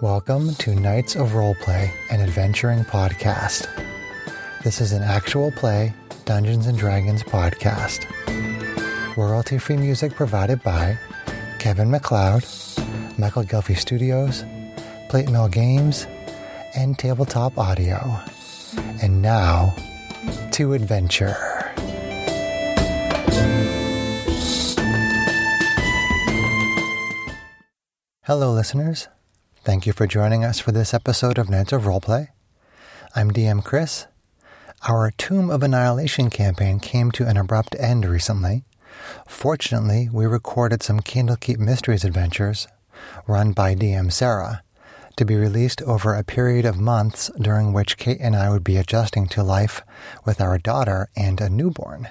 Welcome to Knights of Roleplay, an adventuring podcast. This is an actual play Dungeons and Dragons podcast. Royalty free music provided by Kevin McLeod, Michael Gelfie Studios, Plate Mill Games, and Tabletop Audio. And now to adventure. Hello, listeners. Thank you for joining us for this episode of Knights of Roleplay. I'm DM Chris. Our Tomb of Annihilation campaign came to an abrupt end recently. Fortunately, we recorded some Candlekeep Mysteries adventures, run by DM Sarah, to be released over a period of months during which Kate and I would be adjusting to life with our daughter and a newborn.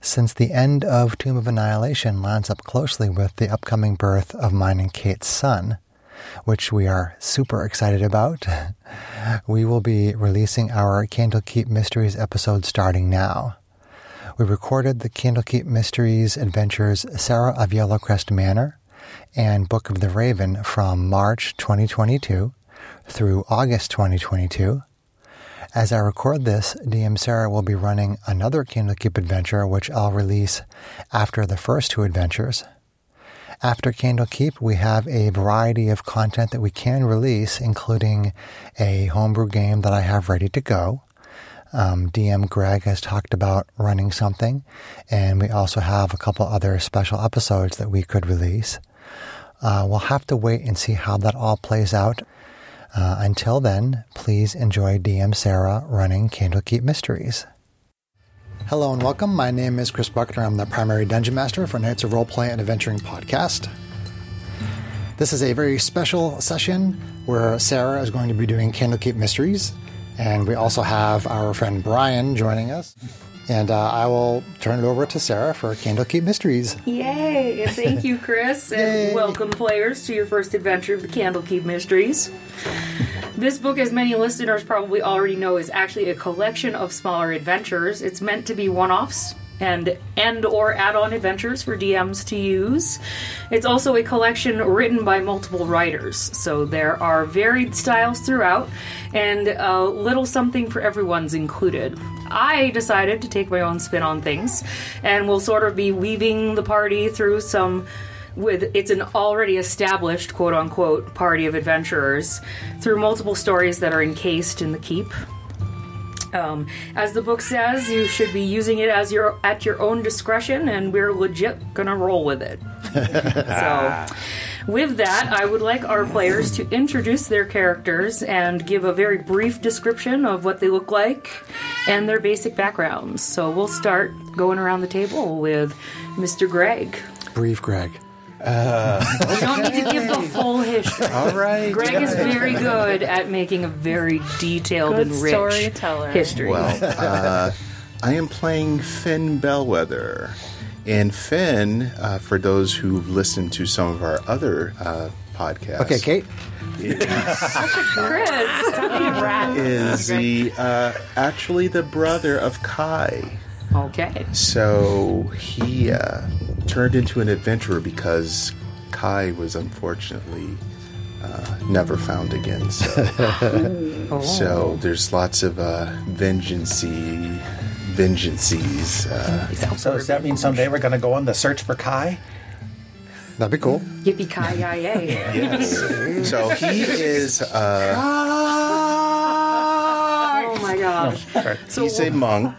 Since the end of Tomb of Annihilation lines up closely with the upcoming birth of mine and Kate's son, which we are super excited about, we will be releasing our Candlekeep Mysteries episode starting now. We recorded the Candlekeep Mysteries adventures Sarah of Yellowcrest Manor and Book of the Raven from March 2022 through August 2022. As I record this, DM Sarah will be running another Candlekeep adventure, which I'll release after the first two adventures. After Candlekeep, we have a variety of content that we can release, including a homebrew game that I have ready to go. Um, DM Greg has talked about running something, and we also have a couple other special episodes that we could release. Uh, we'll have to wait and see how that all plays out. Uh, until then, please enjoy DM Sarah running Candlekeep Mysteries. Hello and welcome. My name is Chris Buckner. I'm the primary dungeon master for Knights of Roleplay and Adventuring podcast. This is a very special session where Sarah is going to be doing Candlekeep Mysteries, and we also have our friend Brian joining us. And uh, I will turn it over to Sarah for Candlekeep Mysteries. Yay! And thank you, Chris, and welcome, players, to your first adventure of the Candlekeep Mysteries. This book, as many listeners probably already know, is actually a collection of smaller adventures. It's meant to be one-offs and and or add-on adventures for DMs to use. It's also a collection written by multiple writers, so there are varied styles throughout, and a little something for everyone's included. I decided to take my own spin on things, and will sort of be weaving the party through some with it's an already established quote unquote party of adventurers through multiple stories that are encased in the keep. Um, as the book says, you should be using it as your at your own discretion, and we're legit gonna roll with it. so, with that, I would like our players to introduce their characters and give a very brief description of what they look like and their basic backgrounds. So we'll start going around the table with Mr. Greg. Brief, Greg. You don't need to give the full history. All right. Greg is very good at making a very detailed Good and rich storyteller. history. Well, uh, I am playing Finn Bellwether. And Finn, uh, for those who've listened to some of our other uh, podcasts, Okay, Kate. Chris, is the uh, actually the brother of Kai. okay. So he uh, turned into an adventurer because Kai was unfortunately uh, never found again. So, so there's lots of uh, vengeancey, vengeances. Uh, So does that mean someday we're going to go on the search for Kai? That'd be cool. Yippee ki yay! Yes. so he is uh, Oh my gosh! he's a monk,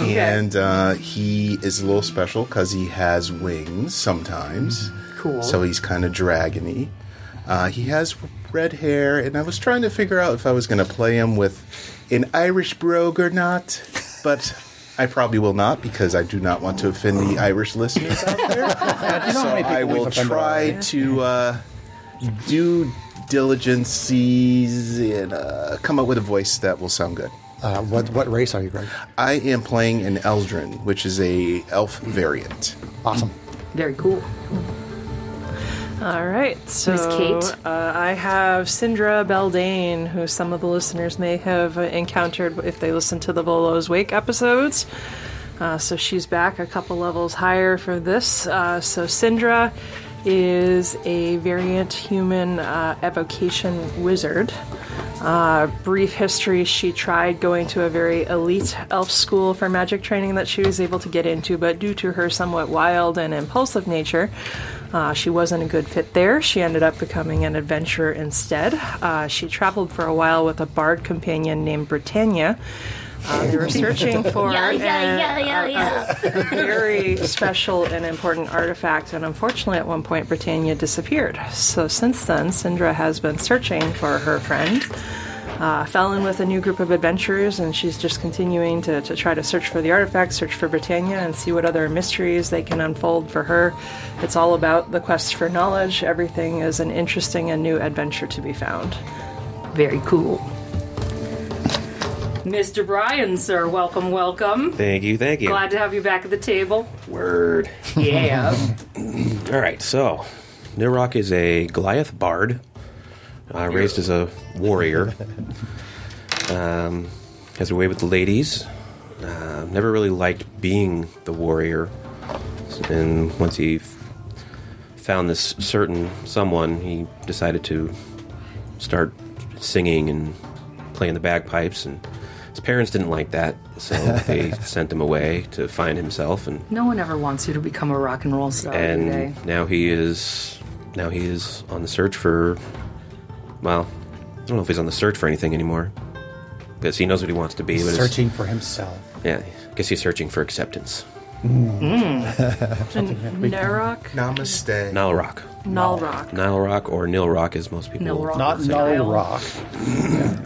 and uh, he is a little special because he has wings sometimes. Cool. So he's kind of dragony. Uh, he has red hair, and I was trying to figure out if I was going to play him with an Irish brogue or not, but. I probably will not because I do not want to offend the Irish listeners out there. so I will try to uh, due diligences and uh, come up with a voice that will sound good. Uh, what what race are you, Greg? I am playing an Eldrin, which is a elf variant. Awesome. Very cool. All right, so Kate? Uh, I have Sindra Beldane, who some of the listeners may have uh, encountered if they listen to the Volo's Wake episodes. Uh, so she's back a couple levels higher for this. Uh, so Sindra is a variant human uh, evocation wizard. Uh, brief history she tried going to a very elite elf school for magic training that she was able to get into, but due to her somewhat wild and impulsive nature, uh, she wasn't a good fit there. She ended up becoming an adventurer instead. Uh, she traveled for a while with a bard companion named Britannia. Uh, they were searching for Yeah, an- yeah, yeah, yeah, a- yeah. very special and important artifact, and unfortunately, at one point, Britannia disappeared. So, since then, Syndra has been searching for her friend, uh, fell in with a new group of adventurers, and she's just continuing to, to try to search for the artifact, search for Britannia, and see what other mysteries they can unfold for her. It's all about the quest for knowledge. Everything is an interesting and new adventure to be found. Very cool. Mr. Bryan, sir, welcome, welcome. Thank you, thank you. Glad to have you back at the table. Word. Yeah. All right, so Nirok is a Goliath bard, uh, raised as a warrior. um, has a way with the ladies. Uh, never really liked being the warrior, and once he f- found this certain someone, he decided to start singing and playing the bagpipes. And his parents didn't like that, so they sent him away to find himself and no one ever wants you to become a rock and roll star and today. now he is now he is on the search for well i don't know if he's on the search for anything anymore because he knows what he wants to be but it's- Searching for himself. yeah i guess he's searching for acceptance Mm. Mm. Narok? Namaste. nile rock Nalrock. nile rock or nil rock as most people Nil Rock. Not Awesome. Null Rock.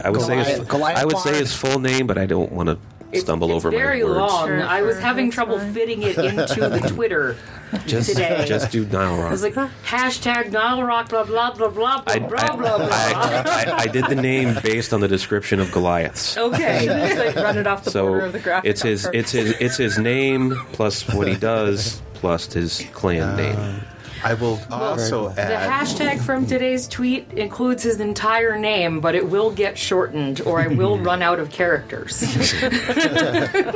i would say his, Goliath- Goliath i would say Bard. his full name but i don't want to It's- stumble it's over very my words long. Sure, I was sure, having that's trouble fine. fitting it into the Twitter just today. just do nile rock I was like hashtag Nile Rock blah blah blah blah blah I, blah blah blah. I- I- I did the name based on the description of Goliath's. okay. Just like run it off the so border of the graphic. it's his on it's purpose. his it's his name plus what he does plus his Uh, clan name. I will also The add. hashtag from today's tweet includes his entire name, but it will get shortened, or I will run out of characters.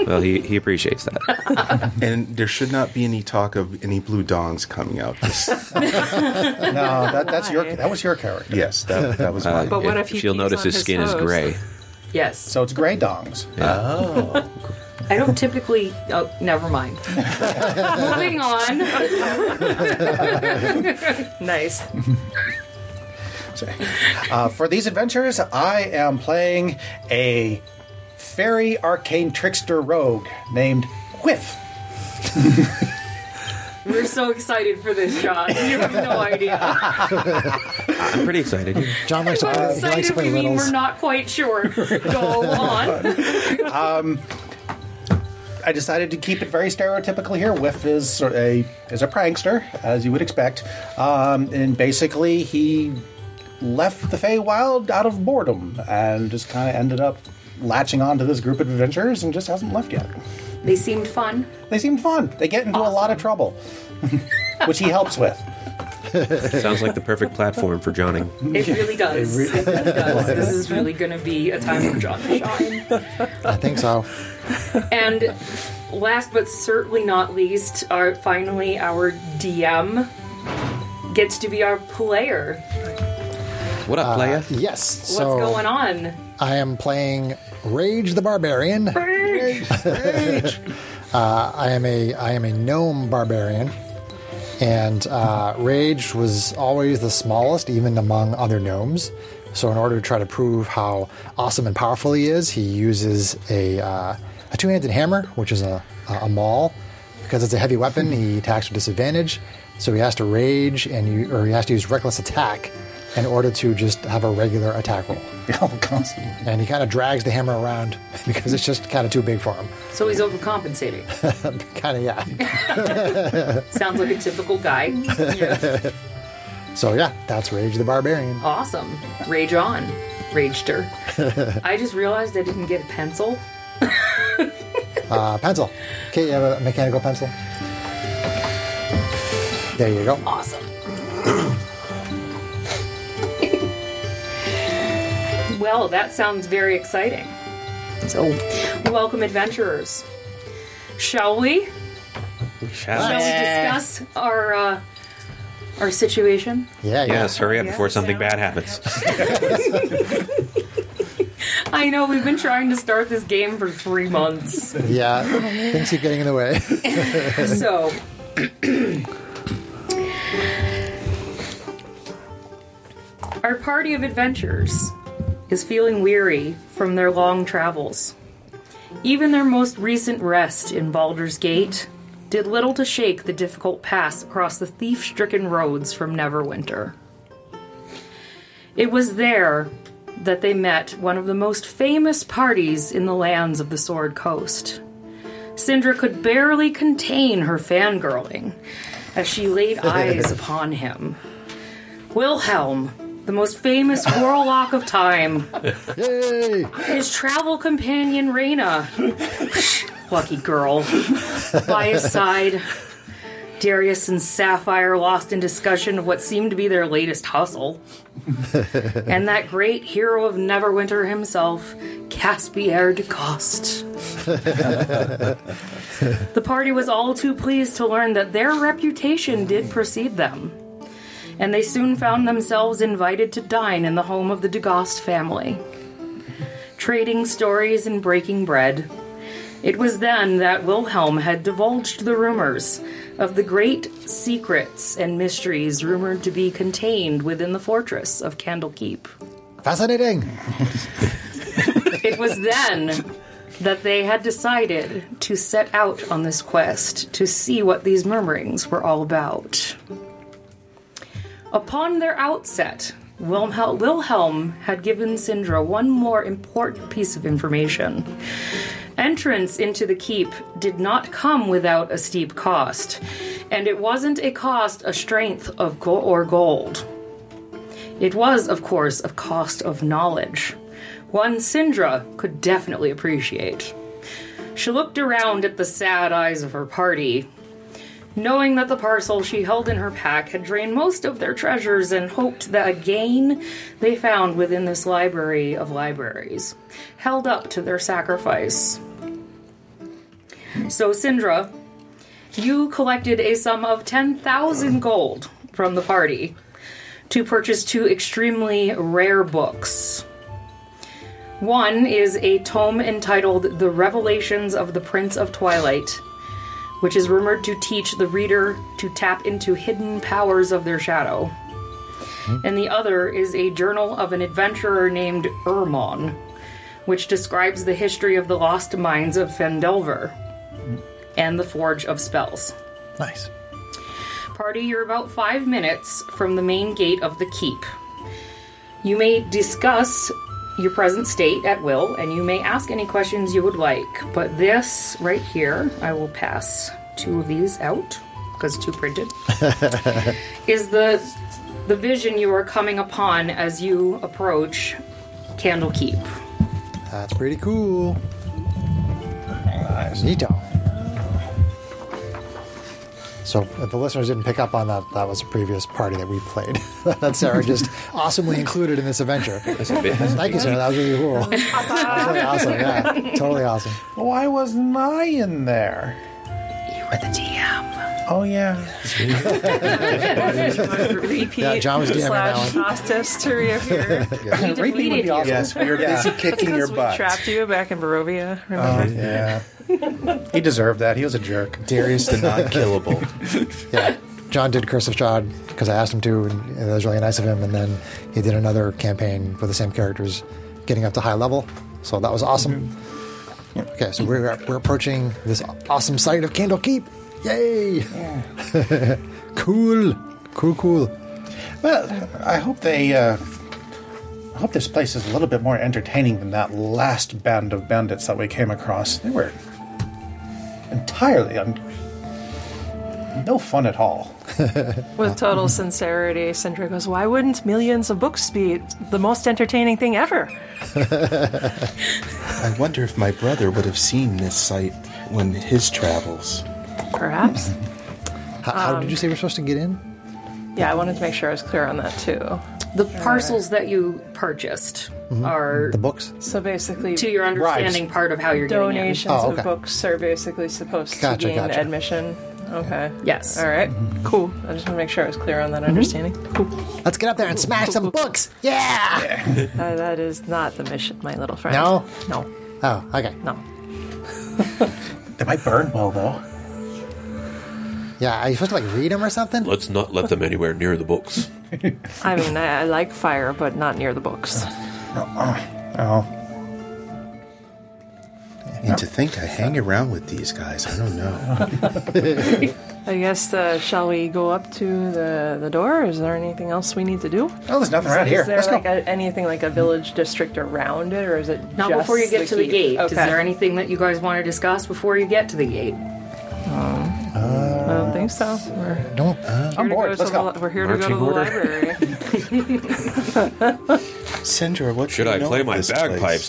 Well, he, he appreciates that. and there should not be any talk of any blue dongs coming out. Just- No, that, that's your Why? that was your character. yes, that, that was Uh, mine. But what if he you'll pees notice on his his skin is toes? gray? Yes, So it's Grey Dongs. Oh. I don't typically. Oh, never mind. Moving on. Nice. Uh, for these adventures, I am playing a fairy arcane trickster rogue named Whiff. We're so excited for this, John. You have no idea. I'm pretty excited. John likes to By play, he likes to excited, we play mean riddles. we're not quite sure. Go on. Um, I decided to keep it very stereotypical here. Whiff is sort of a is a prankster, as you would expect, um, and basically he left the Feywild out of boredom and just kind of ended up latching on to this group of adventurers and just hasn't left yet. They seemed fun. They seem fun. They get into a lot of trouble, which he helps with. Sounds like the perfect platform for Johnning. It really does. It really does. This is really going to be a time for John to shine. I think so. And last but certainly not least, our finally our DM gets to be our player. What up, playa? Uh, Yes. What's so going on? I am playing Rage the Barbarian. Uh, I am a I am a gnome barbarian, and uh, Rage was always the smallest, even among other gnomes. So, in order to try to prove how awesome and powerful he is, he uses a uh, a two handed hammer, which is a a maul, because it's a heavy weapon. He attacks with disadvantage, so he has to rage and you, or he has to use reckless attack in order to just have a regular attack roll. Oh, God. And he kind of drags the hammer around because it's just kind of too big for him. So he's overcompensating. Kind of yeah. Sounds like a typical guy. So yeah, that's Rage the Barbarian. Awesome. Rage on. Ragester. I just realized I didn't get a pencil. Uh, pencil. Okay, you have a mechanical pencil. There you go. Awesome. well, that sounds very exciting. So, welcome, adventurers. Shall we? Shall Shall we discuss our uh, our situation. Yeah, yeah. Yes, hurry up before something yeah. bad happens. I know we've been trying to start this game for three months. Yeah, things keep getting in the way. so our party of adventurers is feeling weary from their long travels. Even their most recent rest in Baldur's Gate did little to shake the difficult pass across the thief-stricken roads from Neverwinter. It was there that they met one of the most famous parties in the lands of the Sword Coast. Syndra could barely contain her fangirling as she laid eyes upon him. Wilhelm, the most famous warlock of time, Yay! his travel companion Reyna, lucky girl, by his side. Darius and Sapphire lost in discussion of what seemed to be their latest hustle. and that great hero of Neverwinter himself, Caspier de Cost. the party was all too pleased to learn that their reputation did precede them. And they soon found themselves invited to dine in the home of the DeGost family trading stories and breaking bread. It was then that Wilhelm had divulged the rumors of the great secrets and mysteries rumored to be contained within the fortress of Candlekeep. Fascinating! It was then that they had decided to set out on this quest to see what these murmurings were all about. Upon their outset, Wilhelm, Wilhelm had given Sindra one more important piece of information. Entrance into the keep did not come without a steep cost, and it wasn't a cost a strength of go- or gold. It was, of course, a cost of knowledge. One Sindra could definitely appreciate. She looked around at the sad eyes of her party, knowing that the parcel she held in her pack had drained most of their treasures and hoped that a gain they found within this library of libraries held up to their sacrifice. So, Sindra, you collected a sum of 10,000 gold from the party to purchase two extremely rare books. One is a tome entitled The Revelations of the Prince of Twilight which is rumored to teach the reader to tap into hidden powers of their shadow. And the other is a journal of an adventurer named Ermon, which describes the history of the lost mines of Fendelver and the Forge of Spells. Nice. Party, you're about five minutes from the main gate of the keep. You may discuss your present state at will, and you may ask any questions you would like. But this right here, I will pass two of these out because two printed is the the vision you are coming upon as you approach Candlekeep. That's pretty cool. Neato. So, if the listeners didn't pick up on that, that was a previous party that we played. that Sarah just awesomely included in this adventure. That's a bit- that's a Thank you, Sarah. That was really cool. totally awesome. Yeah, totally awesome. Why wasn't I in there? You are the DM. Oh, yeah. EP Yeah, John was DMing that slash one. hostis to reappear. Raping would deleted be you. awesome. yes, we were Yeah. busy kicking your Because we butt. trapped you back in Barovia, Oh, remember? Yeah. Uh, he deserved that. He was a jerk. Darius the non-killable. Yeah. John did Curse of Strahd because I asked him to, and that was really nice of him. And then he did another campaign with the same characters, getting up to high level. So that was awesome. Okay, so we're, we're approaching this awesome site of Candle Keep. Yay! cool, cool, cool. Well, I hope they. Uh, I hope this place is a little bit more entertaining than that last band of bandits that we came across. They were entirely un- no fun at all. With total sincerity, Sindra goes, Why wouldn't millions of books be the most entertaining thing ever? I wonder if my brother would have seen this sight when his travels. Perhaps. How, how did you say we're supposed to get in? Um, Yeah, I wanted to make sure I was clear on that too. The parcels that you purchased Mm-hmm. Um, are, The books? So basically, to your understanding, part of how you're doing it. donations Oh, okay. of books are basically supposed Gotcha, to gain gotcha. admission. Okay. Yes. All right. Cool. I just want to make sure I was clear on that understanding. Cool. Mm-hmm. Let's get up there and smash some books. Yeah. Uh, that is not the mission, my little friend. No? No. Oh, okay. No. They might burn well, though. Yeah, are you supposed to like read them or something? Let's not let them anywhere near the books. I mean, I, I like fire, but not near the books. Oh, And to think I hang around with these guys, I don't know. I guess, uh, shall we go up to the, the door? Is there anything else we need to do? oh, there's nothing around here. Is there Let's go. like a, anything like a village district around it, or is it Not just before you get to the keep? gate. Okay. Is there anything that you guys want to discuss before you get to the gate? Um, I don't think so. We're here Don't. Uh, to bored. go to the Let's go. li- We're here to go to Marching the order. library. Sandra, what Should do you I know play of my this bagpipes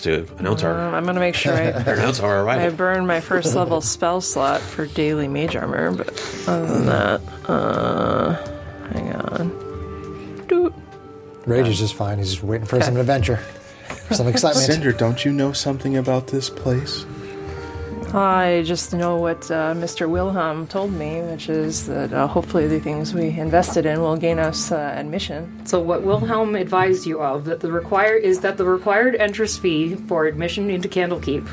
place? to announce our, Um, I'm gonna make sure I, announce our I arrival? burn my first level spell slot for daily mage armor, but other than that, uh, hang on. Doot. Rage is just fine. He's just waiting for some adventure, for some excitement. Sandra, don't you know something about this place? I just know what uh, Mr. Wilhelm told me, which is that uh, hopefully the things we invested in will gain us uh, admission. So what Wilhelm advised you of that the require is that the required entrance fee for admission into Candlekeep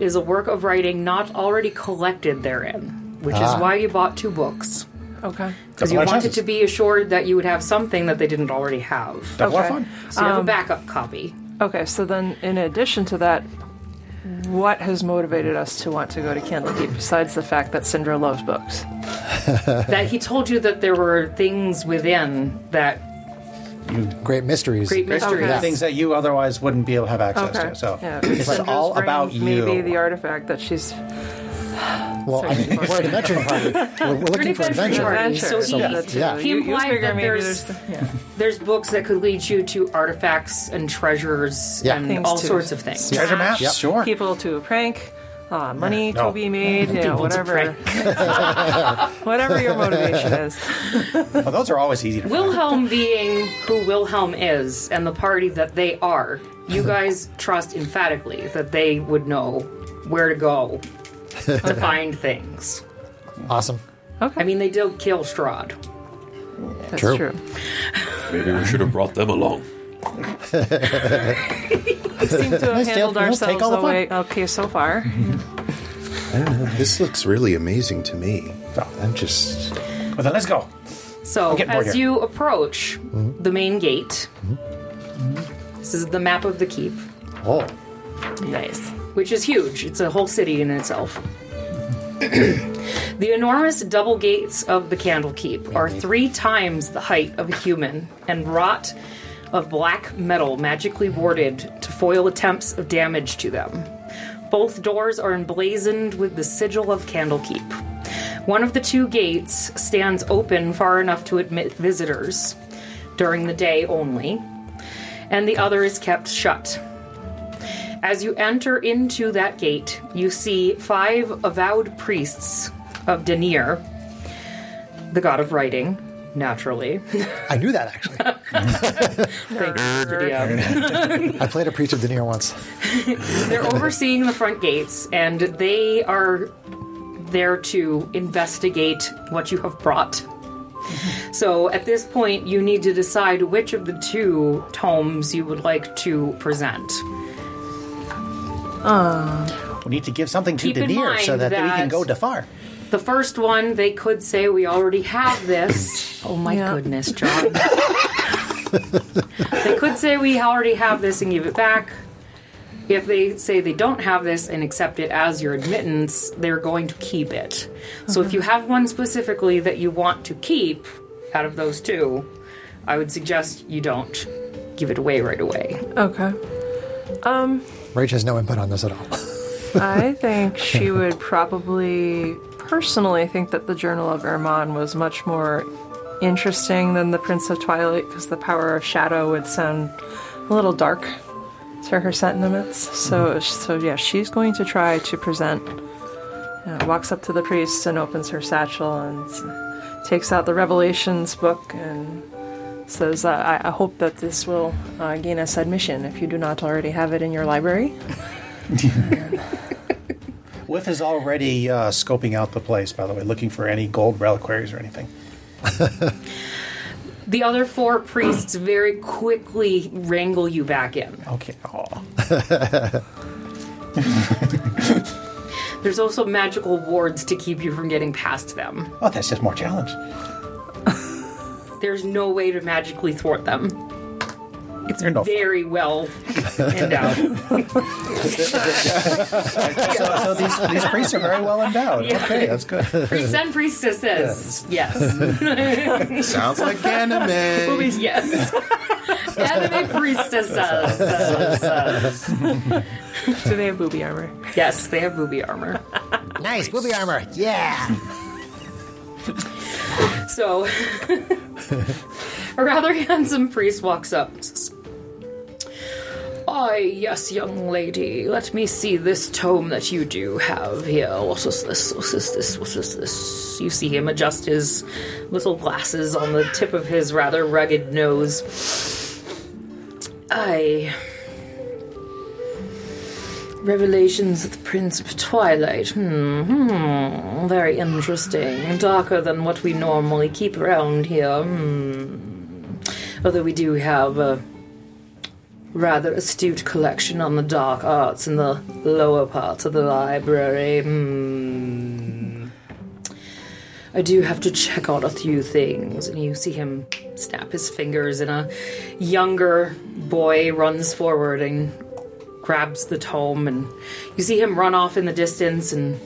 is a work of writing not already collected therein, which Ah. is why you bought two books Okay. because a you lot of wanted chances. to be assured that you would have something that they didn't already have. That's a lot of Okay. Um, fun. So you have a backup copy. Okay, so then in addition to that, what has motivated us to want to go to Candlekeep besides the fact that Syndra loves books? that he told you that there were things within that Great mysteries. great mystery. Okay. Things that you otherwise wouldn't be able to have access Okay. to. So Yeah. it's Syndra's all brain about may you. be the artifact that she's. Well, I mean, we're an adventuring party. We're, we're looking for adventuring adventure. party. So Adventure. he- the two. yeah. he You- you implied figure that maybe there's- there's yeah. There's books that could lead you to artifacts and treasures Yeah. and Things all to sorts of things. Treasure maps, Yep. sure. people to a prank, uh, money No. to be made, you know, People to whatever, whatever your motivation is. Well, those are always easy to find. Wilhelm being who Wilhelm is and the party that they are, you Mm-hmm. guys trust emphatically that they would know where to go to find things. Awesome. Okay, I mean, they did kill Strahd. that's true. true. Maybe we should have brought them along. We seem to have handled Dale, we'll take ourselves all the fun. away. Okay, so far, This looks really amazing to me. I'm just. Well, then let's go. So, getting bored as here. you Mm-hmm. approach the main gate, this is the map of the keep, Oh, nice. which is huge. It's a whole city in itself. the enormous double gates of the candle keep are three times the height of a human and wrought of black metal magically warded to foil attempts of damage to them. Both doors are emblazoned with the sigil of Candlekeep. One of the two gates stands open far enough to admit visitors during the day only, and the other is kept shut. As you enter into that gate, you see five avowed priests of Denir, the god of writing, naturally. I knew that actually. Thank you, Lydia. I played a priest of Denier once. They're overseeing the front gates, and they are there to investigate what you have brought. So at this point, you need to decide which of the two tomes you would like to present. We need to give something to Uh, Keep in Denir so mind that, we can that- go Defar. The first one, they could say, We already have this. Oh my Yeah. goodness, John. they could say, We already have this and give it back. If they say they don't have this and accept it as your admittance, they're going to keep it. So if you have one specifically that you want to keep out of those two, I would suggest you don't give it away right away. Okay, Um, Rage has no input on this at all. I think she would probably personally think that the Journal of Erman was much more interesting than the Prince of Twilight because the power of shadow would sound a little dark to her sentiments. So, so yeah, she's going to try to present. you know, walks up to the priest and opens her satchel and s- takes out the Revelations book and says, "I, I hope that this will uh, gain us admission if you do not already have it in your library." Whiff is already uh, scoping out the place, by the way, looking for any gold reliquaries or anything. The other four priests very quickly wrangle you back in. Okay. Aw. There's also magical wards to keep you from getting past them. Oh, that's just more challenge. There's no way to magically thwart them. It's You're no- very well endowed. So, so these, these priests are very well endowed. Yeah. Okay, that's good. Sun priestesses. Yes. Sounds like anime. Movies, yes. Anime priestesses. Do they have booby armor? Yes, they have booby armor. Nice, booby armor. Yeah. So, a rather handsome priest walks up. Says, Aye, yes, young lady. Let me see this tome that you do have here. What is this? What is this? What is this? You see him adjust his little glasses on the tip of his rather rugged nose. Aye. Revelations of the Prince of Twilight. Hmm, hmm. Very interesting. Darker than what we normally keep around here. Hmm. Although we do have a rather astute collection on the dark arts in the lower parts of the library. Hmm. I do have to check on a few things. And you see him snap his fingers, and a younger boy runs forward and grabs the tome and you see him run off in the distance and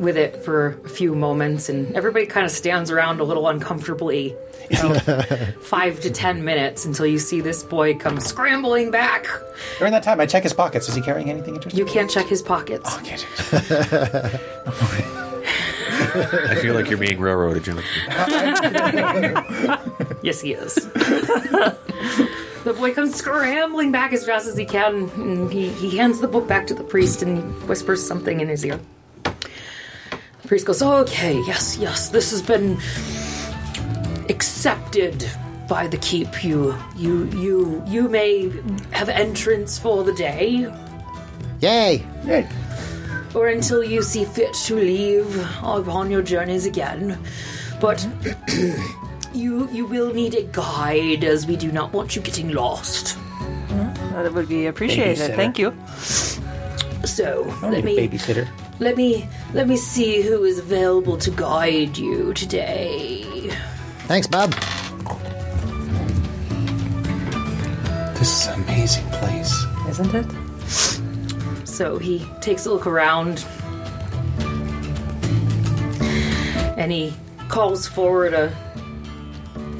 with it for a few moments and everybody kind of stands around a little uncomfortably about five to ten minutes until you see this boy come scrambling back During that time, I check his pockets. Is he carrying anything interesting? you Oh, can't check his pockets can't. I feel like you're being railroaded, John. yes he is the boy comes scrambling back as fast as he can and he, he hands the book back to the priest and he whispers something in his ear the priest goes okay yes yes this has been accepted by the keep you you you you may have entrance for the day Yay. Hey, or until you see fit to leave upon your journeys again but you you will need a guide as we do not want you getting lost That would be appreciated. Babysitter. Thank you. so I let me need a babysitter. let me let me see who is available to guide you today Thanks, Bob. This is an amazing place. Isn't it? So he takes a look around and he calls forward a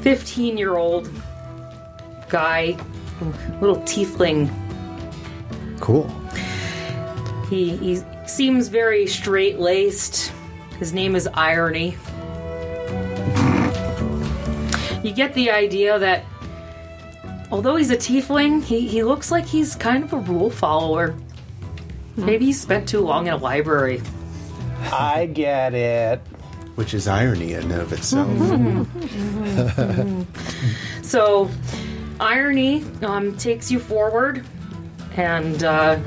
15 year old guy, little tiefling. Cool. He, he seems very straight laced. His name is Irony. You get the idea that although he's a tiefling, he, he looks like he's kind of a rule follower. Maybe he spent too long in a library. I get it. Which is irony in and of itself. Mm-hmm. So, irony um, takes you forward, and uh,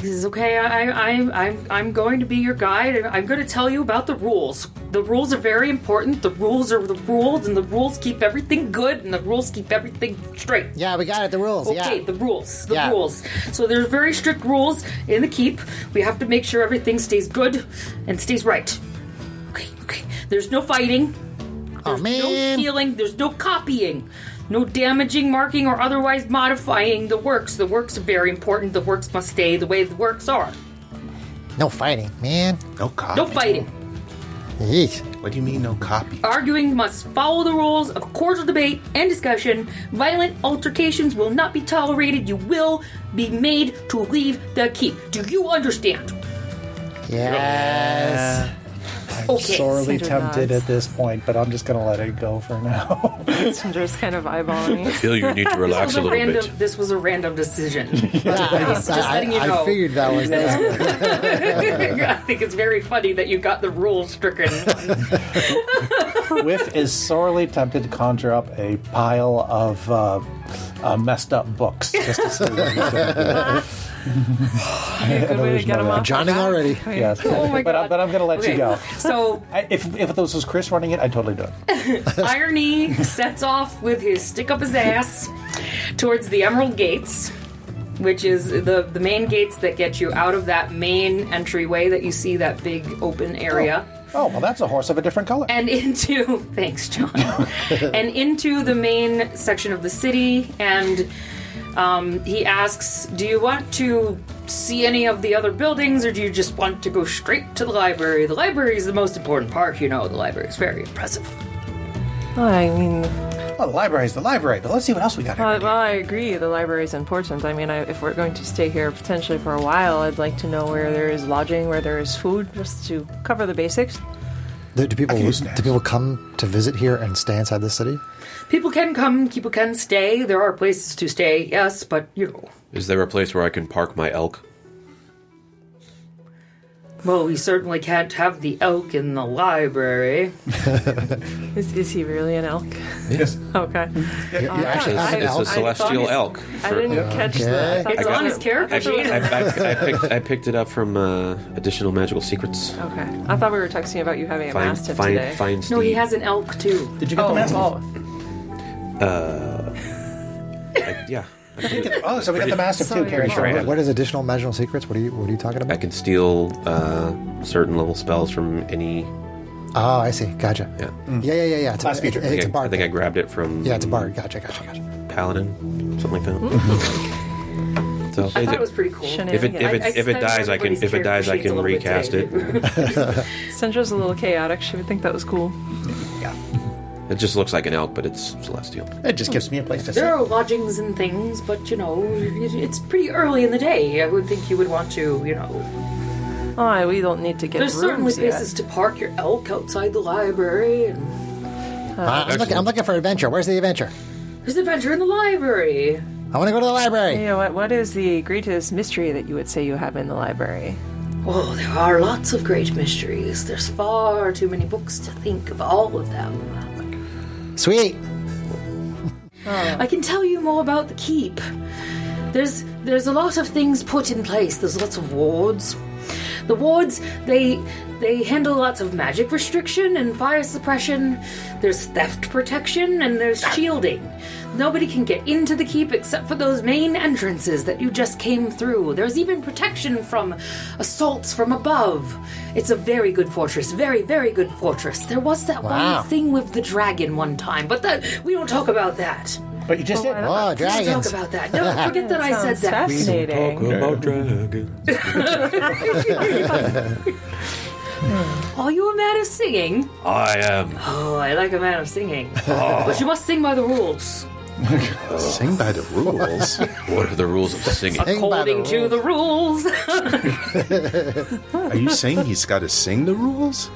he says, "Okay, I, I, I'm, I'm going to be your guide. and I'm going to tell you about the rules. The rules are very important. The rules are the rules, and the rules keep everything good, and the rules keep everything straight." Yeah, we got it. The rules. Okay, yeah. the rules. The Yeah. rules. So there's very strict rules in the keep. We have to make sure everything stays good and stays right. Okay, okay. There's no fighting. oh No man. stealing. There's no copying. No damaging, marking, or otherwise modifying the works. The works are very important. The works must stay the way the works are. No fighting, man. No copy. No fighting. Yeesh. What do you mean, no copy? Arguing must follow the rules of cordial debate and discussion. Violent altercations will not be tolerated. You will be made to leave the keep. Do you understand? Yes. I'm Okay, sorely Cinder tempted nods. at this point, but I'm just going to let it go for now. Cinder's kind of eyeballing me. feel you need to This relax was a a little random. bit. This was a random decision. Yes. just I, letting you I know. figured that was the I think it's very funny that you got the rules stricken. Whiff is sorely tempted to conjure up a pile of uh, uh, messed up books. Just to see what he's gonna do. a good way to There's get no him way. off. Johnning already. Yes. Oh my but, I, God. but I'm going to let you Okay. go. So I, if, if this was Chris running it, I'd totally do it. Irony sets off with his stick up his ass towards the Emerald Gates, which is the, the main gates that get you out of that main entryway that you see, that big open area. Oh, well, that's a horse of a different color. And into, thanks, John, and into the main section of the city. And um, he asks, Do you want to see any of the other buildings, or do you just want to go straight to the library? The library is the most important part, you know, the library is very impressive. I mean, Well, the library's the library, but let's see what else we got here. uh, well, I agree. The library is important. I mean, I, if we're going to stay here potentially for a while, I'd like to know where there is lodging, where there is food, just to cover the basics. Do, do people can use do an axe. people come to visit here and stay inside the city? People can come, people can stay. There are places to stay, yes, but you know. Is there a place where I can park my elk? Well, we certainly can't have the elk in the library. Is, is he really an elk? Yes. Okay. Oh, actually I- have an It's, elk? it's a I celestial thought- elk. I didn't catch Okay. that. I thought It's that on was- his character actually- sheet. I, I, I, picked, I picked it up from uh, Additional Magical Secrets. Okay. I thought we were texting about you having Fine, amassed him fine, today. fine. No, he Steve. has an elk too. Did you get Oh, the mask off? oh, Uh, I- yeah, I can, Oh, so we got the mastiff too, Sorry, Carrie. Mom. What- what is additional magical secrets? What are you What are you talking I about? can steal uh, certain level spells from any. Oh, I see. Gotcha. Mm. Yeah, Yeah, yeah, yeah, yeah. It's, a- Last feature. it- it's a I, I bard. think I grabbed it from. yeah, it's a bard. Gotcha, gotcha, gotcha. Paladin, something like that. Mm-hmm. so I if thought it it, was pretty cool. if it, if it, I- I if it spent dies, I can everybody's if it dies, I character sheets a can little bit recast it. today. Cindra's a little chaotic. She would think that was cool. It just looks like an elk, but it's celestial. It just gives me a place to sit. There are lodgings and things, but you know, it, it's pretty early in the day. I would think you would want to, you know. Oh, we don't need to get There's certainly rooms yet. places to park your elk outside the library. And Uh, I'm, looking, I'm looking for adventure. Where's the adventure? there's adventure in the library. I want to go to the library. You know what? What is the greatest mystery that you would say you have in the library? Oh, there are lots of great mysteries. There's far too many books to think of all of them. Sweet. I can tell you more about the keep. There's there's a lot of things put in place. There's lots of wards. The wards they they handle lots of magic restriction and fire suppression. There's theft protection and there's shielding. Nobody can get into the keep except for those main entrances that you just came through. There's even protection from assaults from above. It's a very good fortress. Very very good fortress. There was that Wow. one thing with the dragon one time, but that we don't talk about that. But you just did. Oh, Don't dragons. talk about that. No, forget that I said Sounds that. Fascinating. Are you a man of singing? I am. Oh, I like a man of singing. But you must sing by the rules. Sing by the rules. What are the rules of singing? Sing by the According to rules. the rules. Are you saying he's got to sing the rules?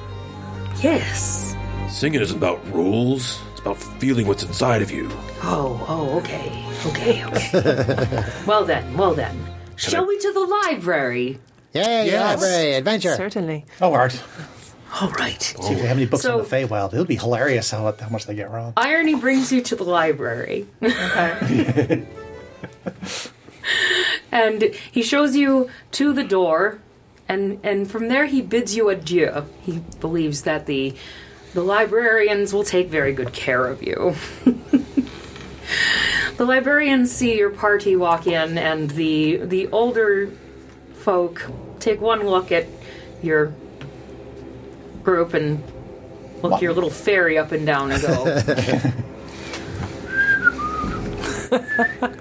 yes. Singing is about rules. It's about feeling what's inside of you. Oh, oh, okay. Okay, okay. well then, well then. Shall we to the library? Yay, Yes. library, adventure. Certainly. Oh, Art. All right. See if they have any books So- in the Feywild. It would be hilarious how, how much they get wrong. Irony brings you to the library. and he shows you to the door, and, and from there he bids you adieu. He believes that the, the librarians will take very good care of you. the librarians see your party walk in, and the, the older folk take one look at your group and look your little fairy up and down and go.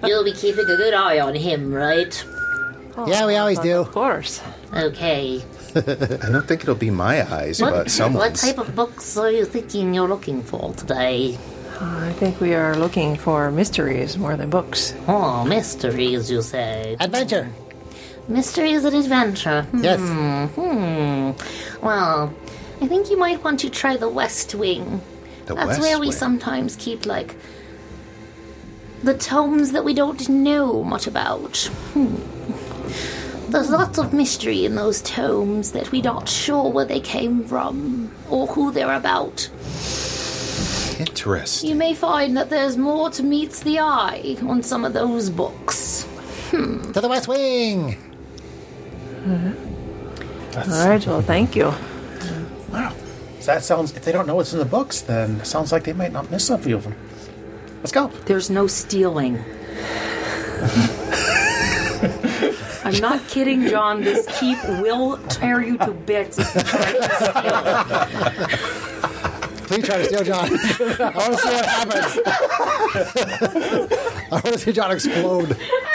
You'll be keeping a good eye on him, right? Yeah, we always do. Of course. Okay. I don't think it'll be my eyes, but what someone's. type of books are you thinking you're looking for today? Uh, I think we are looking for mysteries more than books. Oh, mysteries, you say. Adventure. Mysteries and adventure. Hmm. Yes. Hmm. Well, I think you might want to try the West Wing. The That's West where we Wing. sometimes keep, like, the tomes that we don't know much about. Hmm. There's lots of mystery in those tomes that we're not sure where they came from or who they're about. Interesting. You may find that there's more to meets the eye on some of those books. Hmm. To the west wing! All right, well, thank you. Wow. So that sounds, if they don't know what's in the books, then it sounds like they might not miss a few of them. Let's go. There's no stealing. I'm not kidding, John. This keep will tear you to bits. if you try to steal. Please try to steal John. I want to see what happens. I want to see John explode.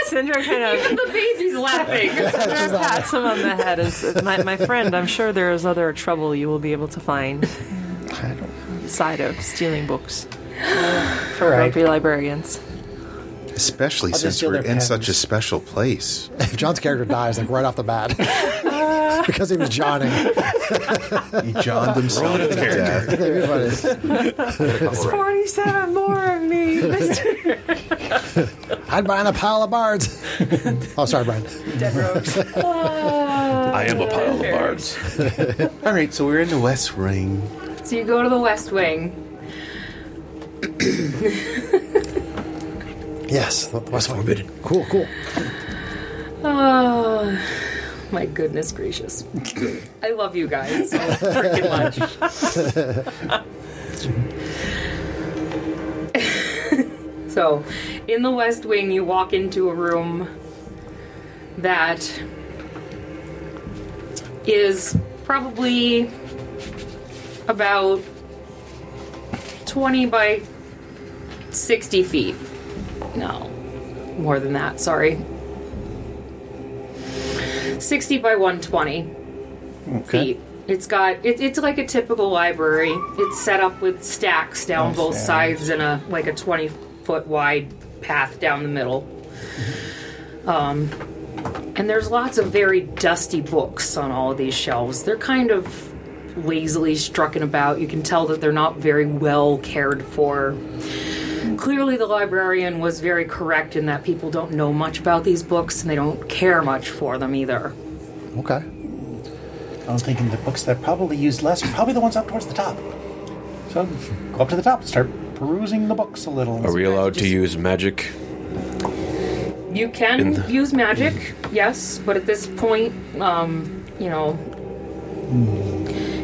Sindra kind of The baby's laughing. Sindra pats him on the head and says, my, my friend, I'm sure there is other trouble you will be able to find I don't, outside of stealing books. all Don't right. be librarians. Especially just since steal we're their in such a pens. special place. If John's character dies, like right off the bat, because he was Johnning, He Johned himself to death. That'd be funny. 47 more of me, Mr. I'd buy in a pile of bards. Oh, sorry, Brian. I am a pile of bards. All right, so we're in the West Ring. So you go to the West Wing. Yes, the west wing. Cool, cool. Oh, my goodness gracious. I love you guys so freaking much. so, in the West Wing, you walk into a room that is probably about 20 by 60 feet. No, more than that, sorry. 60 by 120 feet. It's got it, it's like a typical library. It's set up with stacks down both sides and a like a 20 foot wide path down the middle. Um, and there's lots of very dusty books on all of these shelves. They're kind of lazily strucken about. You can tell that they're not very well cared for. Clearly, the librarian was very correct in that people don't know much about these books and they don't care much for them either. Okay. I was thinking the books that probably used less are probably the ones up towards the top. So go up to the top, start perusing the books a little. Are we allowed to use magic? You can In the- use magic, yes, but at this point, um, you know,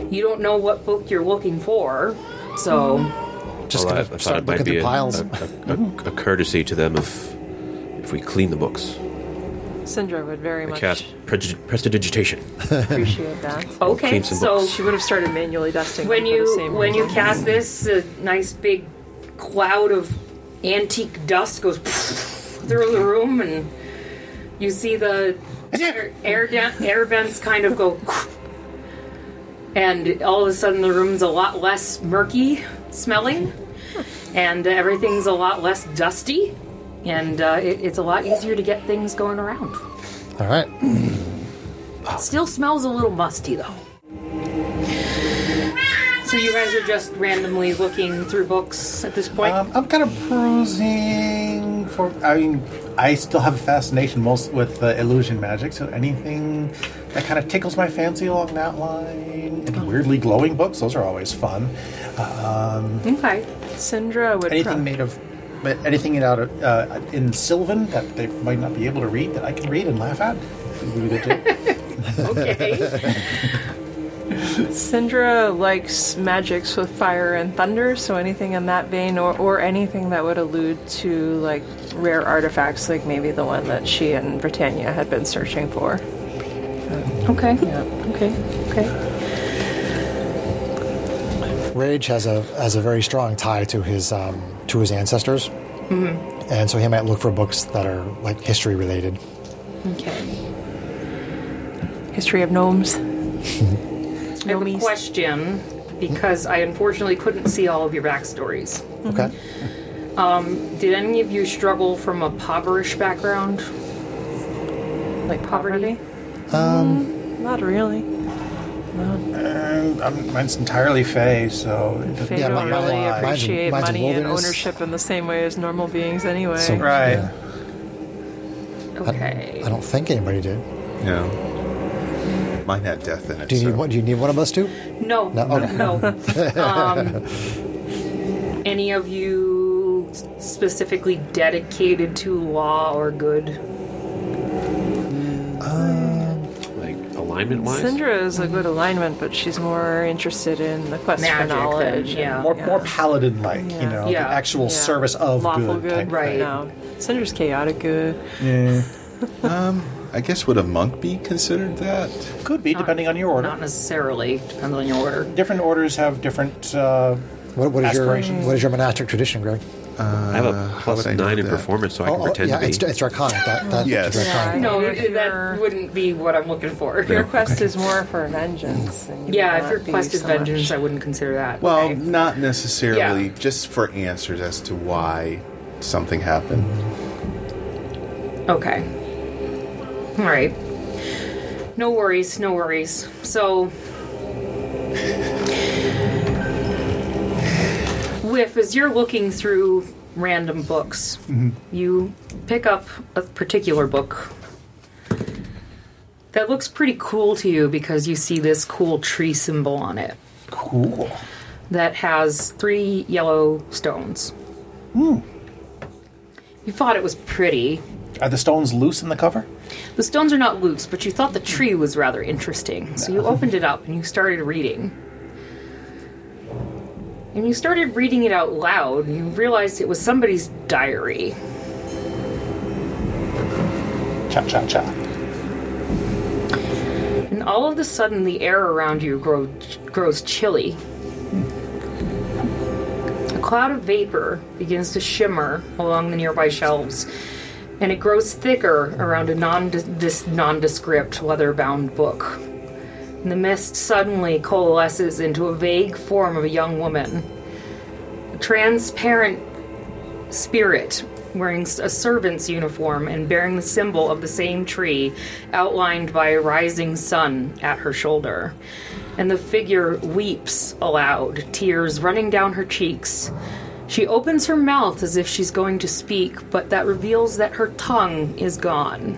you don't know what book you're looking for, so Just Well, I- I gonna thought start it might looking be through a- piles. A, a- a- a courtesy to them if if we clean the books. Sindra would very I much cast prejudi- prestidigitation. appreciate that. okay. clean some So books. She would have started manually dusting. when them for the you same when you reason. cast this, a nice big cloud of antique dust goes through the room, and you see the air air, da- air vents kind of go, and all of a sudden the room's a lot less murky smelling, and everything's a lot less dusty, and uh, it, it's a lot easier to get things going around. All right. Still smells a little musty though. So you guys are just randomly looking through books at this point. Um, I'm kind of perusing for. I mean, I still have a fascination most with uh, illusion magic, so anything that kind of tickles my fancy along that line. Oh. And weirdly glowing books; those are always fun. Um, okay. Sindra would anything prob- made of, but anything in out of, uh, in Sylvan that they might not be able to read that I can read and laugh at. would be good too. Okay. Sindra likes magics with fire and thunder, so anything in that vein, or, or anything that would allude to like rare artifacts, like maybe the one that she and Britannia had been searching for. okay. Okay. Okay. Rage has a has a very strong tie to his um, to his ancestors, and so he might look for books that are like history related. Okay. History of gnomes. I have a Gnomies. question because I unfortunately couldn't see all of your backstories. Okay. Um, Did any of you struggle from a poverish background? Like Poverty? poverty? Um, not really. And I'm, mine's entirely Fey, so it doesn't They don't mine- mine- really mine's- appreciate mine's money and wilderness. ownership in the same way as normal beings, anyway. So- right. Yeah. Okay. I don't think anybody did. No. Mine had death in it. Do you need so- one? Do you need one of us to? No. No, okay. no. um, any of you specifically dedicated to law or good? alignment wise? Syndra is a good alignment, but she's more interested in the quest Magic for than- knowledge. and- yeah. More, Yeah. more paladin like, you know, Yeah. the actual yeah. service of lawful good. type right. No, Cinder's chaotic good. Yeah. Um, I guess would a monk be considered that? Could be, depending on your order. Not necessarily. Depends on your order. Different orders have different. Uh, What, what is your Aspirations. what is your monastic tradition, Greg? I have a plus Uh, would I know nine in that? performance, so I can oh, pretend yeah, to be. it's, it's draconic. That, that, Yes. that's draconic. Yeah. No, Your- it- that wouldn't be what I'm looking for. Your quest is more for vengeance. And you Yeah, would if not your be quest is so much- vengeance, I wouldn't consider that. Well, Okay. not necessarily. Yeah. Just for answers as to why something happened. Okay. All right. No worries, no worries. So. Whiff, as you're looking through random books, you pick up a particular book that looks pretty cool to you because you see this cool tree symbol on it cool. that has three yellow stones. You thought it was pretty, Are the stones loose in the cover? the stones are not loose, but you thought the tree was rather interesting. So you opened it up and you started reading. And you started reading it out loud, and you realized it was somebody's diary. Cha cha cha. And all of a sudden, the air around you grow, grows chilly. A cloud of vapor begins to shimmer along the nearby shelves, and it grows thicker around a non, this nondescript leather bound book. And the mist suddenly coalesces into a vague form of a young woman. A transparent spirit wearing a servant's uniform and bearing the symbol of the same tree outlined by a rising sun at her shoulder. And the figure weeps aloud, tears running down her cheeks. She opens her mouth as if she's going to speak, but that reveals that her tongue is gone.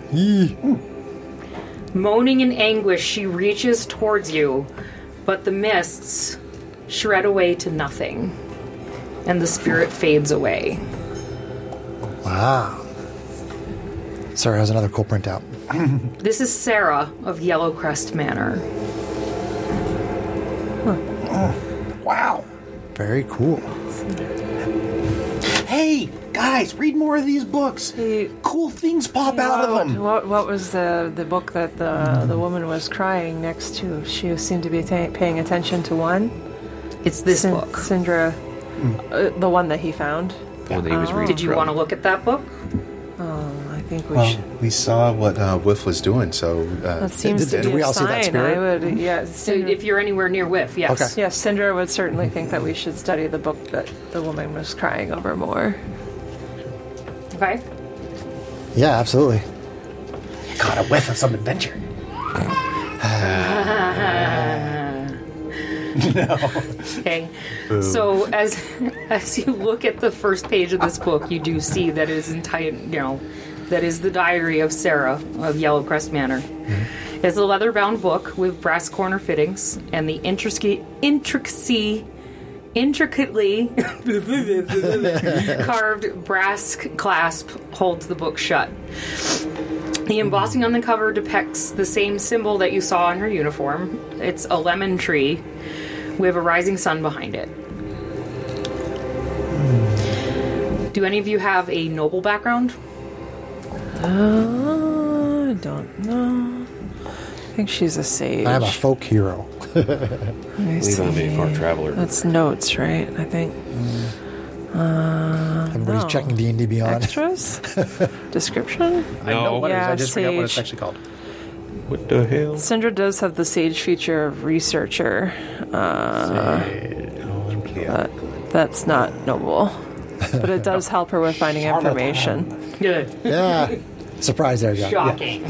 Moaning in anguish, she reaches towards you, but the mists shred away to nothing, and the spirit fades away. Wow. Sarah has another cool printout. This is Sarah of Yellow Crest Manor. Wow. Very cool. Hey, guys, read more of these books. Hey. Cool things pop out of What- them. What, what was the, the book that the, the woman was crying next to? She seemed to be ta paying attention to one. It's this Cyn- book. Syndra, uh, the one that he found. Um, the one that he was reading Did you from. want to look at that book? Oh, I think we Well, should. we saw what uh, Whiff was doing, so uh, That seems did- to did be we a all see sign. that spirit? I would, yeah. So Syndra, if you're anywhere near Whiff, yes. Okay. yeah, Syndra would certainly think that we should study the book that the woman was crying over more. Okay. Yeah, absolutely. Got a whiff of some adventure. Okay. So as as you look at the first page of this book, you do see that it is entire, you know, that is the diary of Sarah of Yellow Crest Manor. It's a leather-bound book with brass corner fittings and the intricacy, intricacy intricately carved brass clasp holds the book shut. The embossing on the cover depicts the same symbol that you saw on her uniform. It's a lemon tree with a rising sun behind it. Do any of you have a noble background? Uh, I don't know. I think she's a sage. I'm a folk hero. I Leave on see. being far traveler. That's notes, right? I think. Mm. Uh, Everybody's No. checking D and D Beyond. Extras? Description? I know No. what it is. I Yeah, just forgot what it's sage. actually called. What the hell? Syndra does have the sage feature of researcher. Uh, yeah. That's not noble. But it does help her with finding information. Good. Yeah. Surprise there, John. Shocking.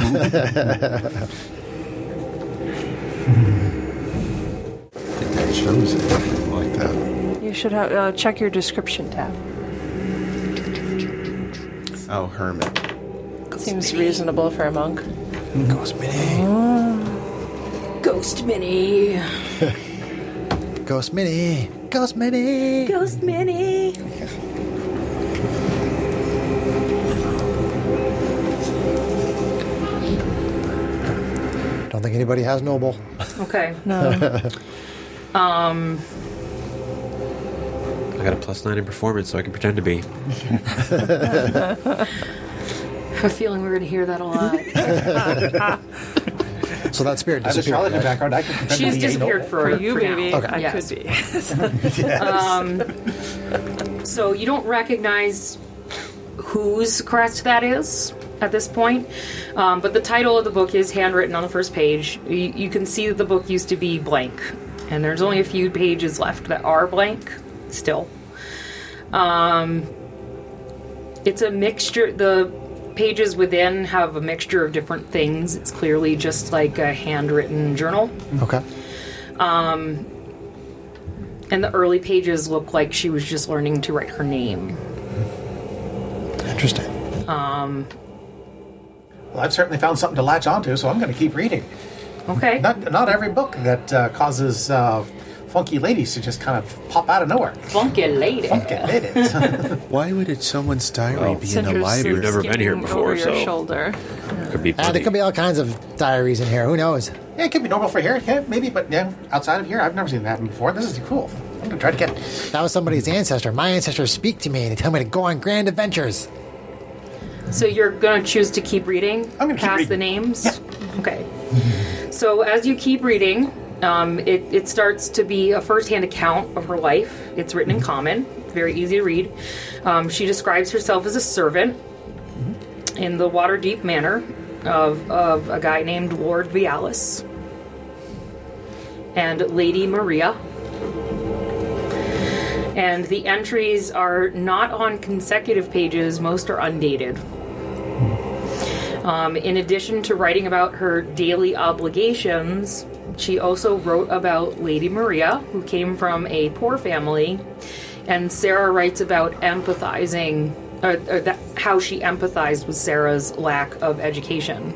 it shows it like that. You should have, uh, check your description tab. Oh, hermit. Seems reasonable for a monk. Ghost Mini. Ghost Mini. Ghost Mini. Ghost Mini. Ghost Mini. Don't don't think anybody has noble. Okay. Um, No. I got a plus nine in performance, so I can pretend to I be. have a feeling we're going to hear that a lot. So that spirit I have a disappeared. charlatan right? background. I can pretend to She's be a disappeared noble. for, For you, for now. baby, I Yes. could be. Um, So you don't recognize whose crest that is at this point, um, but the title of the book is handwritten on the first page. You, you can see that the book used to be blank, and there's only a few pages left that are blank still. Um, it's a mixture. The pages within have a mixture of different things. It's clearly just like a handwritten journal. Okay. Um, And the early pages look like she was just learning to write her name. Um, Interesting. Well, I've certainly found something to latch onto, so I'm going to keep reading. Okay. Not not every book that uh, causes uh, funky ladies to just kind of pop out of nowhere. Funky lady. Funky ladies. Why would it someone's diary be in a Cinder's library? You've never been here skimming before, over your so- shoulder. Could be. Ah, there funny. could be all kinds of diaries in here. Who knows? Yeah, it could be normal for here, yeah, maybe, but yeah, outside of here, I've never seen that happen before. This is cool. I'm gonna try to get. That was somebody's ancestor. My ancestors speak to me and they tell me to go on grand adventures. So you're gonna choose to keep reading. I'm gonna keep past the reading. names. Okay. so as you keep reading, um, it, it starts to be a first-hand account of her life. It's written in common, very easy to read. Um, she describes herself as a servant in the Waterdeep Manor of of a guy named Lord Vialis and Lady Maria. And the entries are not on consecutive pages, most are undated. Um, in addition to writing about her daily obligations, she also wrote about Lady Maria, who came from a poor family. And Sarah writes about empathizing, or, or that, how she empathized with Sarah's lack of education.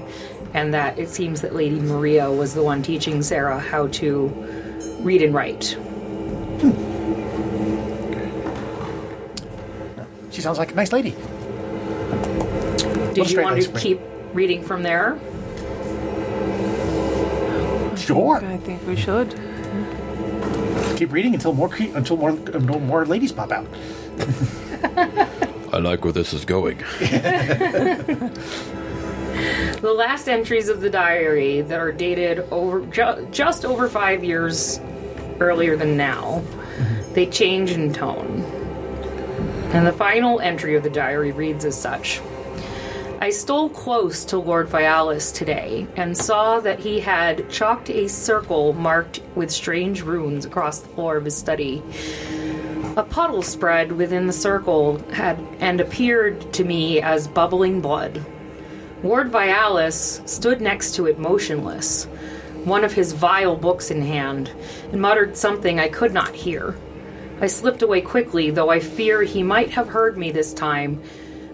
And that it seems that Lady Maria was the one teaching Sarah how to read and write. She sounds like a nice lady. Did you straight want lines to for me. keep reading from there? Sure. I think we should. Keep reading until more cre- until more until more ladies pop out. I like where this is going. The last entries of the diary that are dated over ju- just over five years earlier than now, they change in tone. And the final entry of the diary reads as such I stole close to Lord Vialis today and saw that he had chalked a circle marked with strange runes across the floor of his study. A puddle spread within the circle had and appeared to me as bubbling blood. Ward Vialis stood next to it motionless, one of his vile books in hand, and muttered something I could not hear. I slipped away quickly, though I fear he might have heard me this time.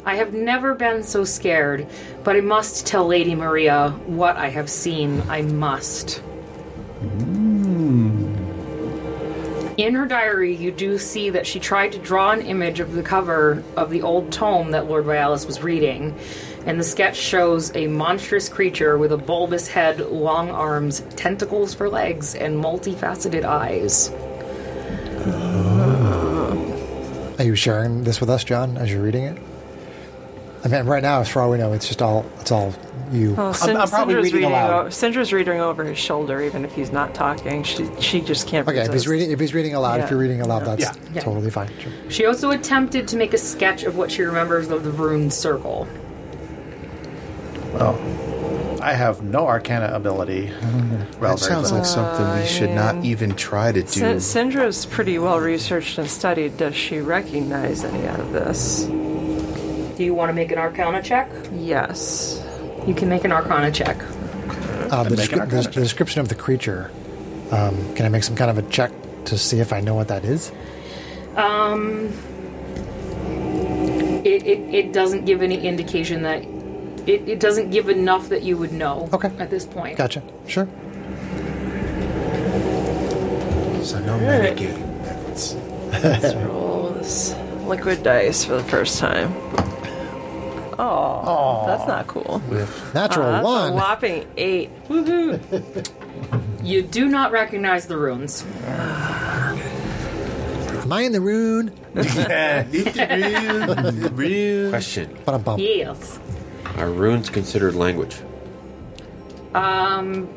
I have never been so scared, but I must tell Lady Maria what I have seen. I must. In her diary, you do see that she tried to draw an image of the cover of the old tome that Lord Vialis was reading, and the sketch shows a monstrous creature with a bulbous head, long arms, tentacles for legs, and multifaceted eyes. Are you sharing this with us, John, as you're reading it? I mean, right now, as far as we know, it's just all it's all you. Well, Cin- I'm probably Cindra's reading o- aloud. Cindra's reading over his shoulder, even if he's not talking. She she just can't. okay, if he's resist. reading if he's reading aloud, Yeah. if you're reading aloud, that's Yeah. Yeah. totally fine. Sure. She also attempted to make a sketch of what she remembers of the Vroom Circle. I have no arcana ability. Well, Uh, That sounds like something we should not even try to do. Cin- Cindra's pretty well researched and studied. Does she recognize any of this? Do you want to make an Arcana check? Yes. You can make an Arcana check. Uh, the, make an descri- the, arcana the description of the creature. Um, can I make some kind of a check to see if I know what that is? Um, It, it, it doesn't give any indication that. It, it doesn't give enough that you would know Okay. at this point. Gotcha. Sure. so no medicating. That's Let's roll this liquid dice for the first time. Oh, that's not cool. Natural That's one. a whopping eight. Woohoo! You do not recognize the runes. Am I in the rune? Question: But I'm bummed. Yes. Are runes considered language? Um,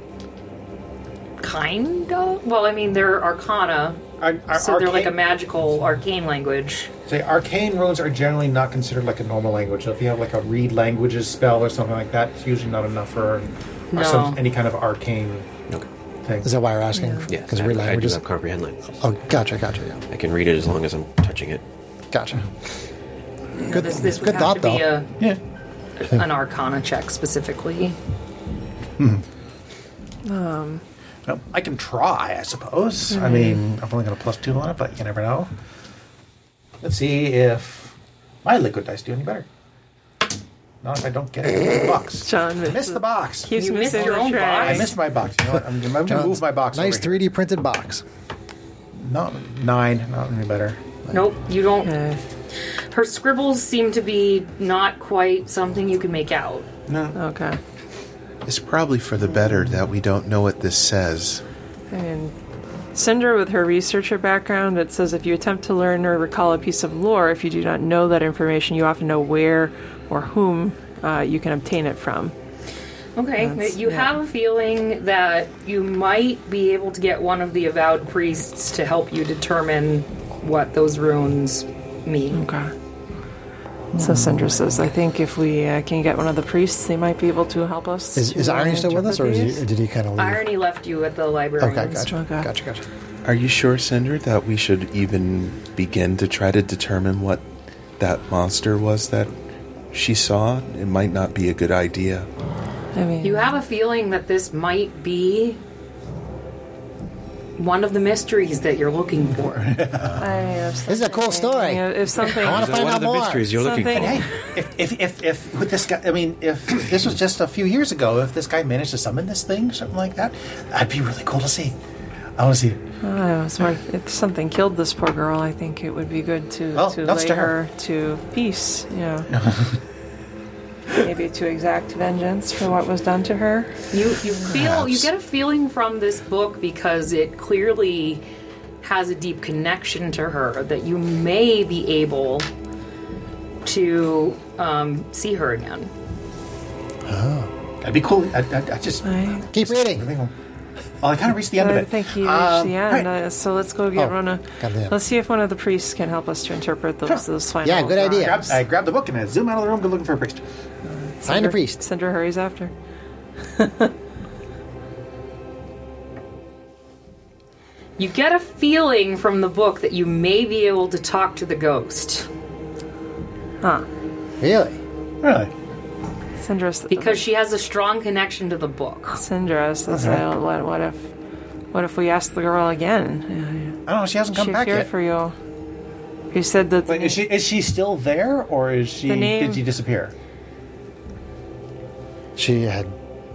Kind of? Well, I mean, they're arcana, Ar- ar- so they're like a arcane- magical arcane language. Say, arcane runes are generally not considered like a normal language. So if you have like a read languages spell or something like that, it's usually not enough for an- or No. some, any kind of arcane Okay. thing. Is that why you're asking? Yeah, Because I- real I do languages. have comprehend languages. Oh, gotcha, gotcha, yeah. I can read it as long as I'm touching it. Gotcha. Good, this, this would good have thought, to be though. a, an arcana check specifically. Hmm. Um, Well, I can try, I suppose. Mm-hmm. I mean, I've only got a plus two on it, but you never know. Let's see if my liquid dice do any better. Not if I don't get it in the box. John I missed the box. Keeps You missed missing your the own tray. I missed my box. You know what? I'm, going to John's move my box. Nice over here. 3D printed box. Not nine. Not any better. Nope, you don't. Okay. Her scribbles seem to be not quite something you can make out. Okay. It's probably for the better that we don't know what this says. And Cinder, with her researcher background, it says if you attempt to learn or recall a piece of lore, if you do not know that information, you often know where or whom uh, you can obtain it from. Okay, That's- you yeah. have a feeling that you might be able to get one of the avowed priests to help you determine what those runes mean. Okay. So Hmm. Cinder says, I think if we uh, can get one of the priests, they might be able to help us. Is, to, is uh, Irony still with us, or, is interpret he, or did he kind of leave? Irony left you at the library. Okay, gotcha, Okay. gotcha, gotcha. Are you sure, Cinder, that we should even begin to try to determine what that monster was that she saw? It might not be a good idea. these? I mean, You have a feeling that this might be one of the mysteries that you're looking for. I mean, if This is a cool something- story. If something, I wanna Is that find one out of the more. mysteries you're Something- looking Hey, if, if, if, if with this guy, I mean, if this was just a few years ago, if this guy managed to summon this thing, something like that, that'd be really cool to see. I want to see it. I Oh, was wondering if something killed this poor girl, I think it would be good to, Well, to nuts lay to her. her. to peace. Yeah. Maybe to exact vengeance for what was done to her. You you feel you get a feeling from this book because it clearly has a deep connection to her that you may be able to um, see her again. That'd be cool. I, I, I just. Right. Keep reading. I think I'm- Well, I kind of reached the end of I it. think Uh, you reached Um, the end. right. Uh, so let's go get Oh, one of. goddamn. Let's see if one of the priests can help us to interpret those, those final. Yeah, good idea. Grab- I grabbed the book and I zoom out of the room, go looking for a priest. Find a priest. Cinder hurries after. You get a feeling from the book that you may be able to talk to the ghost Really? Really? Cinder s- because she has a strong connection to the book. Cinder says, "Well, what, what if, what if we ask the girl again? I don't know. She hasn't Uh, come She back appeared yet. for you. You said that. the Wait, is she is she still there, or is she? The name- Did she disappear? She had.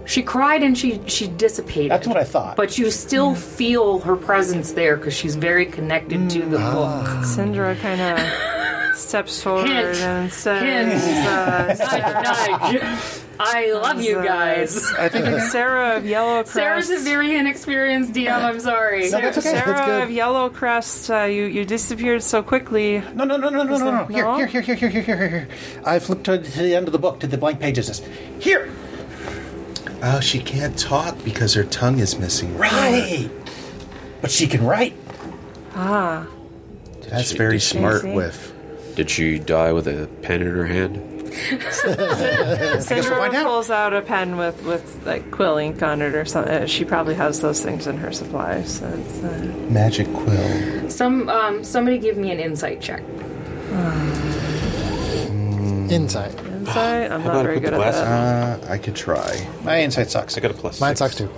She cried and she she dissipated. That's what I thought. But you still feel her presence there because she's very connected to the Hmm. Ah. book. Syndra kind of steps forward Hint. and says, Hint. uh, I love you guys. I think I "Sarah of Yellow Crest." Sarah's a very inexperienced DM. I'm sorry. that's okay. Sarah That's good. of Yellow Crest, uh, you you disappeared so quickly. No, no, no, no, no, no, no. that- Here, no? here, here, here, here, here, here, here. I flipped to, to the end of the book, to the blank pages. This. Here! Oh, she can't talk because her tongue is missing. Right! But she can write. Oh. Ah. Did That's she- very Did she, smart, see? Whiff. did she die with a pen in her hand? Syndra find out. pulls out a pen with with like quill ink on it or something. Uh, She probably has those things in her supplies. So it's, uh, Magic quill. Some um, somebody give me an insight check. Mm. Insight. insight. I'm How about not I very put good the at glass that. Uh, I could try. My insight sucks. I got a plus. Mine sucks six. too.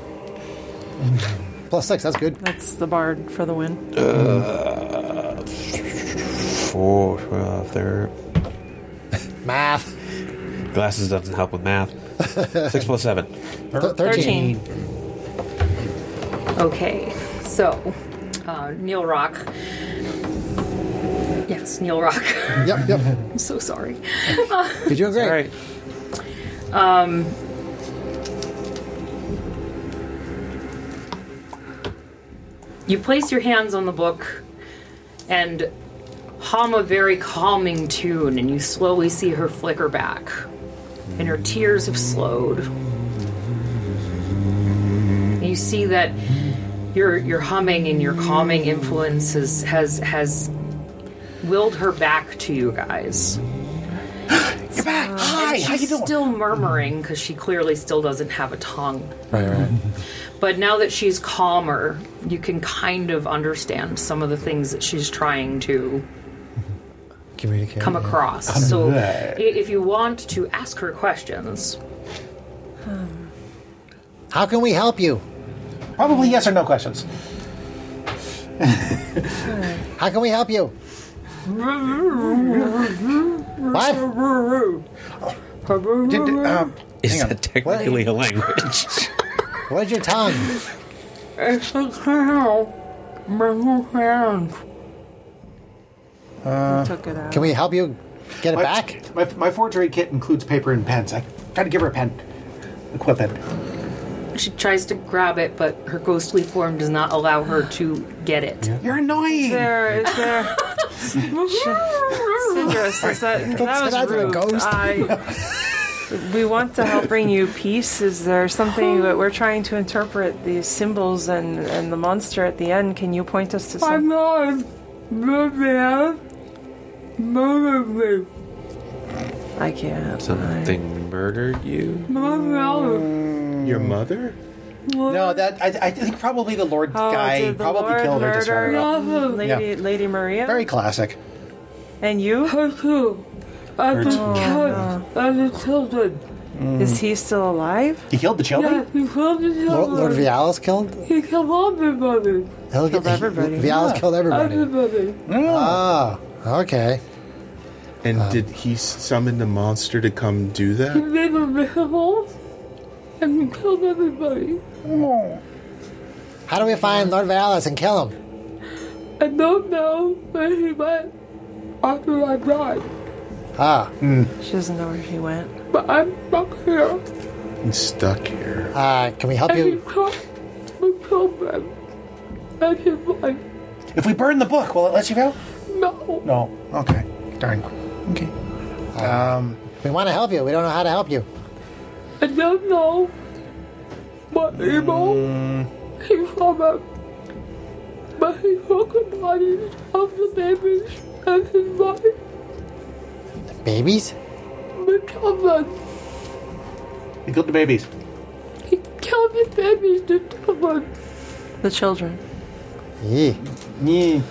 Plus six, that's good. That's the bard for the win. Uh, Uh, Four. Uh, there. Math. Glasses doesn't help with math. Six plus seven. Th- 13. Okay, so uh, Neil Rock Yes, Neil Rock. Yep, yep. I'm so sorry. Did you agree? All right. Um, You place your hands on the book and hum a very calming tune, and you slowly see her flicker back. And her tears have slowed. And you see that your your humming and your calming influence has has, has willed her back to you guys. Hi, how you She's doing? still murmuring because she clearly still doesn't have a tongue. Right, right. But now that she's calmer, you can kind of understand some of the things that she's trying to Communicate. come across. so back. i- if you want to ask her questions, How can we help you? Probably yes or no questions. How can we help you? what? Did, um, Is Hang on. that technically a language? Where's your tongue? took Uh, it out. Can we help you get it My- back? My, my forgery kit includes paper and pens. I tried to give her a pen. A quill pen. she tries to grab it, but her ghostly form does not allow her to get it. You're annoying. there, is there. Sidrus, is that, that was that's a rude. ghost. I, we want to help bring you peace. Is there something that we're trying to interpret these symbols and, and the monster at the end? Can you point us to some? I can't. Something murdered you? Your mother? No, that I, I think probably the Lord Oh, guy did the probably Lord killed her to murder start her up. Lady, Lady Maria? Very classic. and you? Oh. Is he still alive? He killed the children. Lord, Lord Vialis killed? He killed everybody. Killed everybody. Vialis killed everybody. Ah, okay. And did he s- summon the monster to come do that? How do we find Lord Vialis and kill him? I don't know Hmm, She doesn't know where he went. He's stuck here. where he went after I died. Ah, uh, can we help you? If we burn the book, will it let you go? No. No. Okay. Darn. Okay. Um, Uh, We want to help you. We don't know how to help you. I don't know. But evil, Hmm, he from it. But he took the bodies of the babies and his wife Babies? and children. he killed the babies. He killed the babies to children. The children. Yee. Yeah.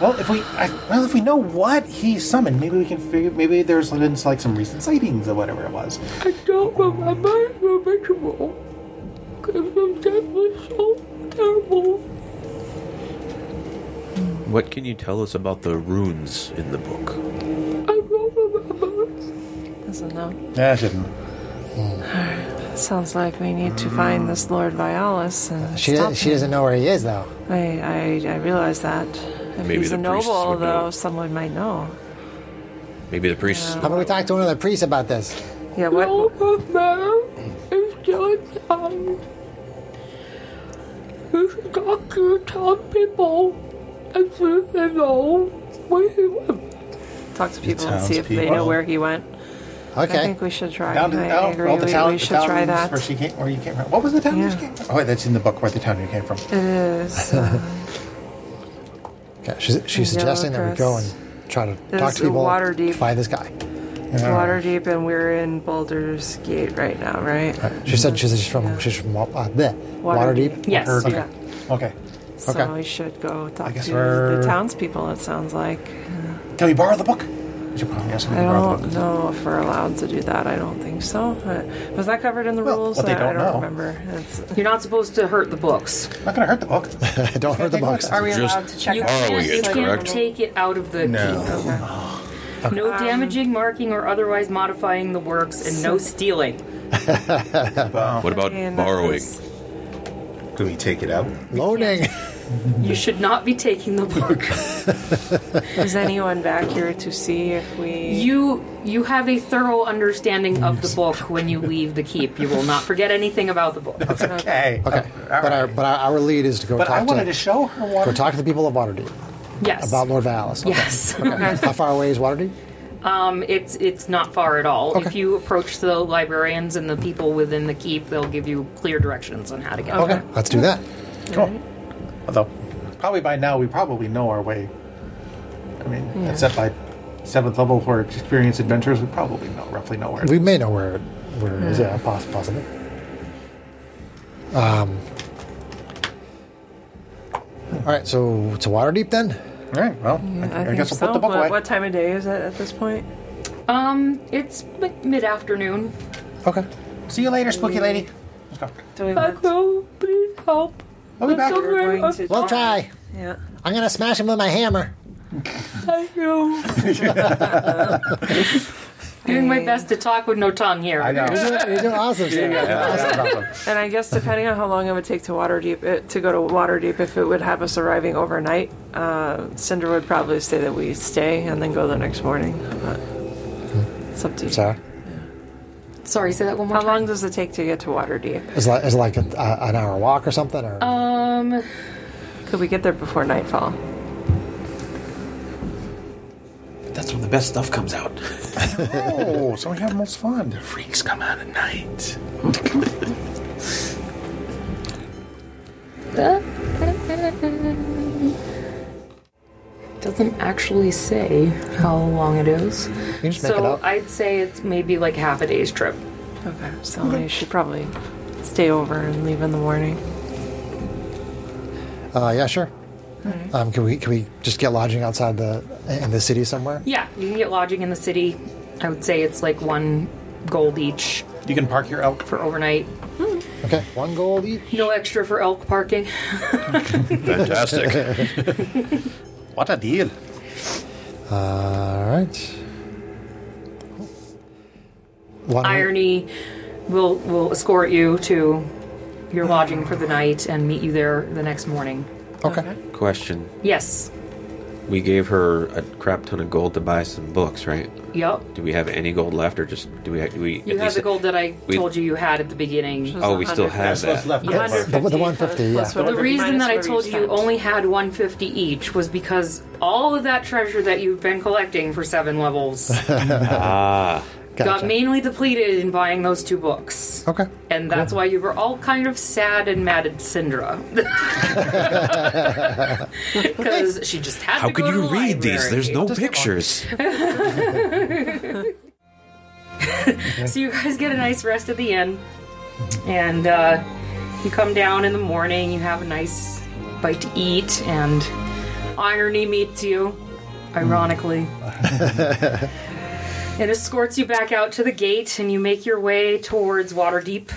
Well, if we I, well if we know what he summoned, maybe we can figure. Maybe there's been like some recent sightings or whatever it was. I don't remember the ritual. Because the death was so terrible. What can you tell us about the runes in the book? I don't remember. Doesn't know. Yeah, shouldn't. Sounds like we need to find this Lord Vialis and She, stop she him. doesn't know where he is, though. I, I, I realize that. If Maybe he's the a priests noble, would know. though, someone might know. Maybe the priests. How about we talk to one of the priests about this? Yeah, what? Talk to people and see if they know townspeople. where he went. I Okay. think we should try. Down to I, the, I oh, agree. well, the we, town, we the should town try that. Where, she came, where you came from. What was the town Yeah. you came from? Oh, wait, that's in the book where the town you came from. It is. Uh, okay. She's, she's Yellow suggesting that we go and Crest. try to This talk is to people. Waterdeep. Find this guy. water deep, and we're in Boulder's Gate right now, right? She said she's, she's from Yeah. she's from uh, the Waterdeep. Waterdeep. Yes. Or- Yeah. Okay. So Okay. we should go talk guess to we're- the townspeople. It sounds like Can we borrow the book? We should probably ask them I to borrow don't the book. know if we're allowed to do that. I don't think so. Uh, was that covered in the Well, rules? what they I, I don't know. don't remember. It's, You're not supposed to hurt the books. Not going to hurt the book. Don't hurt the Take a look. books. are we Just allowed to check? You out borrow can't, it, you can't correct? take it out of the No. keep. No damaging, marking, or otherwise modifying the works, and no stealing. What about Oh. And that borrowing? was- Can we take it out? Loading. You should not be taking the book. Is anyone back here to see if we? You you have a thorough understanding of the book when you leave the keep. You will not forget anything about the book. Okay. Okay, but, our, but our, our lead is to go But talk I wanted to, to show her water. go talk to the people of Waterdeep Yes. about Lord Valis. Okay. yes. Okay. How far away is Waterdeep? Um, it's it's not far at all. If Okay. you approach the librarians and the people within the keep, they'll give you clear directions on how to get Okay, there. let's do that. Cool. Although, probably by now we probably know our way. I mean, except by seventh level for experienced adventurers, we probably know roughly know where. We may know where it where it is. Yeah, poss- possible. Um. All right, so to Waterdeep then. All right. Well, I, I think guess we'll so. put the book what, away. what time of day is it at this point? Um, it's mid afternoon. Okay. See you later, spooky lady. Let's go. Do we want- Echo, please help. I'll be back. Children we're are going to We'll try. Yeah. I'm gonna smash him with my hammer. Thank you. Doing my best to talk with no tongue here. I know. You're doing, you're doing awesome. Sam. And I guess depending on how long it would take to Waterdeep it, to go to Waterdeep, if it would have us arriving overnight, uh, Cinder would probably say that we stay and then go the next morning. But it's up to you. So Sorry, say that one more How time. long does it take to get to Waterdeep? it's like it's like a, a, an hour walk or something, or Um, Could we get there before nightfall? That's when the best stuff comes out. Oh, so we have most fun. Freaks come out at night. doesn't actually say how long it is. you just make it So up. I'd say it's maybe like half a day's trip. Okay, so we should probably stay over and leave in the morning. uh, yeah, sure. Hmm. Um, can we can we just get lodging outside the in the city somewhere? Yeah, you can get lodging in the city. I would say it's like one gold each You can park your elk. for overnight. Okay, one gold each. No extra for elk parking. Fantastic. What a deal! All right. One Irony will will escort you to Uh. your lodging for the night and meet you there the next morning. Okay. Question: Yes. We gave her a crap ton of gold to buy some books, right? Yep. Do we have any gold left, or just do we? Do we You have the gold that I we- told you you had at the beginning. Oh, we still have That's what's that. left. Yes. The, the 150, yeah. Plus The whatever reason minus that I whatever told you you spent. only had 150 each was because all of that treasure that you've been collecting for seven levels got Gotcha. mainly depleted in buying those two books. Okay. And that's why you were all kind of sad and mad at Syndra. Because she just had How to go could to you the read these? library. There's no pictures. So you guys get a nice rest at the inn, and uh, you come down in the morning. You have a nice bite to eat, and irony meets you, ironically. it escorts you back out to the gate, and you make your way towards Waterdeep.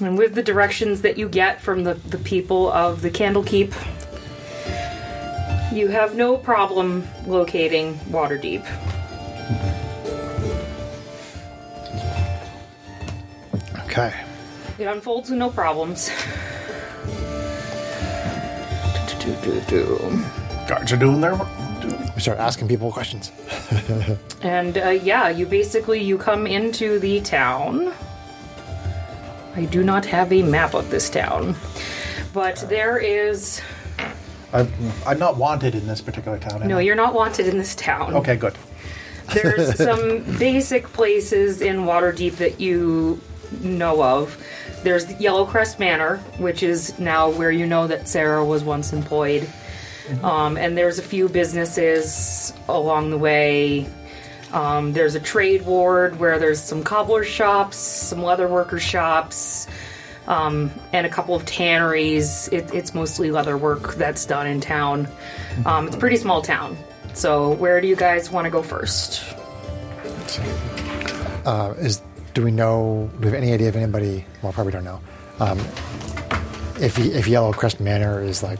And with the directions that you get from the, the people of the Candlekeep, you have no problem locating Waterdeep. Okay. It unfolds with no problems. Guards are doing their work. We start asking people questions. And uh, yeah, you basically you come into the town. I do not have a map of this town, but there is I'm, I'm not wanted in this particular town. am no. I? You're not wanted in this town. Okay, good. There's some basic places in Waterdeep that you know of. There's Yellowcrest Manor, which is now where you know that Sarah was once employed. Um, and there's a few businesses along the way. Um, there's a trade ward where there's some cobbler shops, some leather worker shops, um, and a couple of tanneries. It, it's mostly leather work that's done in town. Um, it's a pretty small town. So, where do you guys want to go first? Uh, is do we know? Do we have any idea of anybody? Well, probably don't know. Um, if Ye- if Yellow Crest Manor is like,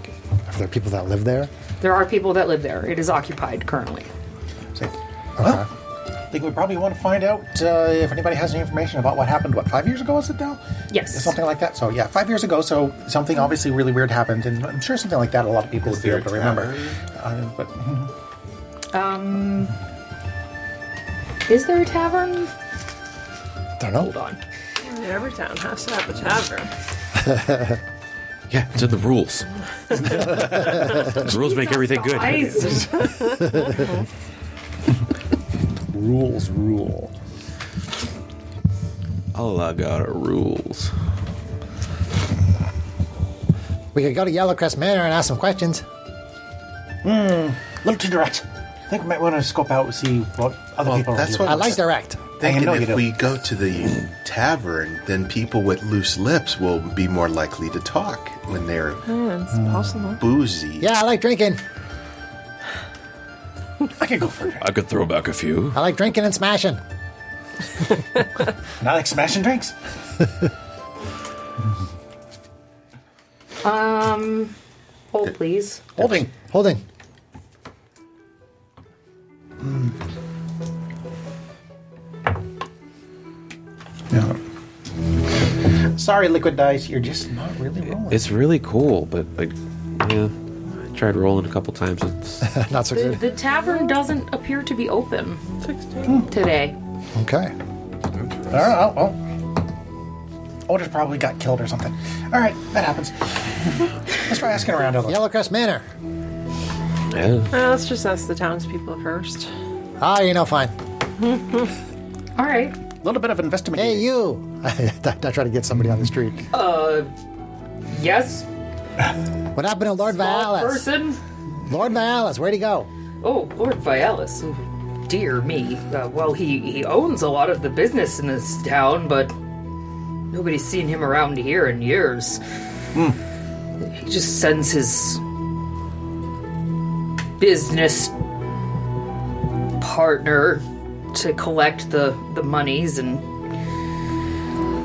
if there are people that live there. There are people that live there. It is occupied currently. Say, Okay. well, think we probably want to find out uh, if anybody has any information about what happened. What five years ago is it now? Yes. something like that. So yeah, five years ago. So something obviously really weird happened, and I'm sure something like that a lot of people would be there able to a remember. Uh, but Um, Is there a tavern? Don't know. Hold on. Every town has to have a tavern. Yeah, it's in the rules. the rules make everything good. Ice. rules rule. A la gotta rules. We could go to Yellowcrest Manor and ask some questions. Hmm, Look to direct. I think we might want to scope out and see what other Well, people. are that's doing. what I like direct. Thinking know you if do. we go to the tavern, then people with loose lips will be more likely to talk when they're Yeah, Oh, it's possible. boozy. Yeah, I like drinking. I could go for it. I could throw back a few. I like drinking and smashing. Not like smashing drinks. Um, Hold, please. Holding. Holding. Yeah. Sorry, liquid dice. You're just not really rolling. It's really cool, but like, yeah. I tried rolling a couple times. It's, Not so The, good. the tavern doesn't appear to be open today. Okay. All right, oh, well. Otis probably got killed or something. All right, that happens. Let's try asking around a little. Yellowcrest Manor. yeah. Uh, let's just ask the townspeople first. Ah, you know, fine. All right. little bit of investigation. Hey, you. I, I try to get somebody on the street. Uh, Yes. What happened to Lord Small Vialis? person. Lord Vialis, where'd he go? Oh, Lord Vialis. Oh, Dear me. Uh, well, he, he owns a lot of the business in this town, but nobody's seen him around here in years. He just sends his business partner to collect the, the monies, and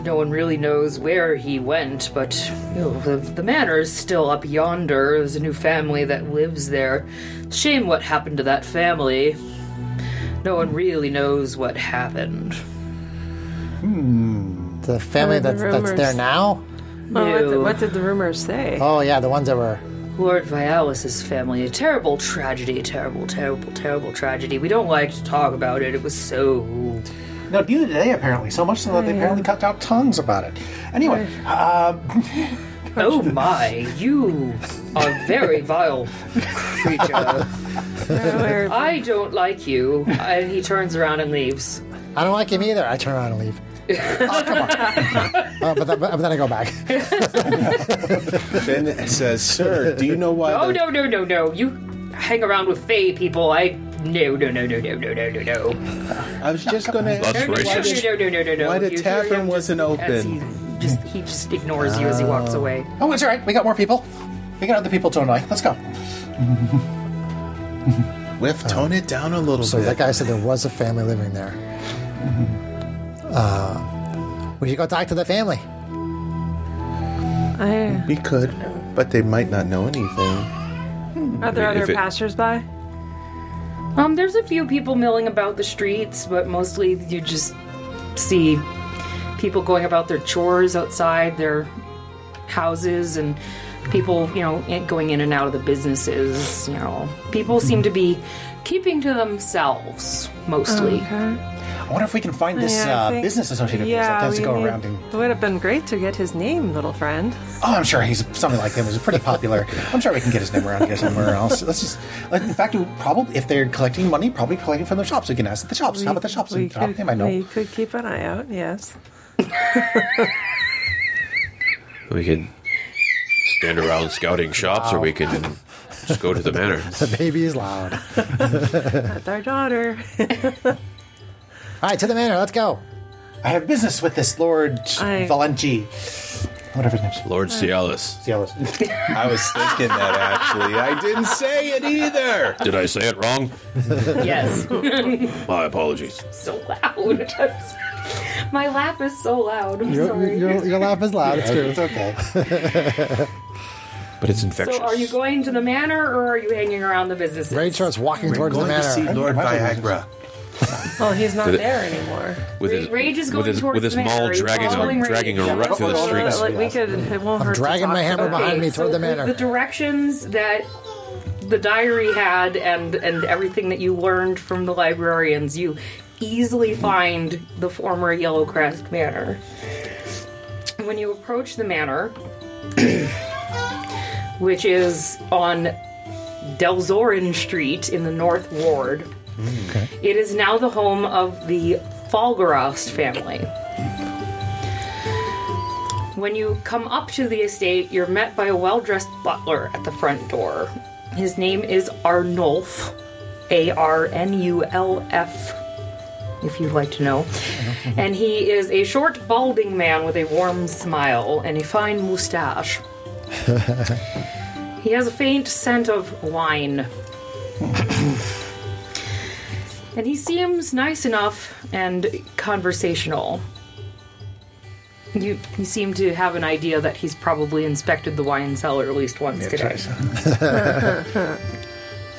no one really knows where he went, but you know, the, the manor is still up yonder. There's a new family that lives there. Shame what happened to that family. No one really knows what happened. Hmm. The family Heard the that's, that's there rumors. now? Well, what, No. did, what did the rumors say? Oh, yeah, the ones that were. Lord Vialis' family, a terrible tragedy, terrible, terrible, terrible tragedy. We don't like to talk about it. It was so. No, neither did they apparently, so much so Mm-hmm. that they apparently cut out tongues about it. Anyway, uh, um, Oh my, you are very vile creature. Where- I don't like you. And he turns around and leaves. I don't like him either. I turn around and leave. oh, come on. Uh, but, then, but then I go back. Then it says, "Sir, do you know why?" Oh the- no no no no! You hang around with Fey people. I no no no no no no no no no. No, I was just going to. That's No no no racist. no no no no no. Why the You hear tavern him just wasn't As open? he just he just ignores you as he walks away. oh, it's all right. We got more people. We got other people to annoy. Let's go. Oh. Whiff, tone it down a little So bit. that guy said there was a family living there. Mm-hmm. Uh, we should go talk to the family. I, we could, but they might not know anything. are there If other it- passersby? Um, there's a few people milling about the streets, but mostly you just see people going about their chores outside their houses and people, you know, in- going in and out of the businesses. You know, people seem to be keeping to themselves mostly. I wonder if we can find this Yeah, I uh, think- business associate of yours that Yeah, tends to we go need- around and. It would have been great to get his name, little friend. Oh, I'm sure he's something like him is pretty popular. I'm sure we can get his name around here somewhere else. Let's just. Like, in fact, we probably if they're collecting money, probably collecting from the shops. We can ask at the shops. How about the shops? We And drop could, him. I know. we could keep an eye out, yes. We could stand around scouting shops, or we can just go to the manor. The baby is loud. All That's our daughter. right, to the manor. Let's go. I have business with this Lord I- Uh. Valenti. Whatever his name is. Lord Cialis. Cialis. I was thinking that actually. I didn't say it either. Did I say it wrong? Yes, My apologies. so loud. My laugh is so loud. I'm Your, sorry. your, your laugh is loud. It's true. It's okay. But it's infectious. so, are you going to the manor or are you hanging around the businesses? Ray starts walking towards the Going to see manor. Lord Why- Viagra. Well, he's not Did it- there anymore. With Ra- his, Rage is with going his, towards with his the maul manor. Are you dragging following a, Rage? dragging a Yeah. ruck through the Oh, streets. no, Like, we could. It won't hurt. to dragging talk my to hammer him. behind Okay, me toward so the manor. The directions that the diary had and and everything that you learned from the librarians, you easily find the former Yellow Crest Manor. When you approach the manor, which is on Delzorin Street in the North Ward, it is now the home of the Falgarost family. When you come up to the estate, you're met by a well dressed butler at the front door. His name is Arnulf. A R N U L F, if you'd like to know. And he is a short, balding man with a warm smile and a fine mustache. he has a faint scent of wine. and he seems nice enough and conversational. You, you seem to have an idea that he's probably inspected the wine cellar at least once today.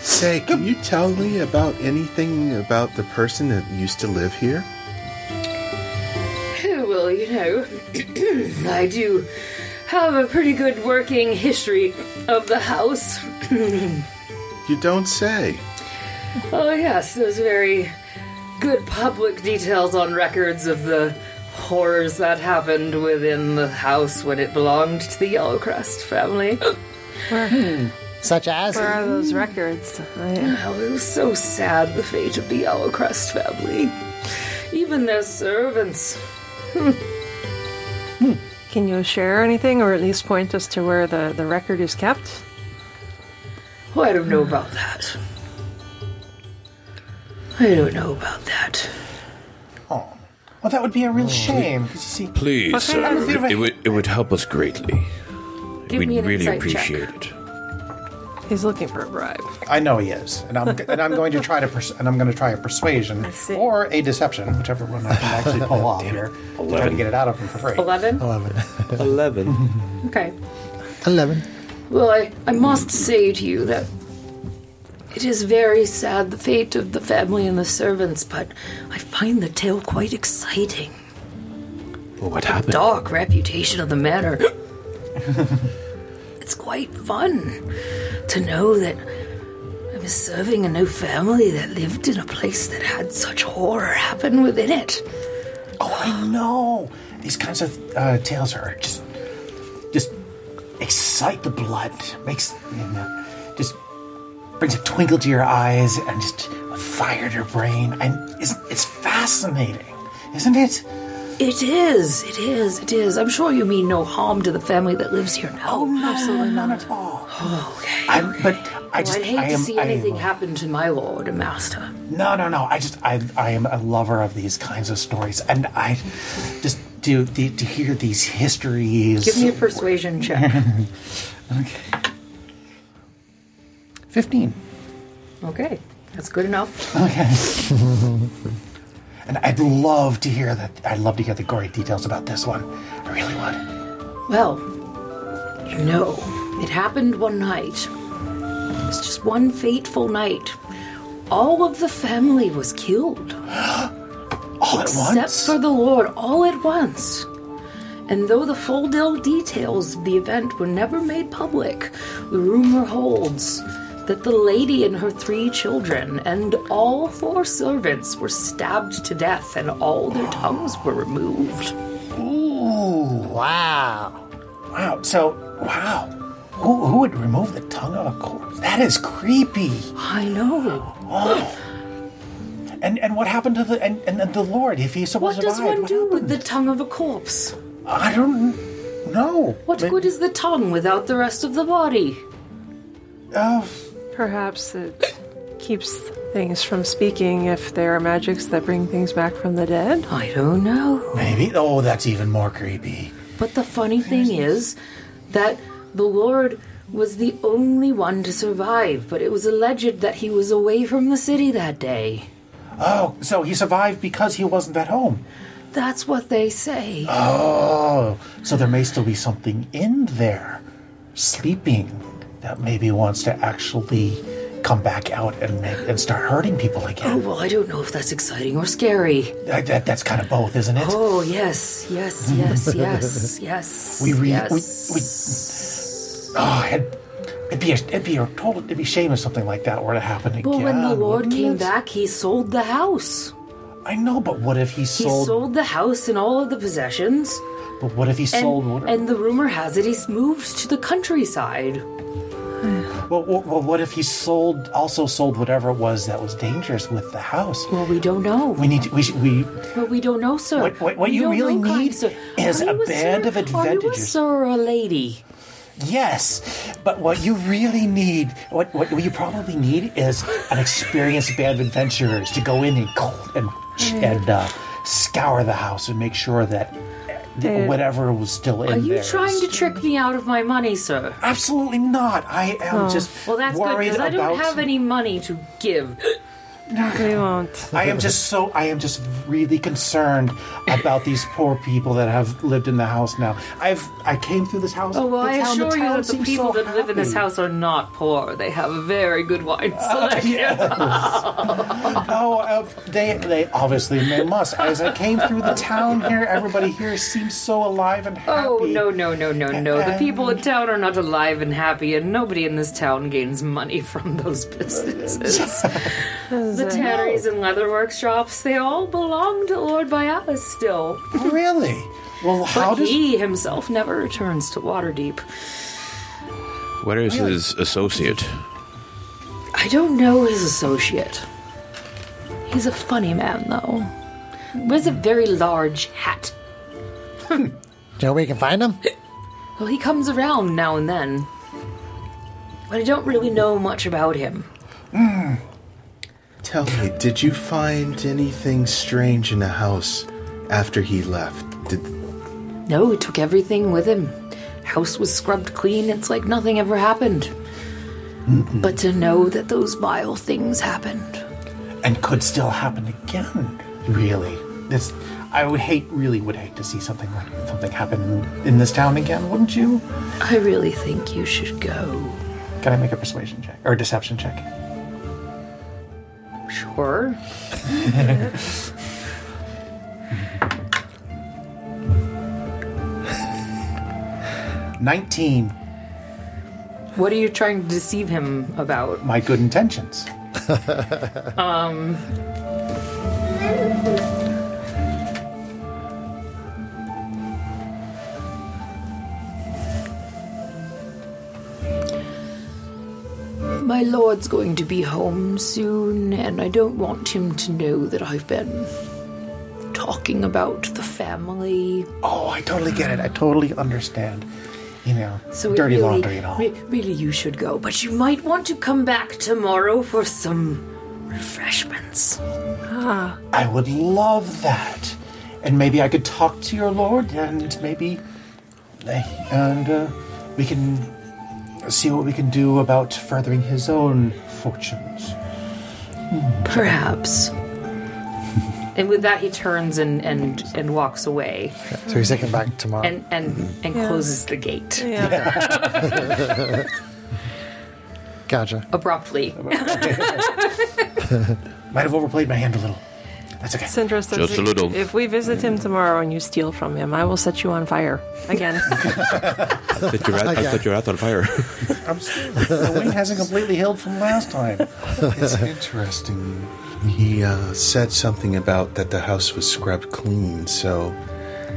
Say, can you tell me about anything about the person that used to live here? Oh, Well, you know, I do have a pretty good working history of the house. You don't say. Oh, yes, there's very good public details on records of the horrors that happened within the house when it belonged to the Yellowcrest family. Hmm, Such as Where are those records? I- Oh, it was so sad, the fate of the Yellowcrest family. Even their servants. Hmm. Can you share anything, or at least point us to where the, the record is kept? Oh, I don't know Hmm. about that. I don't know about that. Oh, Well, that would be a real shame. 'cause you see, Please, Okay, I'll be sir. It, right- it would, it would help us greatly. Give We'd me an really insight appreciate check. it. He's looking for a bribe. I know he is, and I'm and I'm going to try to pers- and I'm going to try a persuasion see. or a deception, whichever one I can actually pull off here. Try to get it out of him for free. 11? 11. Eleven. Okay. 11. Well, I, I must say to you that it is very sad the fate of the family and the servants, but I find the tale quite exciting. Well, what happened? Dark reputation of the matter. it's quite fun to know that I'm serving a new family that lived in a place that had such horror happen within it. Oh, I know these kinds of uh, tales are just just excite the blood, makes you know, just brings a twinkle to your eyes and just a fire to your brain, and it's, it's fascinating, isn't it? It is, it is, it is. I'm sure you mean no harm to the family that lives here now. Oh, absolutely not at all. okay. I, but I Well, just I'd hate I to am, see I am- anything happen to my lord and master. No, no, no. I just I I am a lover of these kinds of stories, and I just to to, to hear these histories. Give me a persuasion check. Fifteen. Okay, that's good enough. Okay. and I'd love to hear that. I'd love to hear the gory details about this one. I really would. Well, you know, it happened one night. It was just one fateful night. All of the family was killed. All at except once. for the Lord, all at once. And though the full del details of the event were never made public, the rumor holds that the lady and her three children and all four servants were stabbed to death and all their tongues were removed. Wow. wow. So wow. Who, who would remove the tongue of a corpse? That is creepy. Oh. I know. And and what happened to the and, and the Lord if he survived? What does one What do with the happened? tongue of a corpse? I don't know. What good is the tongue without the rest of the body? Oh, Perhaps it keeps things from speaking if there are magics that bring things back from the dead. I don't know. maybe. Oh, that's even more creepy. But the funny thing is that the Lord was the only one to survive, but it was alleged that he was away from the city that day. Oh, so he survived because he wasn't at home. That's what they say. Oh, so there may still be something in there, sleeping, that maybe wants to actually come back out and make, and start hurting people Oh, again. well, I don't know if that's exciting or scary. That, that- that's kind of both, isn't it? Oh, yes, yes, yes, yes, yes. We re- we- yes. Oh, it'd, it'd be a, it'd be a total it'd be a shame if something like that were to happen again. Well, when the Lord wouldn't came it? back, he sold the house. I know, but what if he He sold? sold, the house and all of the possessions. but what if he And, sold? what, and the rumor has it he's moved to the countryside. well, well, well, what if he sold? Also sold whatever it was that was dangerous with the house. Well, we don't know. We need to, we, should- we But we don't know, sir. What- what- what We you don't really know, kind need sir. is Are a you band sir? of Are you a advantages. sir or a lady? Yes, but what you really need, what, what you probably need, is an experienced band of adventurers to go in and cold and Mm. and uh, scour the house and make sure that, that whatever was still in Are you there trying is- to trick me out of my money, sir? Oh, Absolutely not. I am just Well, that's good worried because I don't about- have any money to give. We won't. I am just so I am just really concerned about these poor people that have lived in the house now. I've I came through this house. Oh, well, the I town- the assure you town that the seems people so that live in this happy. house are not poor. They have a very good wine Uh, selection. yes. oh, uh, they they obviously they must. As I came through the town here, everybody here seems so alive and happy. Oh, no, no, no, no, no. The people in town are not alive and happy, and nobody in this town gains money from those businesses. the tanneries and leather workshops, they all belong to Lord Bias still. Oh, Really? Well, how But does he himself never returns to Waterdeep. Where is his associate? I don't know his associate. He's a funny man, though. Wears a very large hat. Hmm. Do you know where you can find them? Well, he comes around now and then. But I don't really know much about him. Hmm. Tell me, did you find anything strange in the house after he left? Did No, he took everything with him. House was scrubbed clean. It's like nothing ever happened. But to know that those vile things happened. and could still happen again? Really? This I would hate. Really would hate to see something like something happen in this town again, wouldn't you? I really think you should go. Can I make a persuasion check or a deception check? Sure. Nineteen. What are you trying to deceive him about? My good intentions. My lord's going to be home soon, and I don't want him to know that I've been talking about the family. Oh, I totally get it. I totally understand. You know, So it dirty really, laundry and all. re- really, you should go, but you might want to come back tomorrow for some refreshments. Ah. I would love that. And maybe I could talk to your lord, and maybe, and uh, we can see what we can do about furthering his own fortunes. Perhaps. and with that, he turns and and and walks away, So he's taking back tomorrow. and and and closes the gate Yeah. gotcha. abruptly. Might have overplayed my hand a little. That's okay. Cindra says, Just a little. If we visit him tomorrow and you steal from him, I will set you on fire again. I thought you were out- I thought you were out on fire. I'm sorry. the wing hasn't completely healed from last time. It's interesting. He uh, said something about that the house was scrubbed clean, so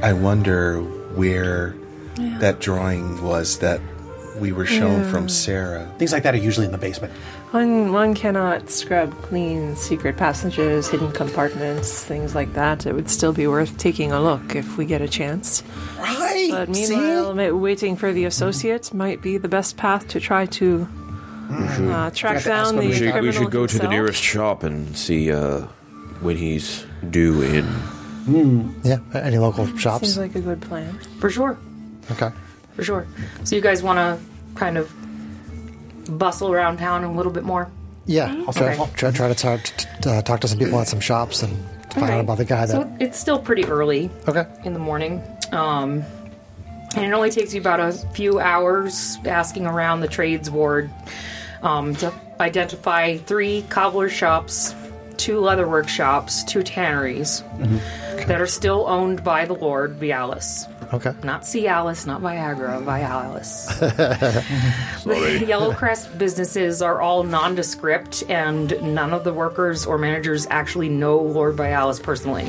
I wonder where that drawing was that we were shown from Sarah. Things like that are usually in the basement. one one cannot scrub clean secret passages, hidden compartments, things like that. It would still be worth taking a look if we get a chance. Right. But see? meanwhile, ma- waiting for the associate might be the best path to try to uh, track to ask down him. the We We should, criminal we should go to the himself. nearest shop and see uh, when he's due in. Hmm. Yeah, any local shops? Seems like a good plan. for sure, okay. for sure. So you guys want to kind of bustle around town a little bit more? Mm-hmm. Yeah. Try, try, try to talk, t- t- uh, talk to some people at some shops and find out Alright. about the guy that. So it's still pretty early okay. in the morning. Um, and it only takes you about a few hours asking around the trades ward um, to identify three cobbler shops, two leather workshops, two tanneries that are still owned by the Lord Vialis. Okay. Not Cialis, not Viagra, Vialis. the Yellow Crest businesses are all nondescript, and none of the workers or managers actually know Lord Vialis personally.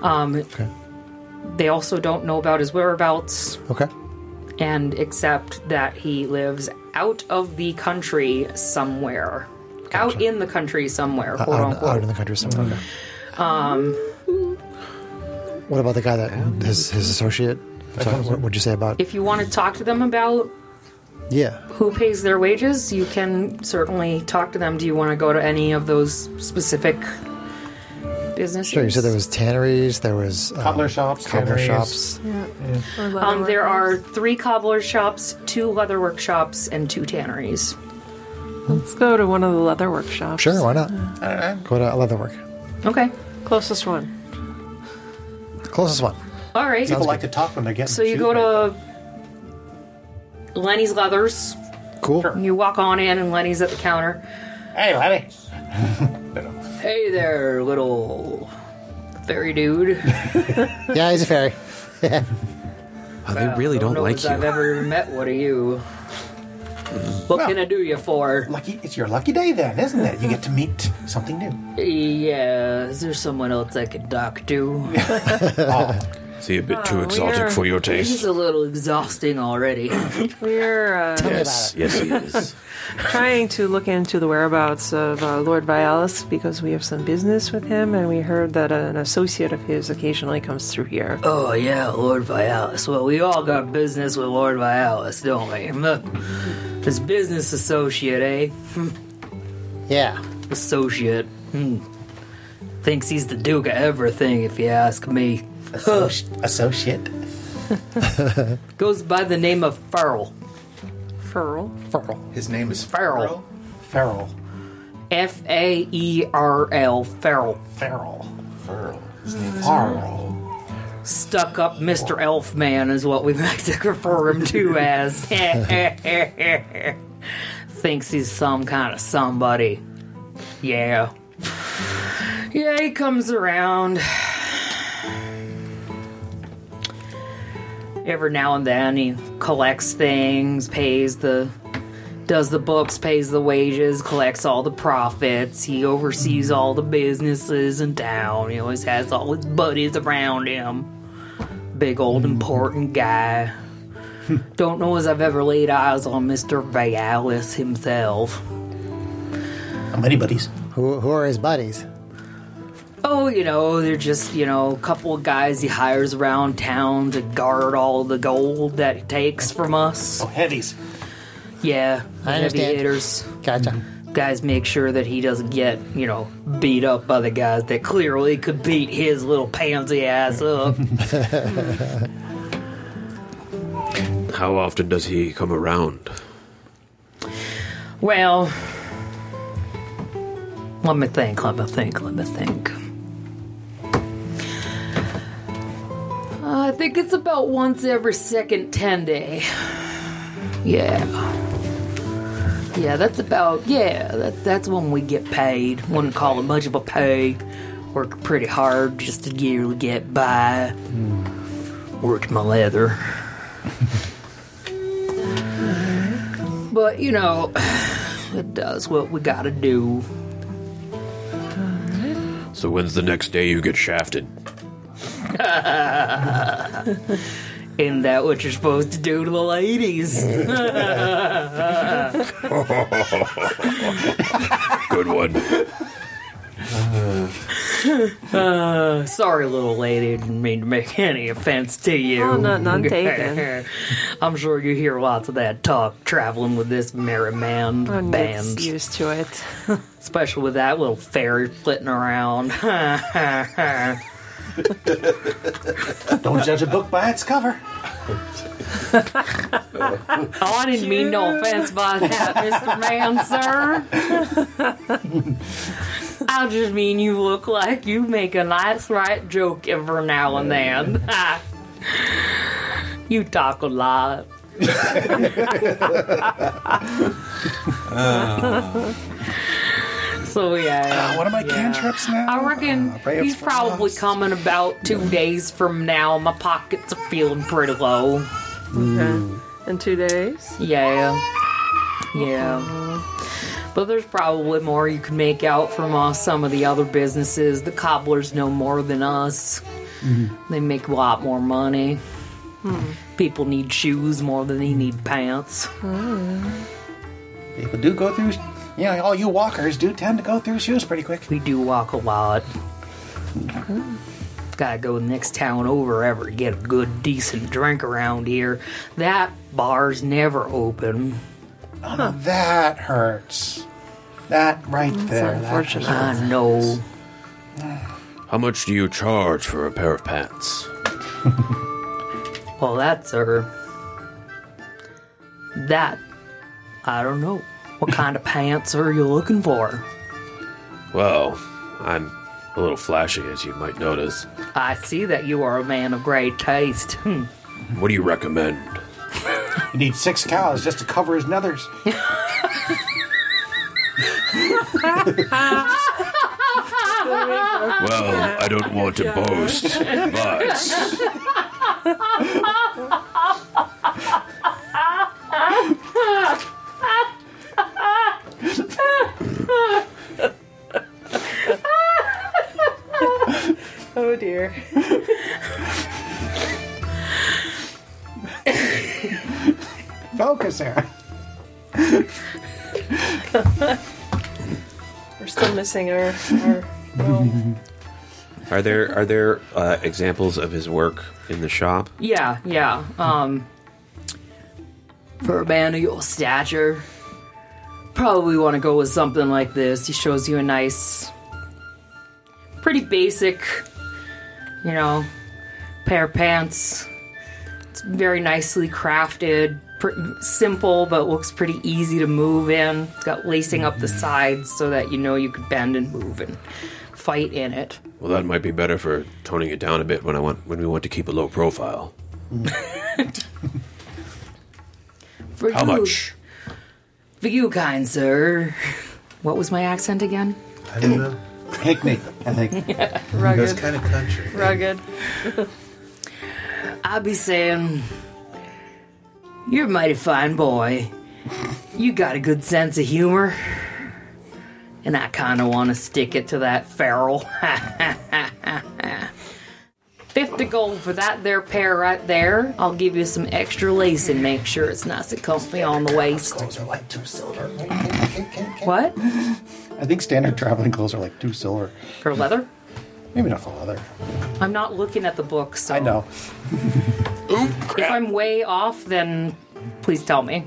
Um, They also don't know about his whereabouts, Okay. and except that he lives out of the country somewhere. Out in the country somewhere, quote Uh, Out, unquote. out in the country somewhere. Mm-hmm. Um. What about the guy that his his associate? So what would you say about? if you want to talk to them about yeah. who pays their wages, you can certainly talk to them. Do you want to go to any of those specific businesses? Sure. You said there was tanneries. There was um, Cobbler shops, Cobbler tanneries. shops. Um, there are three cobbler shops, two leather workshops, and two tanneries. Let's go to one of the leather workshops. Sure. Why not? Go to leather work. Okay, Closest one. Closest one. all right. People like to talk when they're getting. So you go to Lenny's Leathers. Cool. You walk on in, and Lenny's at the counter. Hey, Lenny. Hey there, little fairy dude. Yeah, he's a fairy. Oh, they really I don't know like as you. I've ever met one of you. What can I do you for? Lucky, it's your lucky day then, isn't it? You get to meet something new. Yeah, is there someone else I could talk to? Oh. See, a bit we too exotic are- for your He's taste. a little exhausting already. We're uh, Yes, yes, he is. trying to look into the whereabouts of uh, Lord Vialis because we have some business with him, and we heard that an associate of his occasionally comes through here. oh, yeah, Lord Vialis. Well, we all got business with Lord Vialis, don't we? His business associate, eh? Yeah. Associate. Hmm. Thinks he's the Duke of everything, if you ask me. Associ- Associate. Goes by the name of Farrell. Furl. His name is Farrell. Feral. F A E R L. Farrell. Feral. Feral. Feral. stuck up Mr. Elfman is what we like to refer him to as. Thinks he's some kind of somebody. Yeah. Yeah, he comes around. Every now and then he collects things, pays the does the books, pays the wages, collects all the profits. He oversees all the businesses in town. He always has all his buddies around him. Big old Mm-hmm. important guy. Don't know as I've ever laid eyes on Mr. Vialis himself. How many buddies? Who who are his buddies? Oh, you know, they're just, you know, a couple of guys he hires around town to guard all the gold that he takes from us. Oh, heavies. Yeah, I understand. heavy hitters. Gotcha. guys make sure that he doesn't get, you know, beat up by the guys that clearly could beat his little pansy ass up. How often does he come around? well, let me think, let me think, let me think. I think it's about once every second 10 day. Yeah. Yeah, that's about, yeah, that, that's when we get paid. Wouldn't call it much of a pay. Work pretty hard just to yearly get by. Worked my leather. but, you know, it does what we gotta do. So when's the next day you get shafted? Isn't that what you're supposed to do to the ladies? Good one. Uh, Sorry, little lady, didn't mean to make any offense to you. Oh, no- none taken. I'm sure you hear lots of that talk traveling with this merry man One band, Oh, gets used to it. especially with that little fairy flitting around. Don't judge a book by its cover. Oh, I didn't mean no offense by that, Mr. Man, sir. I just mean you look like you make a nice right joke every now and then. you talk a lot. Uh. So yeah. What are Uh, my cantrips now? I reckon Uh, Ray of he's probably Frost. coming about two days from now. My pockets are feeling pretty low. Hmm. In two days? Yeah. Yeah. But there's probably more you can make out from uh, some of the other businesses. The cobblers know more than us. Mm-hmm. They make a lot more money. People need shoes more than they need pants. People do go through, you know, all you walkers do tend to go through shoes pretty quick. We do walk a lot. Gotta go to the next town over ever to get a good, decent drink around here. That bar's never open. Oh, no, that hurts. That right there. that unfortunate. hurts. I know. How much do you charge for a pair of pants? Well, that's her. That, I don't know. What kind of pants are you looking for? Well, I'm a little flashy, as you might notice. I see that you are a man of great taste. Hmm. What do you recommend? You need six cows just to cover his nethers. Well, I don't want to boast, but Oh dear. Focus there. We're still missing our. our well, are there are there uh, examples of his work in the shop? Yeah, yeah. Um, for a man of your stature, probably want to go with something like this. He shows you a nice, pretty basic, you know, pair of pants. It's very nicely crafted, pr- simple, but looks pretty easy to move in. It's got lacing up the sides so that you know you could bend and move and fight in it. Well, that might be better for toning it down a bit when I want when we want to keep a low profile. For How you- much? For you, kind sir. What was my accent again? I don't know. Hickney, I think. That's rugged. kind of country. Rugged. I be saying, you're a mighty fine boy. You got a good sense of humor. And I kind of want to stick it to that feral. 50 gold for that there pair right there. I'll give you some extra lace and make sure it's nice and comfy on the waist. Those are like two silver. What? I think standard traveling clothes are like two silver. For leather? Maybe not for leather. I'm not looking at the book, so I know. if I'm way off, then please tell me.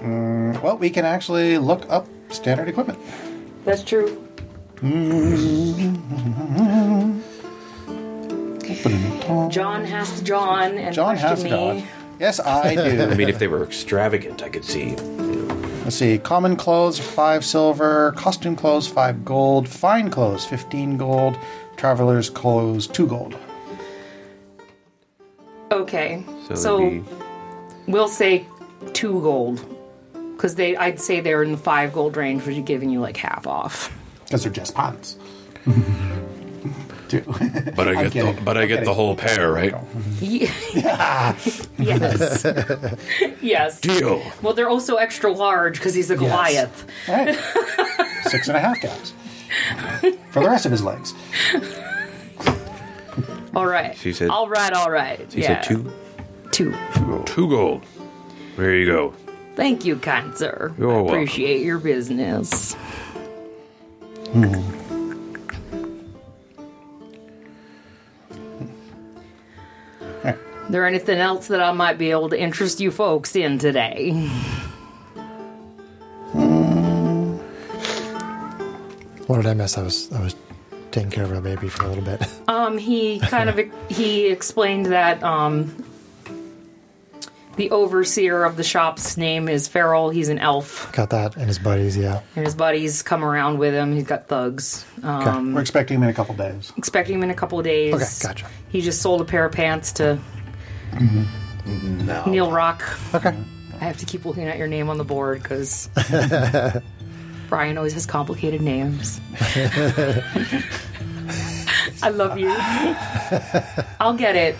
Mm, Well, we can actually look up standard equipment. That's true. Mm-hmm. John has to John and John question has me. God. Yes, I I do. mean, if they were extravagant, I could see. Let's see. Common clothes, five silver. Costume clothes, five gold. Fine clothes, 15 gold. Traveler's clothes, two gold. Okay, So, so, it'd be- we'll say two gold because they I'd say they're in the five gold range, which is giving you like half off. Because they're just pants. two. but I get kidding. the, but I get the whole pair, right? Ye- yes, yes. Deal. Well, they're also extra large because he's a Goliath. All right. Six and a half cows. For the rest of his legs. All right. She said- all right, all right. He yeah. said two Two. two gold. There you go. Thank you, kind sir. You're I welcome. appreciate your business. There anything else that I might be able to interest you folks in today? What did I miss? I was I was taking care of a baby for a little bit. Um, he kind of he explained that um, the overseer of the shop's name is Farrell. He's an elf, Got that and his buddies. Yeah. and his buddies come around with him. He's got thugs. Okay. Um, We're expecting him in a couple days. expecting him in a couple of days. Okay, gotcha. Oh. He just sold a pair of pants to Neil Rock. okay. I have to keep looking at your name on the board because Brian always has complicated names. I love you. I'll get it.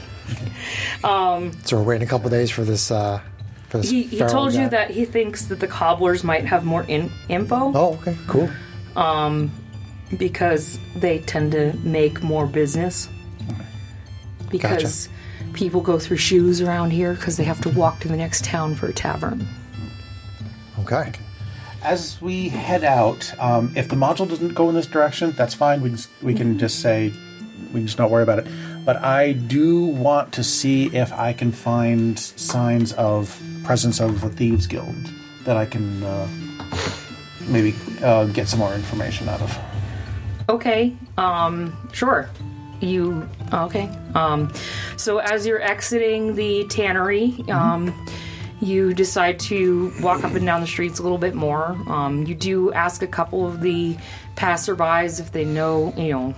Um, So we're waiting a couple days for this. Uh, for this He, he feral told you guy. that he thinks that the cobblers might have more in- info Um, Oh, okay, cool. because they tend to make more business. Because people go through shoes around here because they have to walk to the next town for a tavern. Okay. As we head out, um, if the module doesn't go in this direction, that's fine. We can, we can just say, we can just not worry about it. But I do want to see if I can find signs of presence of the Thieves Guild that I can uh, maybe uh, get some more information out of. Okay. Um, sure. You okay? Um, so as you're exiting the tannery, um, you decide to walk up and down the streets a little bit more. Um, you do ask a couple of the passerbys if they know, you know,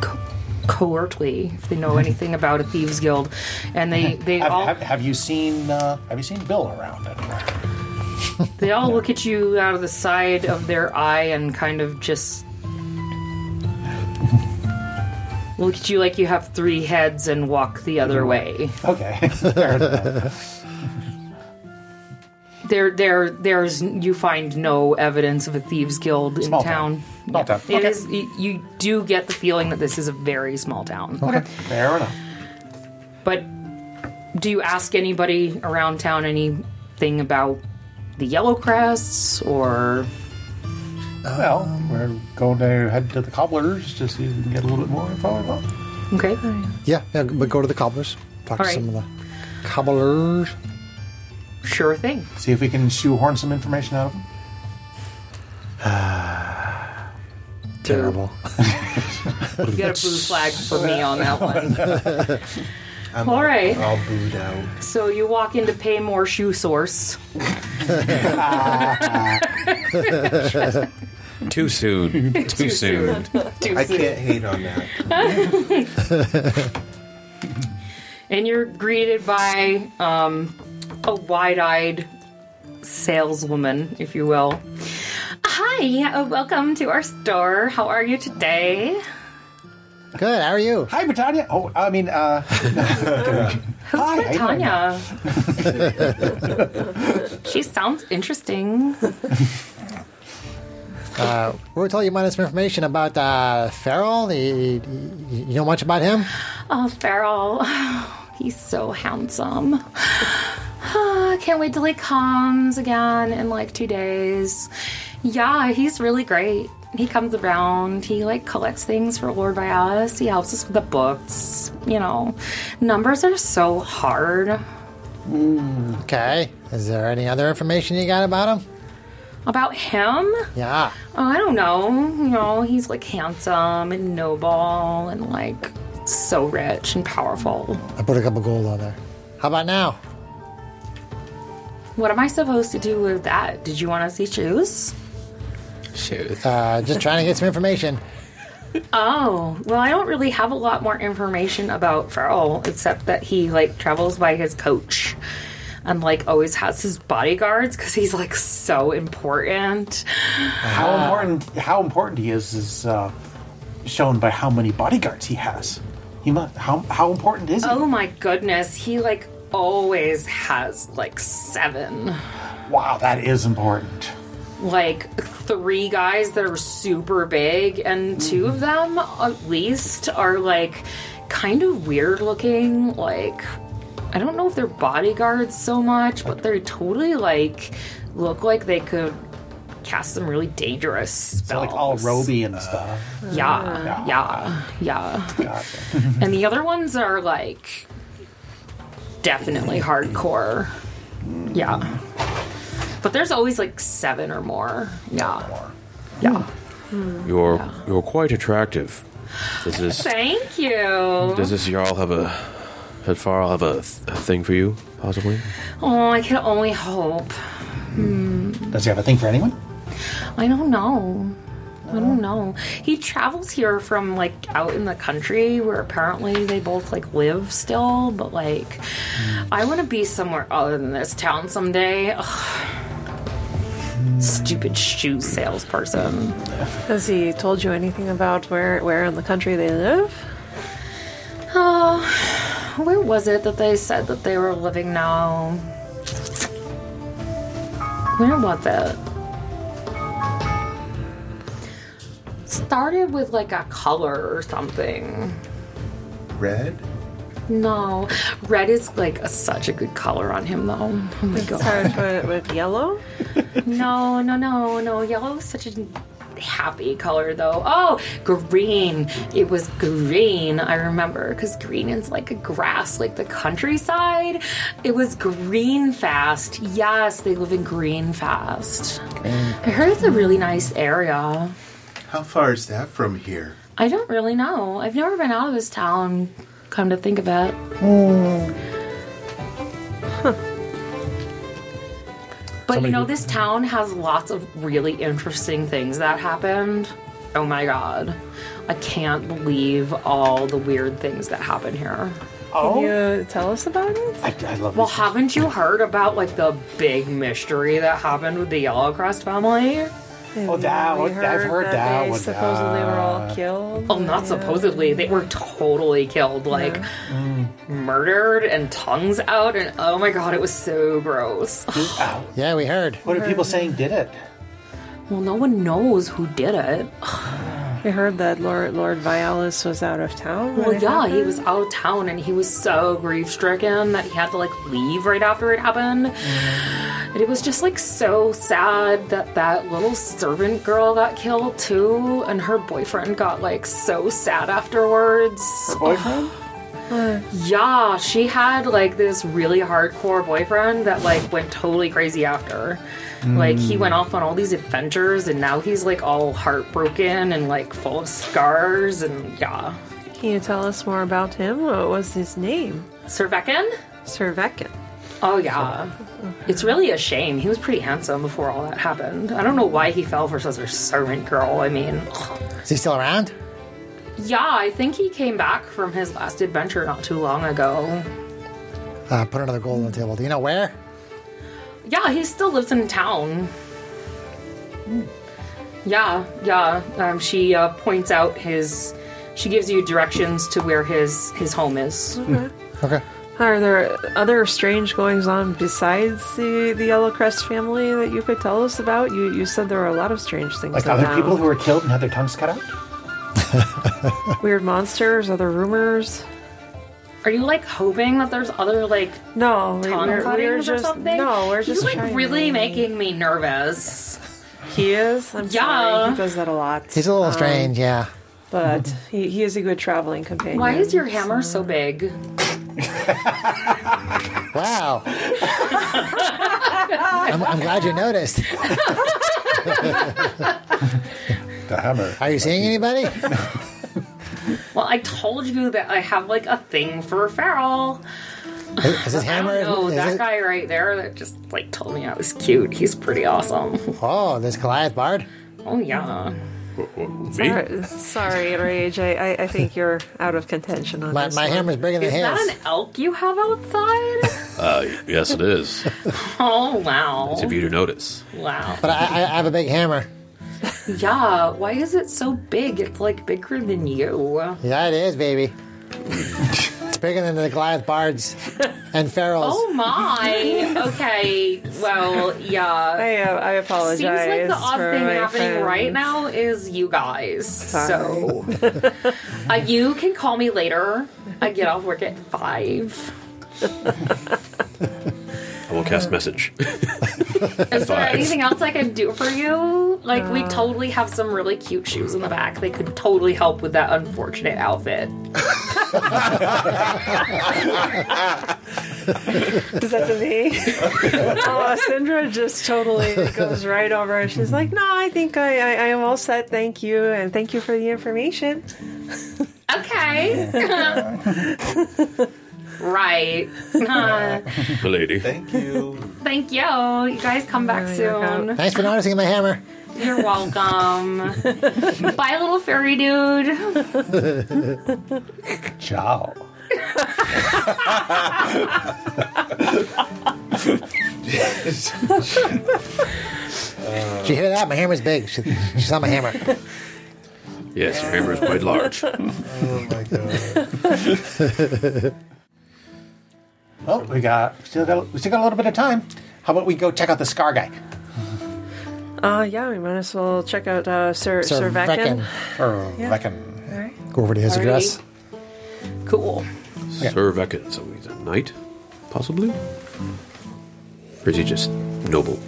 co- covertly if they know anything about a thieves guild, and they they Have, all have, have you seen uh, Have you seen Bill around anywhere? they all look at you out of the side of their eye and kind of just look at you like you have three heads and walk the other way. Okay, Fair enough. There, there, there's you find no evidence of a thieves guild in Small town. town. Small Yeah. town. It Okay. is- You, you do get the feeling that this is a very small town. Okay. fair enough. But do you ask anybody around town anything about the Yellow Crests or? Well, we're going to head to the cobblers to see if we can get a little bit more info. about it. Okay. Yeah, yeah, but go to the cobblers. Talk All to right. some of the cobblers. Sure thing. See if we can shoehorn some information out of them. Terrible. You got a blue flag for me on that one. All right. I'll boot out. So you walk into Paymore Shoe Source. Too soon. Too, soon. I can't hate on that. and you're greeted by um, a wide-eyed saleswoman, if you will. Hi, uh, welcome to our store. How are you today? Good. How are you? Hi, Britannia. Oh, I mean, uh, hi, how you doing? Tanya. she sounds interesting. Uh, We were told you wanted some information about uh, Farrell. You, you know much about him? Oh, Farrell. He's so handsome. Ah, Can't wait till he comes again in like two days. Yeah, he's really great. He comes around, he like collects things for Lord by us, he helps us with the books, you know. Numbers are so hard. Mm, Okay. Is there any other information you got about him? About him? Yeah. Oh, I don't know. You know, he's like handsome and noble and like so rich and powerful. I put a couple gold on there. How about now? What am I supposed to do with that? Did you want to see shoes? Uh, just trying to get some information. Oh, well, I don't really have a lot more information about Farrell except that he like travels by his coach and like always has his bodyguards because he's like so important. Uh, How important? How important he is is uh, shown by how many bodyguards he has. He must. How how important is he? Oh my goodness, he like always has like seven. Wow, that is important. like three guys that are super big, and two of them at least are like kind of weird looking. Like, I don't know if they're bodyguards so much, but they're totally like look like they could cast some really dangerous spells. They're like all roby and stuff. Yeah, yeah, yeah. Mm-hmm. and the other ones are like definitely hardcore. Yeah. But there's always like seven or more. Yeah. Yeah. You're you're quite attractive. Does this Thank you. does this y'all have a had far have a, th- a thing for you possibly? Oh, I can only hope. Hmm. Does he have a thing for anyone? I don't know. I don't know. He travels here from like out in the country where apparently they both like live still, but like I want to be somewhere other than this town someday. Ugh. Stupid shoe salesperson. Has he told you anything about where where in the country they live? Oh, where was it that they said that they were living now? Where was it? Started with like a color or something. Red? No, red is like a, such a good color on him though. Oh my god. Started with, with yellow. Oh, No, no, no, no. Yellow is such a happy color, though. Oh, green. It was green. I remember because green is like a grass, like the countryside. It was green fast. Yes, they live in green fast. I heard it's a really nice area. How far is that from here? I don't really know. I've never been out of this town. Come to think of it, But you know, this town has lots of really interesting things that happened. Oh my god. I can't believe all the weird things that happen here. Can you tell us about it? I, I love Well, this. haven't you heard about like the big mystery that happened with the Yellow Crest family? Oh, that We one. I've heard that, they one. Uh, Supposedly were all killed. Well, Oh, not supposedly. They were totally killed, like Mm. murdered and tongues out and oh my god, it was so gross. Ow. Yeah, we heard. What are people saying did it? well, no one knows who did it. We heard that Lord Lord Vialis was out of town. when Well, it yeah, he happened. was out of town and he was so grief stricken that he had to like leave right after it happened. And it was just like so sad that that little servant girl got killed too, and her boyfriend got like so sad afterwards. Boyfriend? Uh, Yeah, she had like this really hardcore boyfriend that like went totally crazy after. Like he went off on all these adventures and now he's like all heartbroken and like full of scars and yeah. Can you tell us more about him? What was his name? Servekin? Sir Vekin. Oh yeah, it's really a shame. He was pretty handsome before all that happened. I don't know why he fell for such a servant girl. I mean, ugh. Is he still around? yeah, I think he came back from his last adventure not too long ago. Uh, put another gold on the table. Do you know where? Yeah, he still lives in town. Yeah, yeah. Um, she uh, points out his. She gives you directions to where his his home is. Okay. Are there other strange goings on besides the, the Yellow Crest family that you could tell us about? You you said there were a lot of strange things. Like that other happened. people who were killed and had their tongues cut out? weird monsters, other rumors. Are you like hoping that there's other like No, we- tongue we're, cuttings we're or just something? no, we're just You're like trying really to- making me nervous. He is. I'm Yeah. sorry, he does that a lot. He's a little Um, strange, yeah. but Mm-hmm. he, he is a good traveling companion. Why is your hammer so big? Wow. I'm, I'm glad you noticed. The hammer. Are you seeing anybody? Well, I told you that I have like a thing for feral. Is this hammer? I don't know is that it- guy right there that just like told me I was cute. He's pretty awesome. Oh, this Goliath Bard? Oh yeah. Sorry, sorry Rage. I, I, I think you're out of contention on My, this. my one. hammer's bigger Is than that his. an elk you have outside? Uh, yes, it is. oh wow. It's a view to notice. Wow. But I, I I have a big hammer. Yeah. Why is it so big? It's like bigger than you. Yeah, it is, baby. it's bigger than the Goliath Bards and Ferals. Oh my. Okay. Well, yeah. I, uh, I apologize. Seems like the odd for thing my happening friends. right now is you guys. So uh, you can call me later. I get off work at five. I will cast message. Is there Five. anything else I can do for you? Like Uh. we totally have some really cute shoes in the back. They could totally help with that unfortunate outfit. Is that to me? oh, Sindra just totally goes right over. it. She's like, "No, I think I, I, I am all set. Thank you, and thank you for the information." Okay. Right. Uh, Milady. Thank you. Thank you. You guys come back soon. Thanks for noticing my hammer. You're welcome. Bye, little fairy dude. Ciao. She hit it out. My hammer's big. She, she saw my hammer. Yes, your hammer is quite large. Oh my god. Well, we got still got we still got a little bit of time. How about we go check out the Scar guy? Uh, yeah, we might as well check out uh, Sir, Sir, Sir Vakken. Vakken. Or I can All right. Go over to his address. Cool. Sir Vekin, so he's a knight, possibly? Or is he just noble?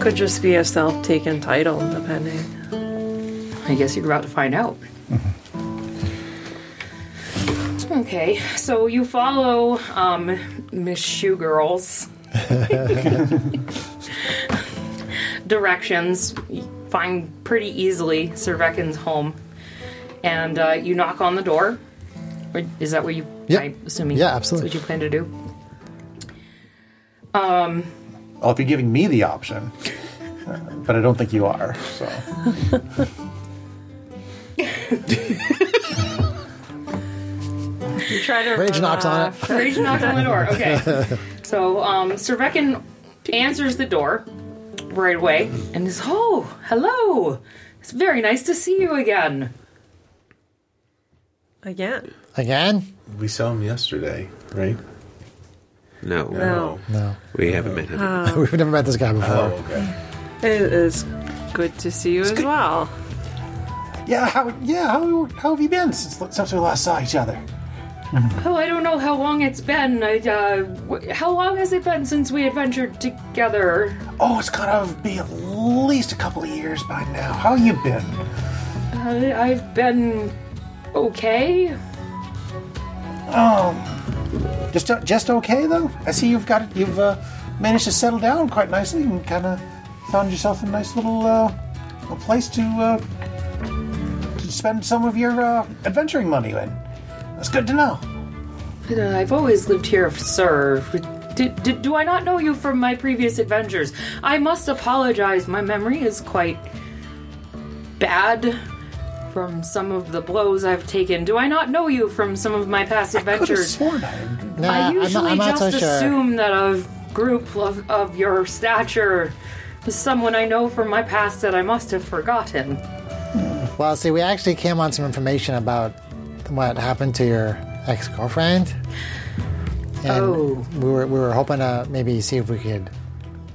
Could just be a self taken title, depending. I guess you're about to find out. Okay, so you follow um, Miss Shoe Girls directions. You find pretty easily Sir Vekin's home, and uh, you knock on the door. Or Is that what you? Yep. I'm assuming. Yeah, absolutely. That's what you plan to do. Um, Well, if you're giving me the option. Uh, But I don't think you are. So You try to Rage run knocks on off. Uh, Rage knocks on the door. Okay. So um, Sir Vekin answers the door right away and is, oh, hello. It's very nice to see you again. again. Again? We saw him yesterday, right? No. No, No. We haven't met him. We've never met this guy before. Oh, okay. it is good to see you as well. yeah, how yeah how how have you been since since we last saw each other? Oh, I don't know how long it's been. I, uh, w- how long has it been since we adventured together? Oh, it's gotta be at least a couple of years by now. How you been? I, Uh, I've been okay. Um, Just just okay though. I see you've got you've uh, managed to settle down quite nicely and kind of found yourself a nice little uh, a place to, uh, to spend some of your uh, adventuring money in. That's good to know. But, uh, I've always lived here, sir. Do, do, do I not know you from my previous adventures? I must apologize. My memory is quite bad from some of the blows I've taken. Do I not know you from some of my past Could have adventures? sworn Nah, I. I I'm not- usually I'm not, just so sure. assume that a group of, of your stature is someone I know from my past that I must have forgotten. Well, see, we actually came on some information about what happened to your ex girlfriend. And Oh. we were, we were hoping to maybe see if we could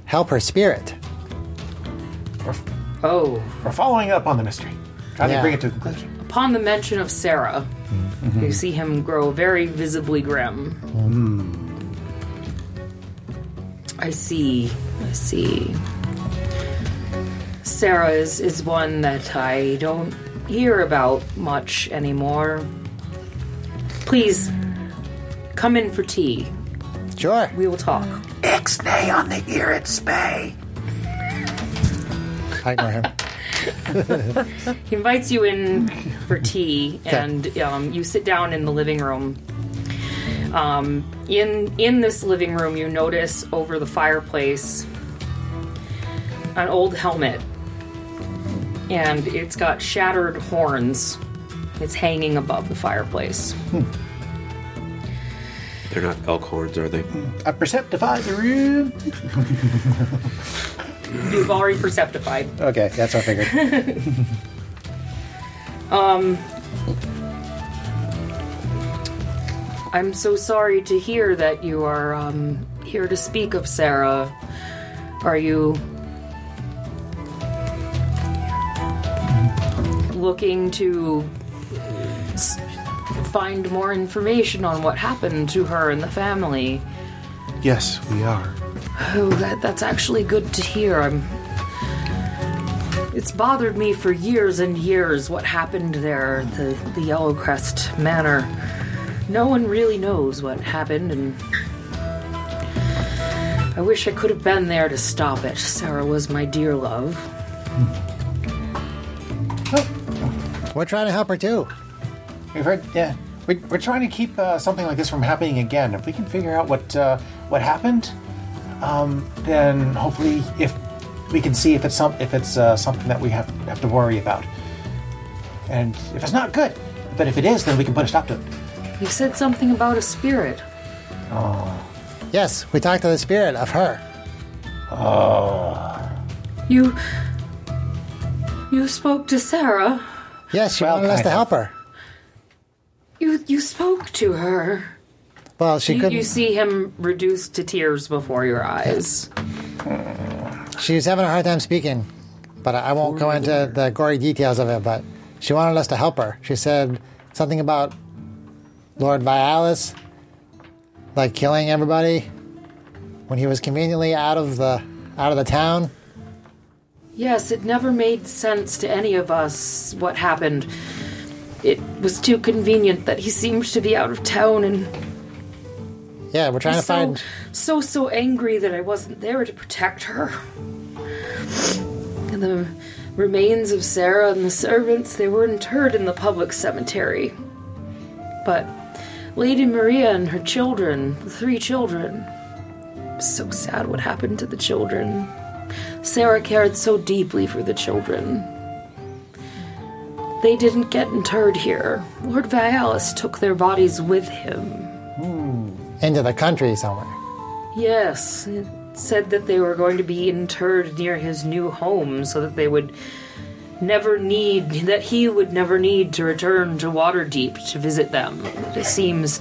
help her spirit. Oh. We're following up on the mystery. Trying Yeah. to bring it to Mm-hmm. a conclusion. Upon the mention of Sarah, you see him grow very visibly grim. Mm. I see. I see. Sarah is, is one that I don't hear about much anymore. Please come in for tea. Sure. We will talk. Ixnay on the ear at Spay. I ignore him. He invites you in for tea, and um, you sit down in the living room. Um, in in this living room, you notice over the fireplace an old helmet, and it's got shattered horns. It's hanging above the fireplace. They're not elk horns, are they? I perceptify the room. You've already perceptified. Okay, that's what I figured. Um, I'm so sorry to hear that you are um, here to speak of Sarah. Are you looking to s- find more information on what happened to her and the family? Yes, we are. Oh, that, that's actually good to hear. I'm. It's bothered me for years and years what happened there at the, the Yellow Crest Manor. No one really knows what happened, and. I wish I could have been there to stop it. Sarah was my dear love. Oh, We're trying to help her too. We've heard, yeah. We, we're trying to keep uh, something like this from happening again. If we can figure out what uh, what happened, um, then hopefully, if we can see if it's some if it's uh, something that we have have to worry about, and if it's not good, but if it is, then we can put a stop to it. You said something about a spirit. Yes, we talked to the spirit of her. Oh. You. You spoke to Sarah. Yes, she Well, wanted us kind to of. help her. You you spoke to her. Well, she You, couldn't. you see him reduced to tears before your eyes. She was having a hard time speaking, but I I won't go into the gory details of it. But she wanted us to help her. She said something about Lord Vialis, like killing everybody when he was conveniently out of the out of the town. Yes, it never made sense to any of us what happened. It was too convenient that he seemed to be out of town and Yeah, we're trying to so, find. so so angry that I wasn't there to protect her. And the remains of Sarah and the servants they were interred in the public cemetery. But Lady Maria and her children, the three children. So sad what happened to the children. Sarah cared so deeply for the children. They didn't get interred here. Lord Vialis took their bodies with him. into the country somewhere. Yes, it said that they were going to be interred near his new home so that they would never need, that he would never need to return to Waterdeep to visit them. It seems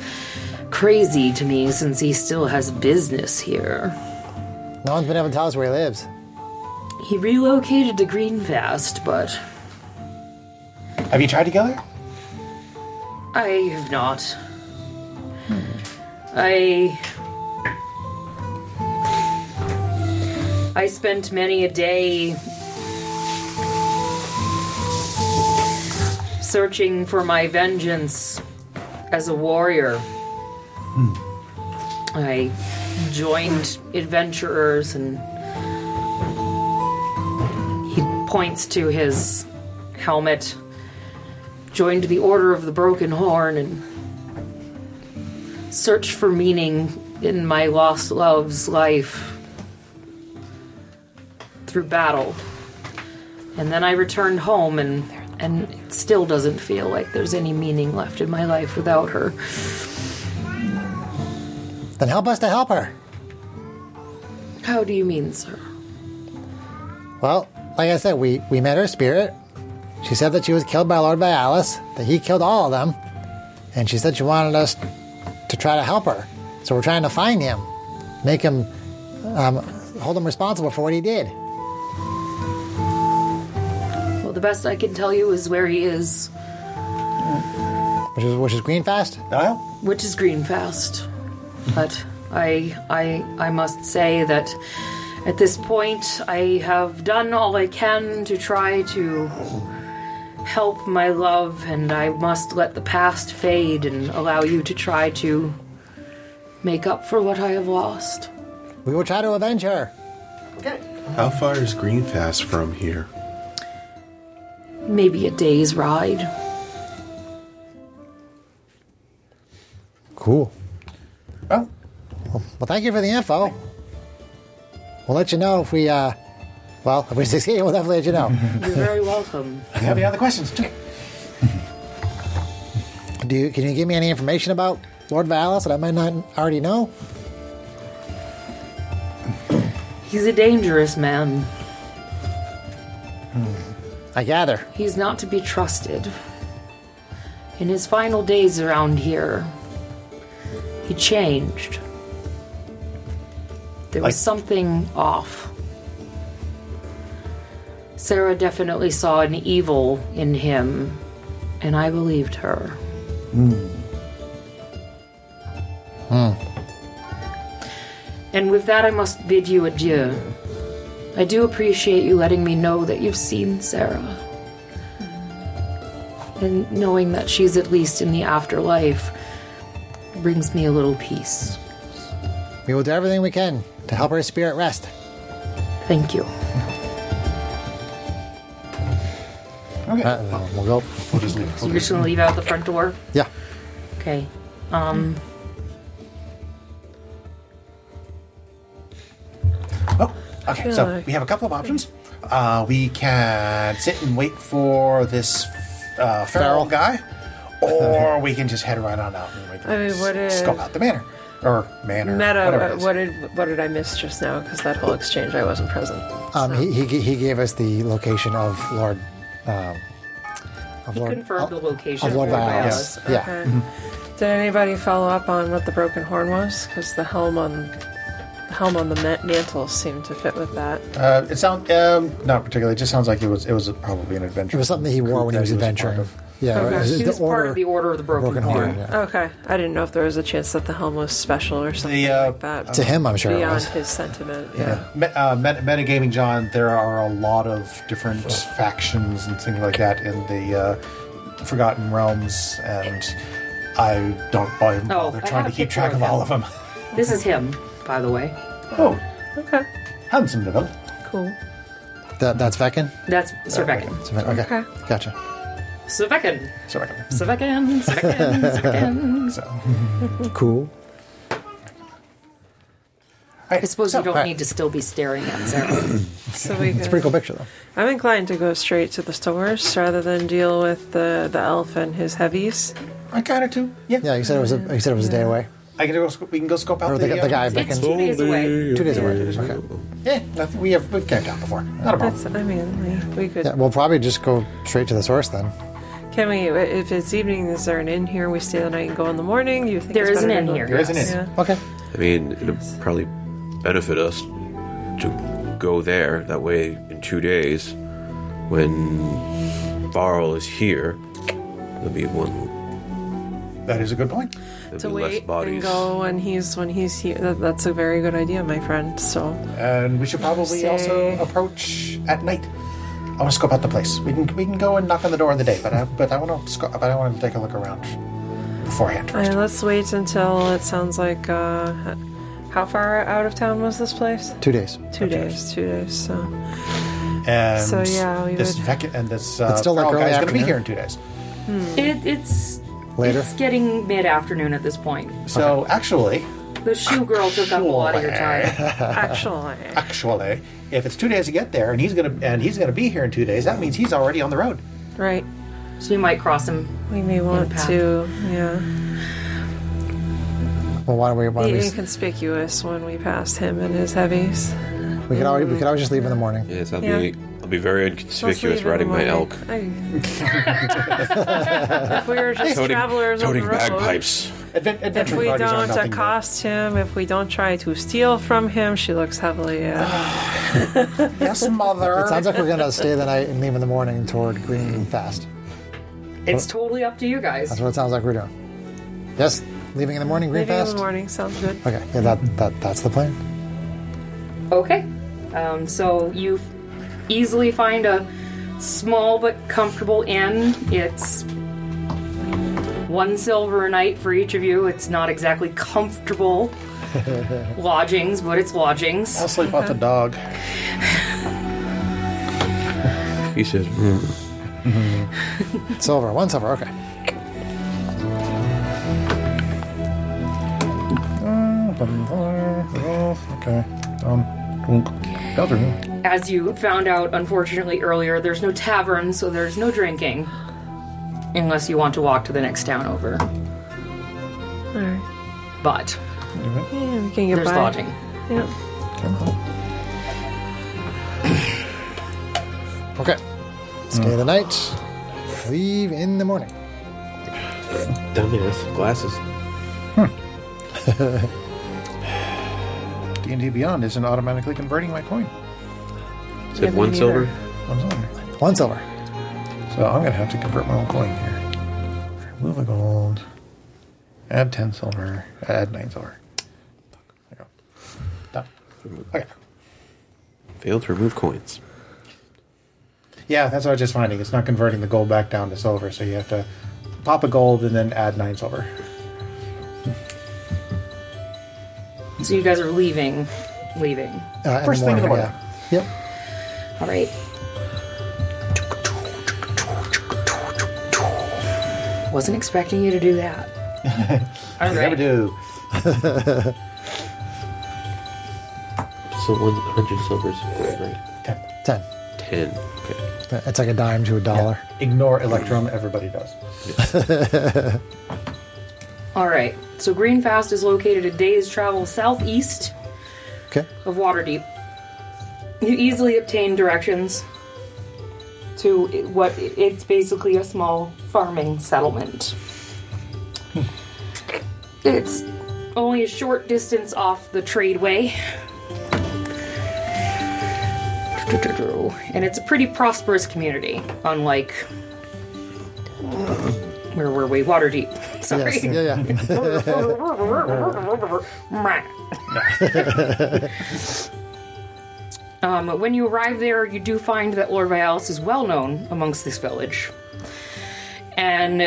crazy to me since he still has business here. No one's been able to tell us where he lives. He relocated to Greenfast, but Have you tried to go there? I have not. I. I spent many a day searching for my vengeance as a warrior. I joined adventurers and he points to his helmet joined the Order of the Broken Horn and searched for meaning in my lost love's life through battle. And then I returned home and and it still doesn't feel like there's any meaning left in my life without her. Then help us to help her. How do you mean, sir? Well, like I said, we, we met her spirit. She said that she was killed by Lord Vialis, that he killed all of them, and she said she wanted us to try to help her. So we're trying to find him, make him, um, hold him responsible for what he did. Well, the best I can tell you is where he is, Which is which is Greenfast. No. which is Greenfast. But I I I must say that at this point I have done all I can to try to help my love and I must let the past fade and allow you to try to make up for what I have lost. We will try to avenge her. How far is Greenfast from here? Maybe a day's ride. Cool. Oh, Well, thank you for the info. We'll let you know if we, uh, well, if we succeed, we'll definitely let you know. You're very welcome. if you have any other questions? too. Do you, can you give me any information about Lord Valis that I might not already know? He's a dangerous man. I gather. He's not to be trusted. In his final days around here, he changed. There was something off. Sarah definitely saw an evil in him, and I believed her. And with that, I must bid you adieu. I do appreciate you letting me know that you've seen Sarah and knowing that she's at least in the afterlife brings me a little peace. We will do everything we can to help her spirit rest. Thank you. Uh, we'll go. Uh, You're just gonna leave out the front door? Yeah. Okay. Um, Okay, feel Oh, so like- we have a couple of options. Uh, we can sit and wait for this uh, feral guy, or we can just head right on out and I mean, what s- if- scope out the manor or manor. whatever Meta, it is. what did what did I miss just now? Because that whole exchange, I wasn't present. Um, he, he g- he gave us the location of Lord. Um, of He Lord confirmed the location of Lord of Lord Vialis. Vialis. Yeah. Mm-hmm. Okay. Did anybody follow up on what the broken horn was? Because the helm on the helm on the ma- mantle seemed to fit with that. Uh, it sounds um, not particularly. It just sounds like it was. It was probably an adventure. It was something he wore when he that was he was a adventuring. part of. yeah, Okay. it was He the was part order. of the Order of the Broken, Broken Horn. Horn. Yeah. Okay, I didn't know if there was a chance that the helm was special or something The, uh, like that. To him, I'm sure it beyond was. his sentiment. Yeah. Yeah. Me- uh, meta- metagaming, John, there are a lot of different factions and things like that in the uh, Forgotten Realms, and I don't buy them. Oh, They're I trying had to a keep picture track of of all of him. them. This is him, by the way. oh, Okay. handsome devil. Cool. That, that's Vekin? That's Servekin. It's Vekin, Okay. Gotcha. Servekin. Sorry. Servekin. Servekin. Servekin. So, Mm-hmm. Cool. I suppose you don't need to still be staring at Zara. So we It's a can, pretty cool picture, though. I'm inclined to go straight to the stores rather than deal with the, the elf and his heavies. I kind of too. Yeah. Yeah, you said it was a, you said it was a day away. I can go. sc- We can go scope Or out the, the, the guy uh, it's Vekin. two days away. Two days away. Okay. Yeah, nothing, we have we've camped out before. Not a problem. That's I mean we, we could. Yeah, we'll probably just go straight to the source then. Can we? If it's evening, is there an inn here? We stay the night and go in the morning. You think There it's is an better inn to- here. There is an yes. inn. Yeah. Okay. I mean, it'd probably benefit us to go there. That way, in two days, when Varl is here, there'll be one. That is a good point. There'll To be less wait and bodies. go when he's when he's here. That, that's a very good idea, my friend. So And we should probably Say- also approach at night. I want to scope out the place. We can we can go and knock on the door in the day, but I but I want to scope, but I want to take a look around beforehand. I mean, Uh, let's wait until it sounds like. Uh, h- how far out of town was this place? Two days. Two days. Two days. So And So, yeah, we this would- vec- and this uh, It's still, like, feral early guy's going to be afternoon. here in two days. Hmm. It, it's Later. It's getting mid afternoon at this point. So actually, The shoe girl took up a lot of your time. actually, actually, if it's two days to get there, and he's going to and he's going to be here in two days, that means he's already on the road. right? So you might cross him. We may want path. to. Yeah. Well, why don't we? Why Be don't we, s- inconspicuous when we pass him and his heavies. we could always we could always just leave in the morning. Yes, I'll Yeah. be. I'll be very Let's inconspicuous leave in riding the my morning. elk. I- if we were just travelers toting on the road, bagpipes. Advent- if adventuring we parties are don't nothing but- accost him, if we don't try to steal from him, she looks heavily. uh, At, yes, mother. It sounds like we're gonna stay the night and leave in the morning toward Green Fast. It's totally up to you guys. That's what it sounds like we're doing. Yes, leaving in the morning, Green maybe in Fast. the morning sounds good. Okay, yeah, that, that that's the plan. Okay. Um, so you easily find a small but comfortable inn. It's one silver a night for each of you. It's not exactly comfortable lodgings, but it's lodgings. I'll sleep off the dog. He says, mm. Silver, one silver. Okay. Okay. Um. As you found out, unfortunately, earlier, there's no tavern, so there's no drinking. Unless you want to walk to the next town over. All right, But yeah, we can get there's by. lodging. Yeah. Okay. Stay Mm. the night. Leave in the morning. "Dumbass glasses." D&D Beyond isn't automatically converting my coin. Said Yeah, me one silver. neither. I'm sorry. One silver. So I'm going to have to convert my own coin here. Remove a gold. Add 10 silver. Add 9 silver. There you go. Done. Okay. Failed to remove coins. Yeah, that's what I was just finding. It's not converting the gold back down to silver, so you have to pop a gold and then add 9 silver. So you guys are leaving. Leaving. Uh, First thing in the morning. yeah. Yep. All right. Wasn't expecting you to do that. All Never right. do. So 100 silvers, right? Ten. 10. Okay. It's like a dime to a dollar. Ignore Electrum. Everybody does. All right. So Greenfast is located a day's travel southeast Okay. of Waterdeep. You easily obtain directions to what it's basically a small farming settlement. It's only a short distance off the tradeway. And it's a pretty prosperous community, unlike where were we? Waterdeep. Sorry. Yes. Yeah, yeah. um, when you arrive there, you do find that Lord Vialis is well known amongst this village. And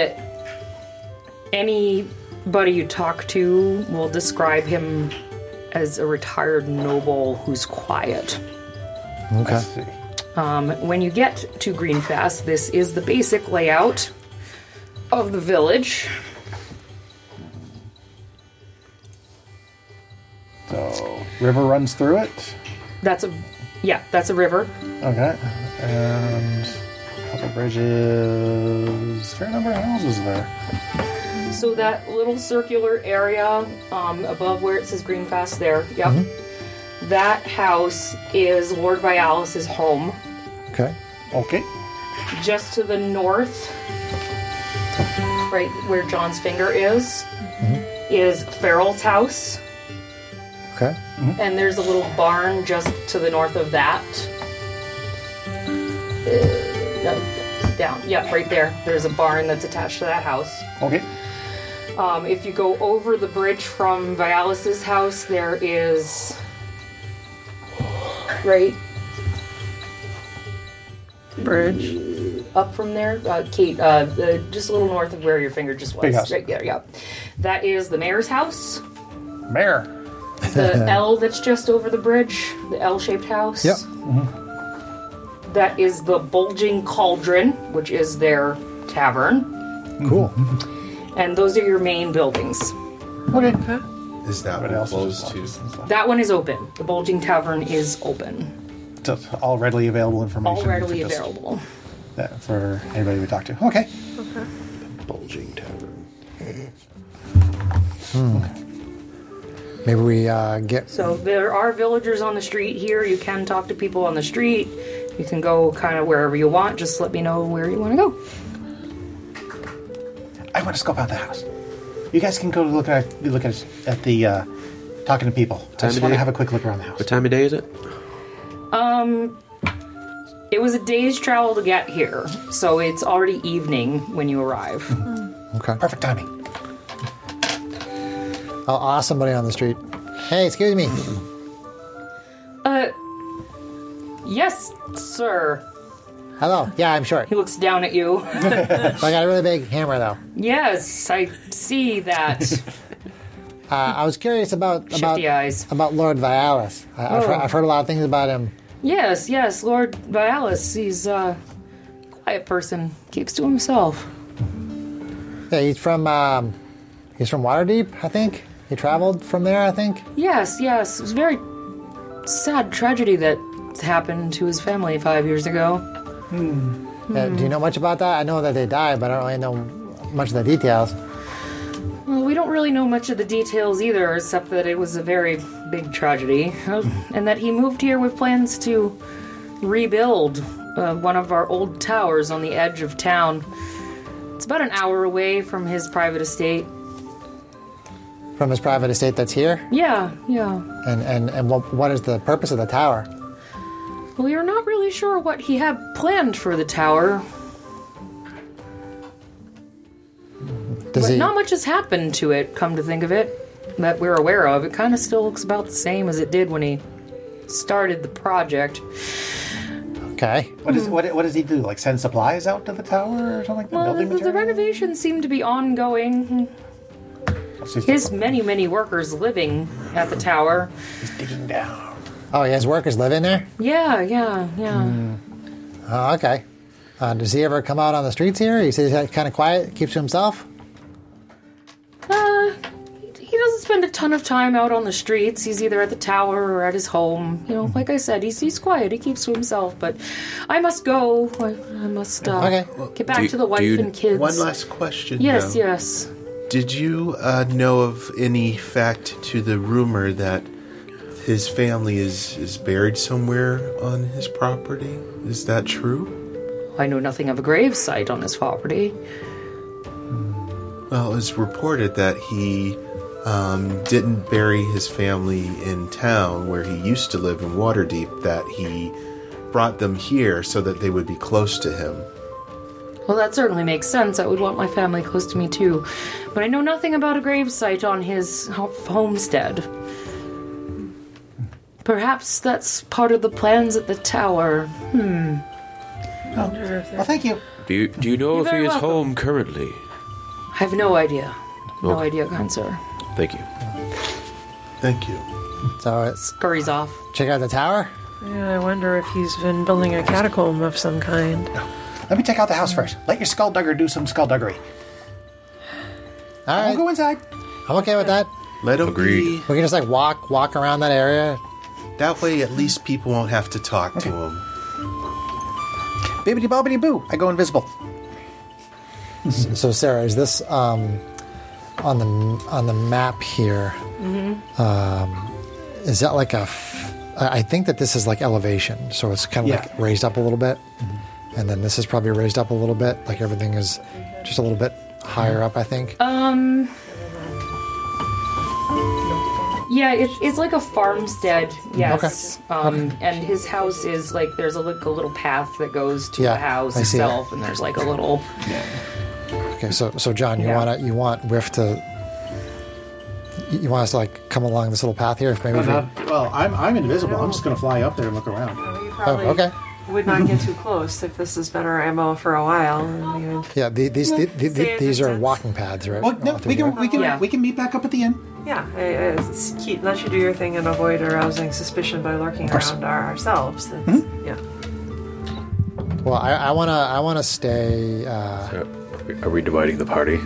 anybody you talk to will describe him as a retired noble who's quiet. Okay. Um, when you get to Greenfast, this is the basic layout of the village. So river runs through it. That's a yeah, that's a river. Okay. And a couple bridges. Fair number of houses there. So that little circular area um, above where it says Greenfast there, yep. That house is Lord Vialis's home. Okay. Okay. Just to the north, right where John's finger is, is Farrell's house. Okay. Mm-hmm. And there's a little barn just to the north of that. Uh, no, down. Yep, right there. There's a barn that's attached to that house. Okay. Um, if you go over the bridge from Vialis's house, there is right Bridge. up from there, uh, Kate, uh, the, just a little north of where your finger just was. Big house. Right there, yeah. That is the mayor's house. Mayor. The L that's just over the bridge, the L-shaped house. Yep. That is the bulging cauldron, which is their tavern, Cool. and those are your main buildings. Okay. Is that What what else close is to? That one is open. The bulging tavern is open, So all readily available information. all readily for just- available. That for anybody we talk to. Okay. Bulging tavern. Hmm. Maybe we uh, get. So there are villagers on the street here. You can talk to people on the street. You can go kind of wherever you want. Just let me know where you want to go. I want to scope out the house. You guys can go look at look at at the uh, talking to people. I of just want day? to have a quick look around the house. What time of day is it? Um, It was a day's travel to get here, so it's already evening when you arrive. Okay. Perfect timing. I'll ask somebody on the street. Hey, excuse me. Uh, yes, sir. Hello. Yeah, I'm short. He looks down at you. But I got a really big hammer, though. yes, I see that. Uh, I was curious about about Shifty eyes. about Lord Vialis. I, I've, heard, Oh. I've heard a lot of things about him. Yes, yes, Lord Vialis. He's a quiet person. Keeps to himself. Yeah, he's from um, he's from Waterdeep, I think. He traveled from there, I think. Yes, yes. It was a very sad tragedy that happened to his family five years ago. Hmm. Uh, do you know much about that? I know that they died, but I don't really know much of the details. Hmm. Well, we don't really know much of the details either, except that it was a very big tragedy, uh, and that he moved here with plans to rebuild uh, one of our old towers on the edge of town. It's about an hour away from his private estate. From his private estate that's here, Yeah, yeah. and and and what, what is the purpose of the tower? We are not really sure what he had planned for the tower, Does But he? not much has happened to it, come to think of it, that we're aware of. It kind of still looks about the same as it did when he started the project. okay. What is what, what does he do? Like send supplies out to the tower or something like that? Well, the, Building the, material? renovations seem to be ongoing. She's His many, many workers living at the tower. digging down. Oh, he has workers living there. Hmm. Yeah, yeah, yeah. Oh, okay. Uh, does he ever come out on the streets here? He says he's kind of quiet, keeps to himself. Uh, spend a ton of time out on the streets. He's either at the tower or at his home. You know, like I said, he's he's quiet. He keeps to himself. But I must go. I, I must uh, Okay. get back Do you- to the wife do you- and kids. One last question. yes, though. yes. Did you uh, know of any fact to the rumor that his family is, is buried somewhere on his property? Is that true? I know nothing of a grave site on his property. Well, it was reported that he um, didn't bury his family in town where he used to live in Waterdeep, that he brought them here so that they would be close to him. Well, that certainly makes sense. I would want my family close to me too. But I know nothing about a gravesite on his ho- homestead. Perhaps that's part of the plans at the tower. Hmm. Oh, Well, thank you. Do you, do you know You're if he very is welcome. home currently? I have no idea. No Okay. idea, Gunser. Thank you. Thank you. So it's Scurries off. check out the tower. Yeah, I wonder if he's been building a catacomb of some kind. Let me take out the house first. Let your skulldugger do some skullduggery. All I'll right, go inside. I'm okay with that. Let him Agreed. We can just like walk walk around that area. be. That way, at least people won't have to talk to him. Bibbidi bobbidi boo. I go invisible. So Sarah, is this um, on the on the map here? Um, is that like a? F- I I think that this is like elevation, so it's kind of Yeah. Mm-hmm. like raised up a little bit, and then this is probably raised up a little bit. Like everything is just a little bit higher up. I think. Um, Yeah, it's, it's like a farmstead, yes. Um, And his house is like there's a, like, a little path that goes to Yeah, the house I see that. itself, and there's like a little. okay, so so John, you Yeah. wanna you want Whiff to. You you want us to like come along this little path here? If maybe. we- well, I'm, I'm invisible. I'm just going to fly up there and look around. oh, okay. Would not get too close if this has been our MO for a while. and we would- Yeah, the, these the, the, Stay at these are distance. walking paths, right? Well, no, All through we can here. we can Yeah. we can meet back up at the inn. Yeah, I, I, it's keep, let you do your thing and avoid arousing suspicion by lurking around our, ourselves. That's, Yeah. Well, I, I wanna I wanna stay. Uh, Are we- Are we dividing the party?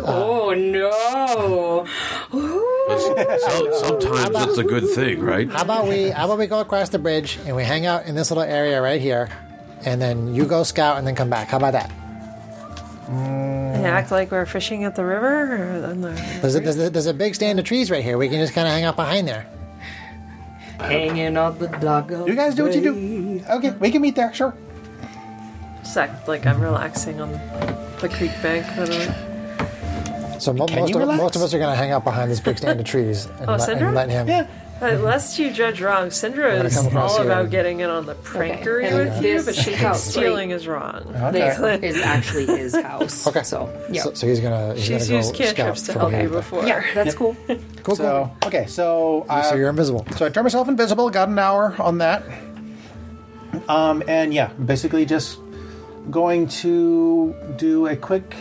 uh, oh no! So- sometimes that's a good thing, right? How about we? How about we go across the bridge and we hang out in this little area right here, and then you go scout and then come back. How about that? Mm. And act like we're fishing at the river? Or on the, There's a, there's a, there's a big stand of trees right here. We can just kind of hang out behind there. Hanging on the doggo. You guys do what you do. Okay, we can meet there. Sure. just act like I'm relaxing on the creek bank. by the way. So mo- most you of, relax? most of us are gonna hang out behind this big stand of trees and, Oh, let, Cinder? and let him. Yeah. But lest you judge wrong, Syndra gonna is come across all here about and- getting in on the prankery Okay. with you, This but she is thinks right. stealing is wrong. There is actually his house. Okay. So, yeah. So, so he's gonna. He's She's gonna used go scout cantrips to for help me. you before. yeah, that's cool. Cool, cool. So okay, so uh, So you're invisible. So I turned myself invisible, got an hour on that. Um, and yeah, basically just going to do a quick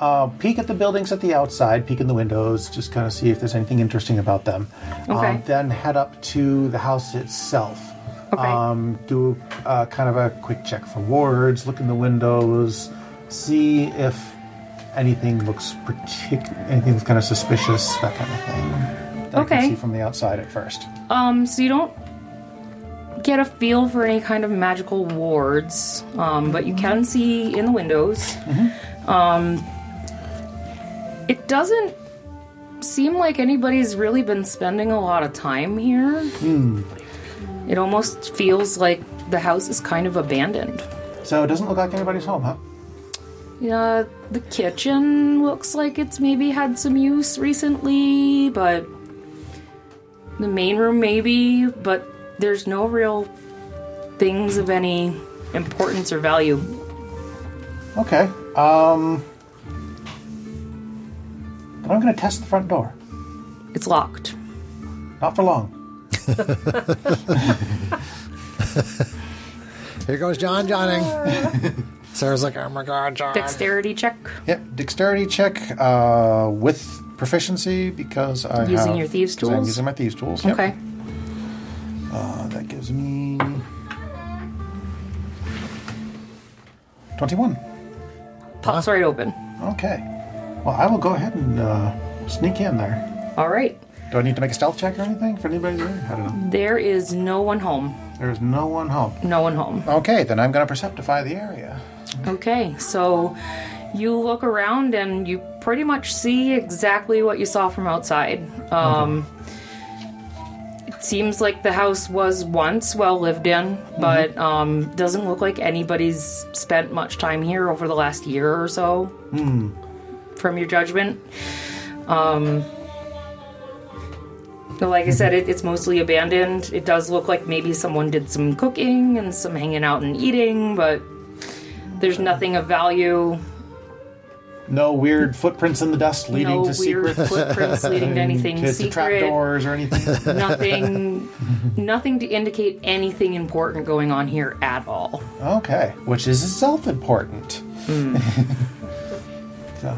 uh, peek at the buildings at the outside, peek in the windows, just kind of see if there's anything interesting about them. Okay. Um, then head up to the house itself. Okay. Um, do uh, kind of a quick check for wards, look in the windows, see if anything looks particular, anything's kind of suspicious, that kind of thing. That I Okay. can see from the outside at first. Um, so you don't get a feel for any kind of magical wards, um, but you can see in the windows. Um, it doesn't seem like anybody's really been spending a lot of time here. Hmm. It almost feels like the house is kind of abandoned. So it doesn't look like anybody's home, huh? Yeah, the kitchen looks like it's maybe had some use recently, but the main room maybe, but there's no real things of any importance or value. Okay. Um. But I'm going to test the front door. It's locked. Not for long. Here goes John Johnning. Sarah's like, oh my god, John. Dexterity check Yep. Dexterity check uh, with proficiency because I using have- your thieves because I'm tools. using my thieves tools. Yep. Okay. Uh, that gives me twenty-one. Pops right open. Okay. Well, I will go ahead and uh, Sneak in there. All right. Do I need to make a stealth check or anything for anybody there? I don't know. There is no one home. There's no one home. No one home. Okay, then I'm going to perceptify the area. Okay, so you look around and you pretty much see exactly what you saw from outside. Um, It seems like the house was once well lived in, but um, doesn't look like anybody's spent much time here over the last year or so, Hmm. from your judgment. Um, but like I said, it, it's mostly abandoned. It does look like maybe someone did some cooking and some hanging out and eating, but there's nothing of value. No weird footprints in the dust leading no to weird secrets. footprints leading to anything to, to secret. trapdoors or anything. Nothing, nothing to indicate anything important going on here at all. okay, which is itself important. so.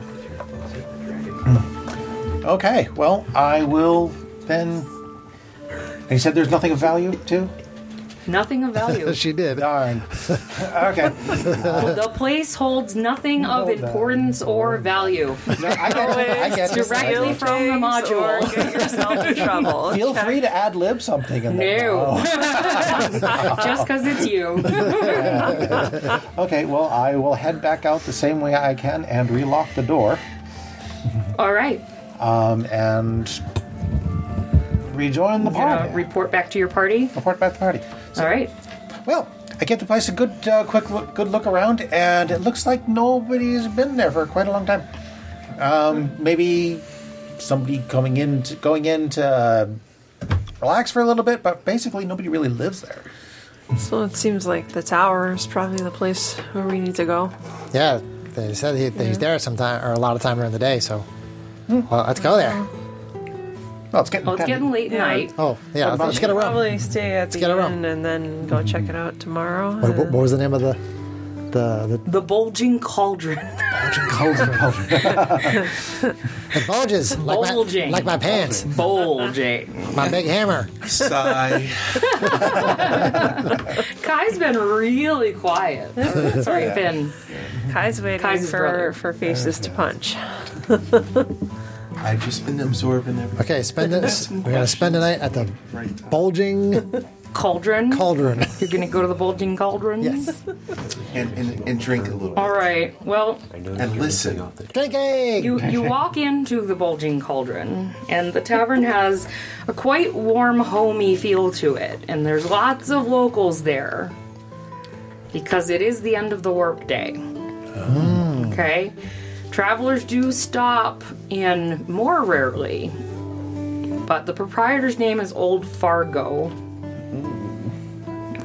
Hmm. Okay, well, I will then. And you said there's nothing of value, too? Nothing of value. She did. Darn. okay. the place holds nothing of Hold on. importance or value. No, I get it. I get it. I Directly get it. from the Things or module. Get yourself in trouble. Feel free to ad lib something in there. No. Just because it's you. Okay, well, I will head back out the same way I can and relock the door All right. um, and rejoin the Uh, party. report back to your party. Report back to the party. All right. Well, I give the place a good, uh, quick, look, good look around, and it looks like nobody's been there for quite a long time. Um, maybe somebody coming in, to, going in to uh, relax for a little bit, but basically nobody really lives there. So it seems like the tower is probably the place where we need to go. Yeah, they said he, that he's there sometime or a lot of time during the day. So, well, let's go there. Well, Oh, it's Oh, getting Well, it's kinda- getting late Yeah. night. Oh, yeah, let's, let's get a room. Probably stay at the get a room. inn and then go check it out tomorrow. What, what and- what was the name of the the the, The bulging cauldron. the bulges? Like my, Bulging. like my pants, bulging. my big hammer. Sigh. Kai's been really quiet. Sorry, Finn. Kai's waiting Kai's for, brother. for faces to punch. I've just been absorbing everything. Okay, spend it. We're gonna spend the night at the Right. bulging Cauldron. cauldron. You're gonna go to the bulging cauldron. Yes, And, and, and drink a little. All right. Well, And listen. drinking. you you walk into the bulging cauldron, and the tavern has a quite warm, homey feel to it, and there's lots of locals there because it is the end of the workday. Okay. Travelers do stop in more rarely, but the proprietor's name is Old Fargo.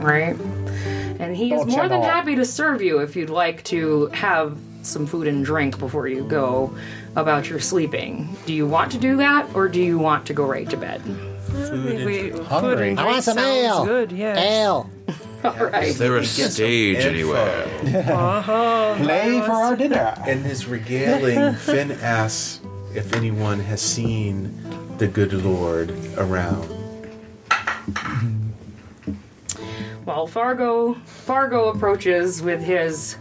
Right? And he is Don't you more than know? happy to serve you if you'd like to have some food and drink before you go about your sleeping. Do you want to do that or do you want to go right to bed? Wait, food Hungry. and I drink want some sounds ale. Good, yeah. Ale. All right. They're a stage anywhere. Uh-huh. Play for our dinner. And is regaling, Finn asks if anyone has seen the good Lord around. Eh. While Fargo Fargo approaches with his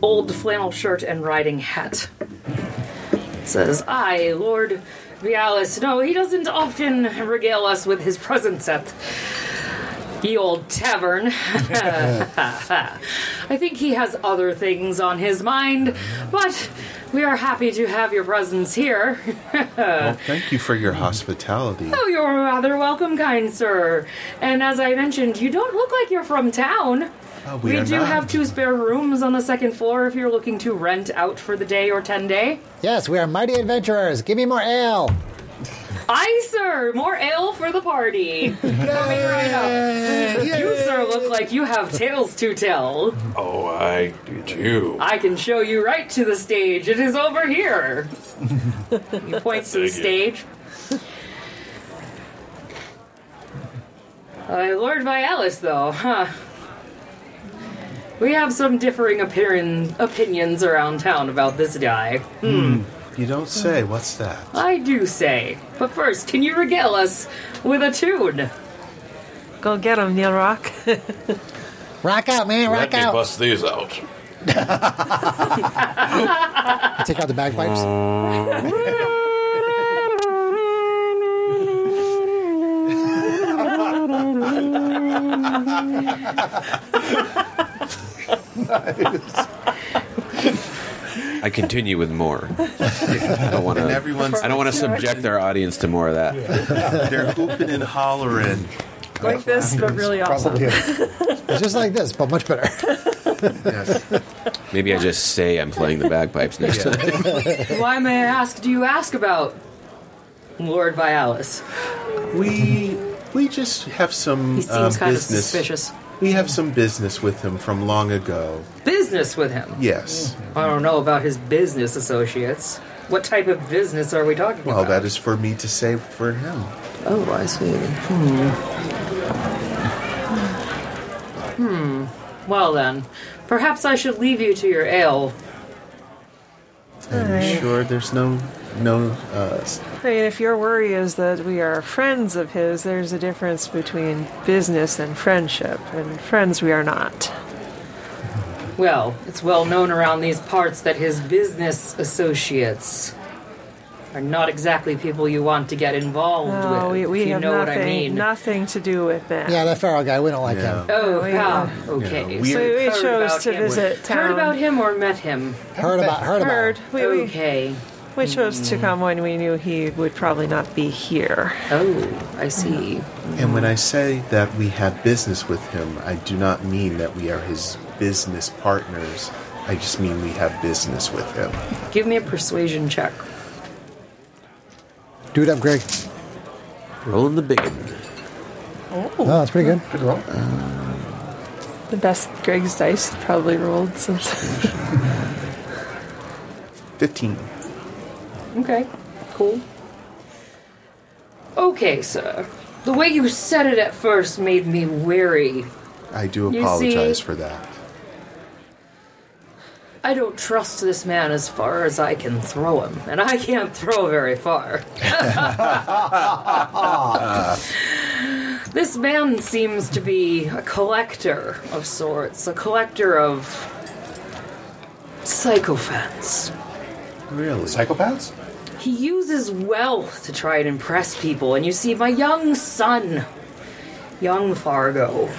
old flannel shirt and riding hat. Says, I, Lord Vialis. No, he doesn't often regale us with his presence at the old tavern. I think he has other things on his mind, but we are happy to have your presence here. Well, thank you for your hospitality. Oh, you're rather welcome, kind sir. And as I mentioned, you don't look like you're from town. Oh, We, are do not. have two spare rooms on the second floor if you're looking to rent out for the day or 10 day. Yes, we are mighty adventurers. Give me more ale. Aye, sir, more ale for the party. Coming right up. You, sir, look like you have tales to tell. Oh, uh, I do too. I can show you right to the stage. It is over here. he points to the Thank you. stage. Uh, Lord Vialis, though, huh? We have some differing appearin- opinions around town about this guy. Hmm. Hmm. You don't say. What's that? I do say. But first, can you regale us with a tune? Go get him, Neil Rock. Rock out, man. Rock out. bust these out. Take out the bagpipes. I continue with more. I don't want And to. everyone's I don't want to subject our audience to more of that. they're hooping and hollering. Like this, but really awesome. Probably. It's just like this, but much better. Yes. Maybe I just say I'm playing the bagpipes next time. Why, may I ask, do you ask about Lord Vialis? We we just have some He seems uh, kind business. of suspicious. We have some business with him from long ago. Business with him? Yes. I don't know about his business associates. What type of business are we talking Well, about? that is for me to say for him. Oh, I see. Hmm. Hmm. Well, then, perhaps I should leave you to your ale. I'm sure there's no no. Uh, s- I mean, if your worry is that we are friends of his, there's a difference between business and friendship, and friends we are not. Well, it's well known around these parts that his business associates are not exactly people you want to get involved No, with. we, if we you have know nothing, what I mean. nothing to do with that. Yeah, that feral guy, we don't like him. Oh, Oh, yeah. yeah. Okay. Yeah, you we- we heard chose about to him. visit Heard town. about him or met him? Heard about, heard about. Heard. him. We, we, okay. we chose to come when we knew he would probably not be here. Oh, I see. and when I say that we have business with him, I do not mean that we are his business partners. I just mean we have business with him. Give me a persuasion check. Dude up, Greg. Rolling the big. Oh, that's pretty good. The best Greg's dice probably rolled since. Fifteen. Okay, cool. Okay, sir. The way you said it at first made me wary. I do You apologize see? for that. I don't trust this man as far as I can throw him, and I can't throw very far. Uh, this man seems to be a collector of sorts, a collector of psychophants. Really? Psychopaths? He uses wealth to try and impress people, and you see, my young son, young Fargo.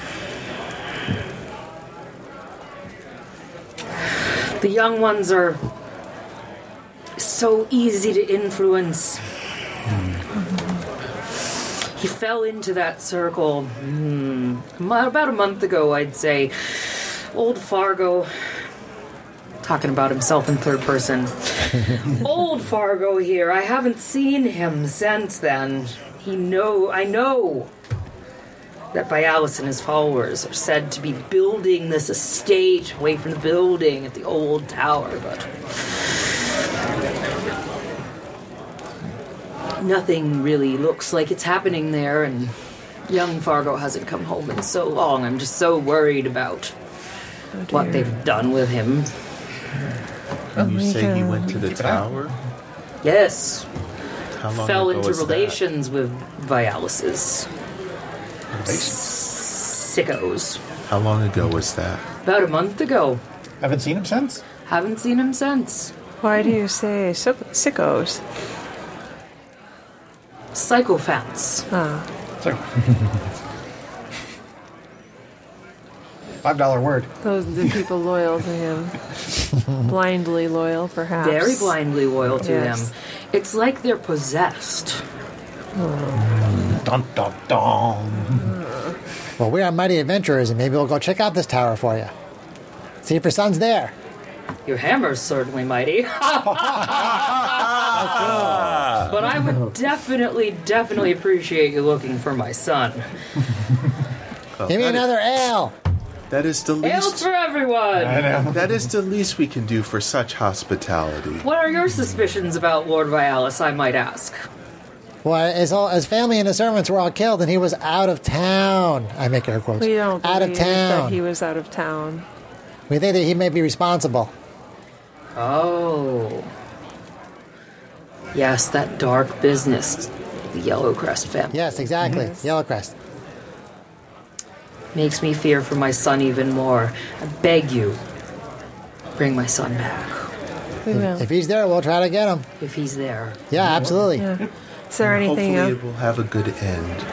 The young ones are so easy to influence. He fell into that circle hmm, mo- about a month ago, I'd say. Old Fargo, talking about himself in third person old Fargo here. I haven't seen him since then. He know I know that Bialis and his followers are said to be building this estate away from the building at the old tower, but nothing really looks like it's happening there and young Fargo hasn't come home in so long. I'm just so worried about what they've done with him. And you say he went to the tower? Yes, How long fell ago into was that? relations with Vialis's sickos How long ago was that? about a month ago. Haven't seen him since? Haven't seen him since. Why do you say so- sickos? Psychophants. Ah. So. Five dollar word. Those the people loyal to him, blindly loyal, perhaps. Very blindly loyal to Yes. them. It's like they're possessed. Dun dun dun. Well, we are mighty adventurers, and maybe we'll go check out this tower for you. See if your son's there. Your hammer's certainly mighty. but I would definitely, definitely appreciate you looking for my son. Give me that is- another ale. That is the Hails least. for everyone! That is the least we can do for such hospitality. What are your suspicions about Lord Vialis, I might ask? Well, his, all, his family and his servants were all killed, and he was out of town. I make air quotes. We don't out of believe that town. he was out of town. we think that he may be responsible. Oh. Yes, that dark business, the Yellow Crest family, Yes, exactly. Yellow Crest. makes me fear for my son even more. I beg you, bring my son back We will. If he's there, we'll try to get him. if he's there. Yeah, absolutely. Yeah. Is there anything Hopefully, else? it will have a good end.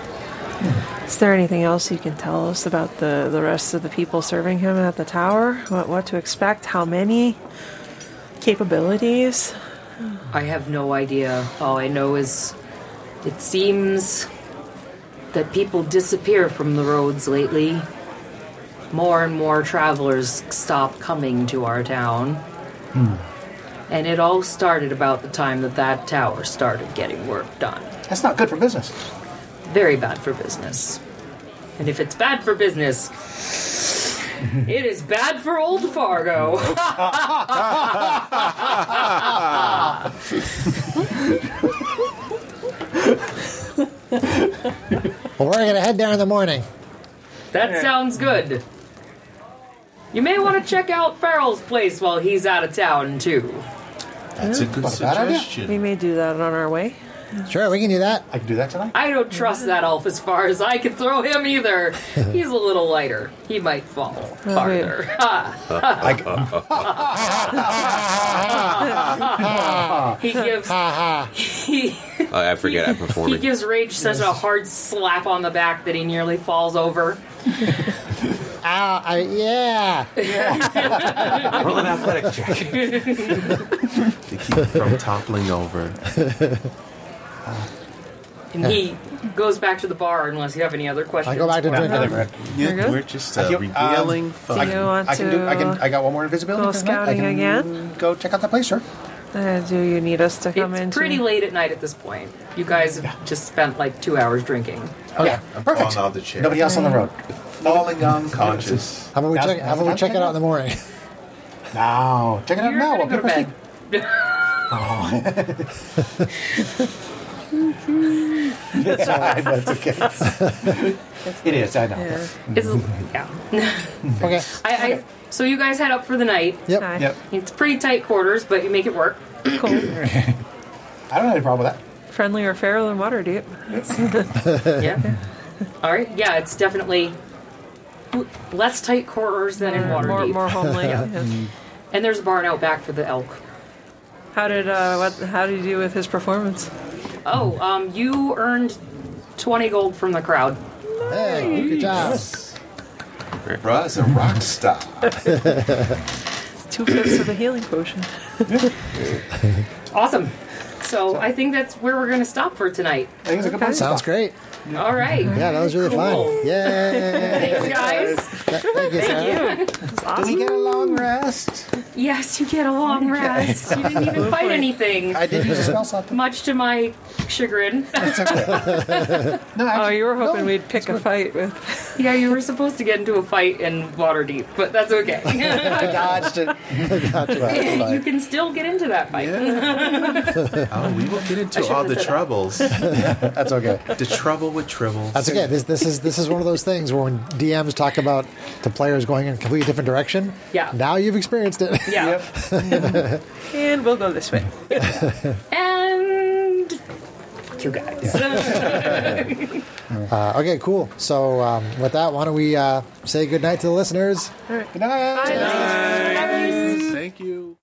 Is there anything else you can tell us about the, the rest of the people serving him at the tower? What, what to expect? How many? Capabilities? I have no idea. All I know is it seems that people disappear from the roads lately. More and more travelers stop coming to our town. And it all started about the time that that tower started getting work done. That's not good for business. Very bad for business. And if it's bad for business, it is bad for old Fargo. Well, we're going to head there in the morning. That sounds good. You may want to check out Farrell's place while he's out of town, too. That's a good Not a bad idea. We may do that on our way. Sure, we can do that. I can do that tonight. I don't trust that elf as far as I can throw him either. He's a little lighter. He might fall Oh, farther. he gives he, I forget I'm he performing. gives Rage such a hard slap on the back that he nearly falls over. Ow, Ah, I, yeah. Roll an athletic check. to keep from toppling over. And he goes back to the bar unless you have any other questions. I go back to drinking. Yeah, good? we're just uh, you- um, revealing Do fun. you want I can to do. I can. I got one more invisibility. go for tonight. scouting I can again? Go check out that place, sir. Uh, do you need us to come It's in? pretty late at night at this point. You guys have just spent like two hours drinking. Oh, yeah, perfect. falling out of the chair. Nobody else on the road. Falling unconscious. How about we That's- check, how about we that's- check it out in the morning? No, check it out You're now. gonna while go to people bed. sleep. Oh. That's okay. it is. I know. It's, yeah. Okay. I, I, so you guys head up for the night. Yep. Hi. Yep. It's pretty tight quarters, but you make it work. Cool. I don't have any problem with that. Friendly or feral and water deep. Yeah. All right. Yeah, it's definitely l- less tight quarters than in Waterdeep. More, more homely. yes. And there's a barn out back for the elk. How did uh, what? How did you do with his performance? Oh, um, you earned 20 gold from the crowd. Hey, good job. Bruh's a rock star. Two fifths of a healing potion. Awesome. So I think that's where we're going to stop for tonight. I think it's a good place. Sounds great. All right. Yeah, that was really Cool. fun. Yay. Thanks, guys. Thank you, Sarah. Do we get a long rest? Yes, you get a long rest. You didn't even fight anything, I did use a spell slot. though. much to my chagrin. It's okay. No, Oh, actually, you were hoping no. we'd pick a fight with. yeah, you were supposed to get into a fight in Waterdeep, but that's okay. I dodged it. you can still get into that fight. Oh, we will get into all the troubles. the That's okay. trouble with tribbles. That's okay. This, this is this is one of those things where when DMs talk about the players going in a completely different direction, Yeah. now you've experienced it. Yeah. And we'll go this way. And you guys. Uh, okay, cool. So um, with that, why don't we uh, say goodnight to the listeners? Good night. Thank you.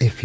If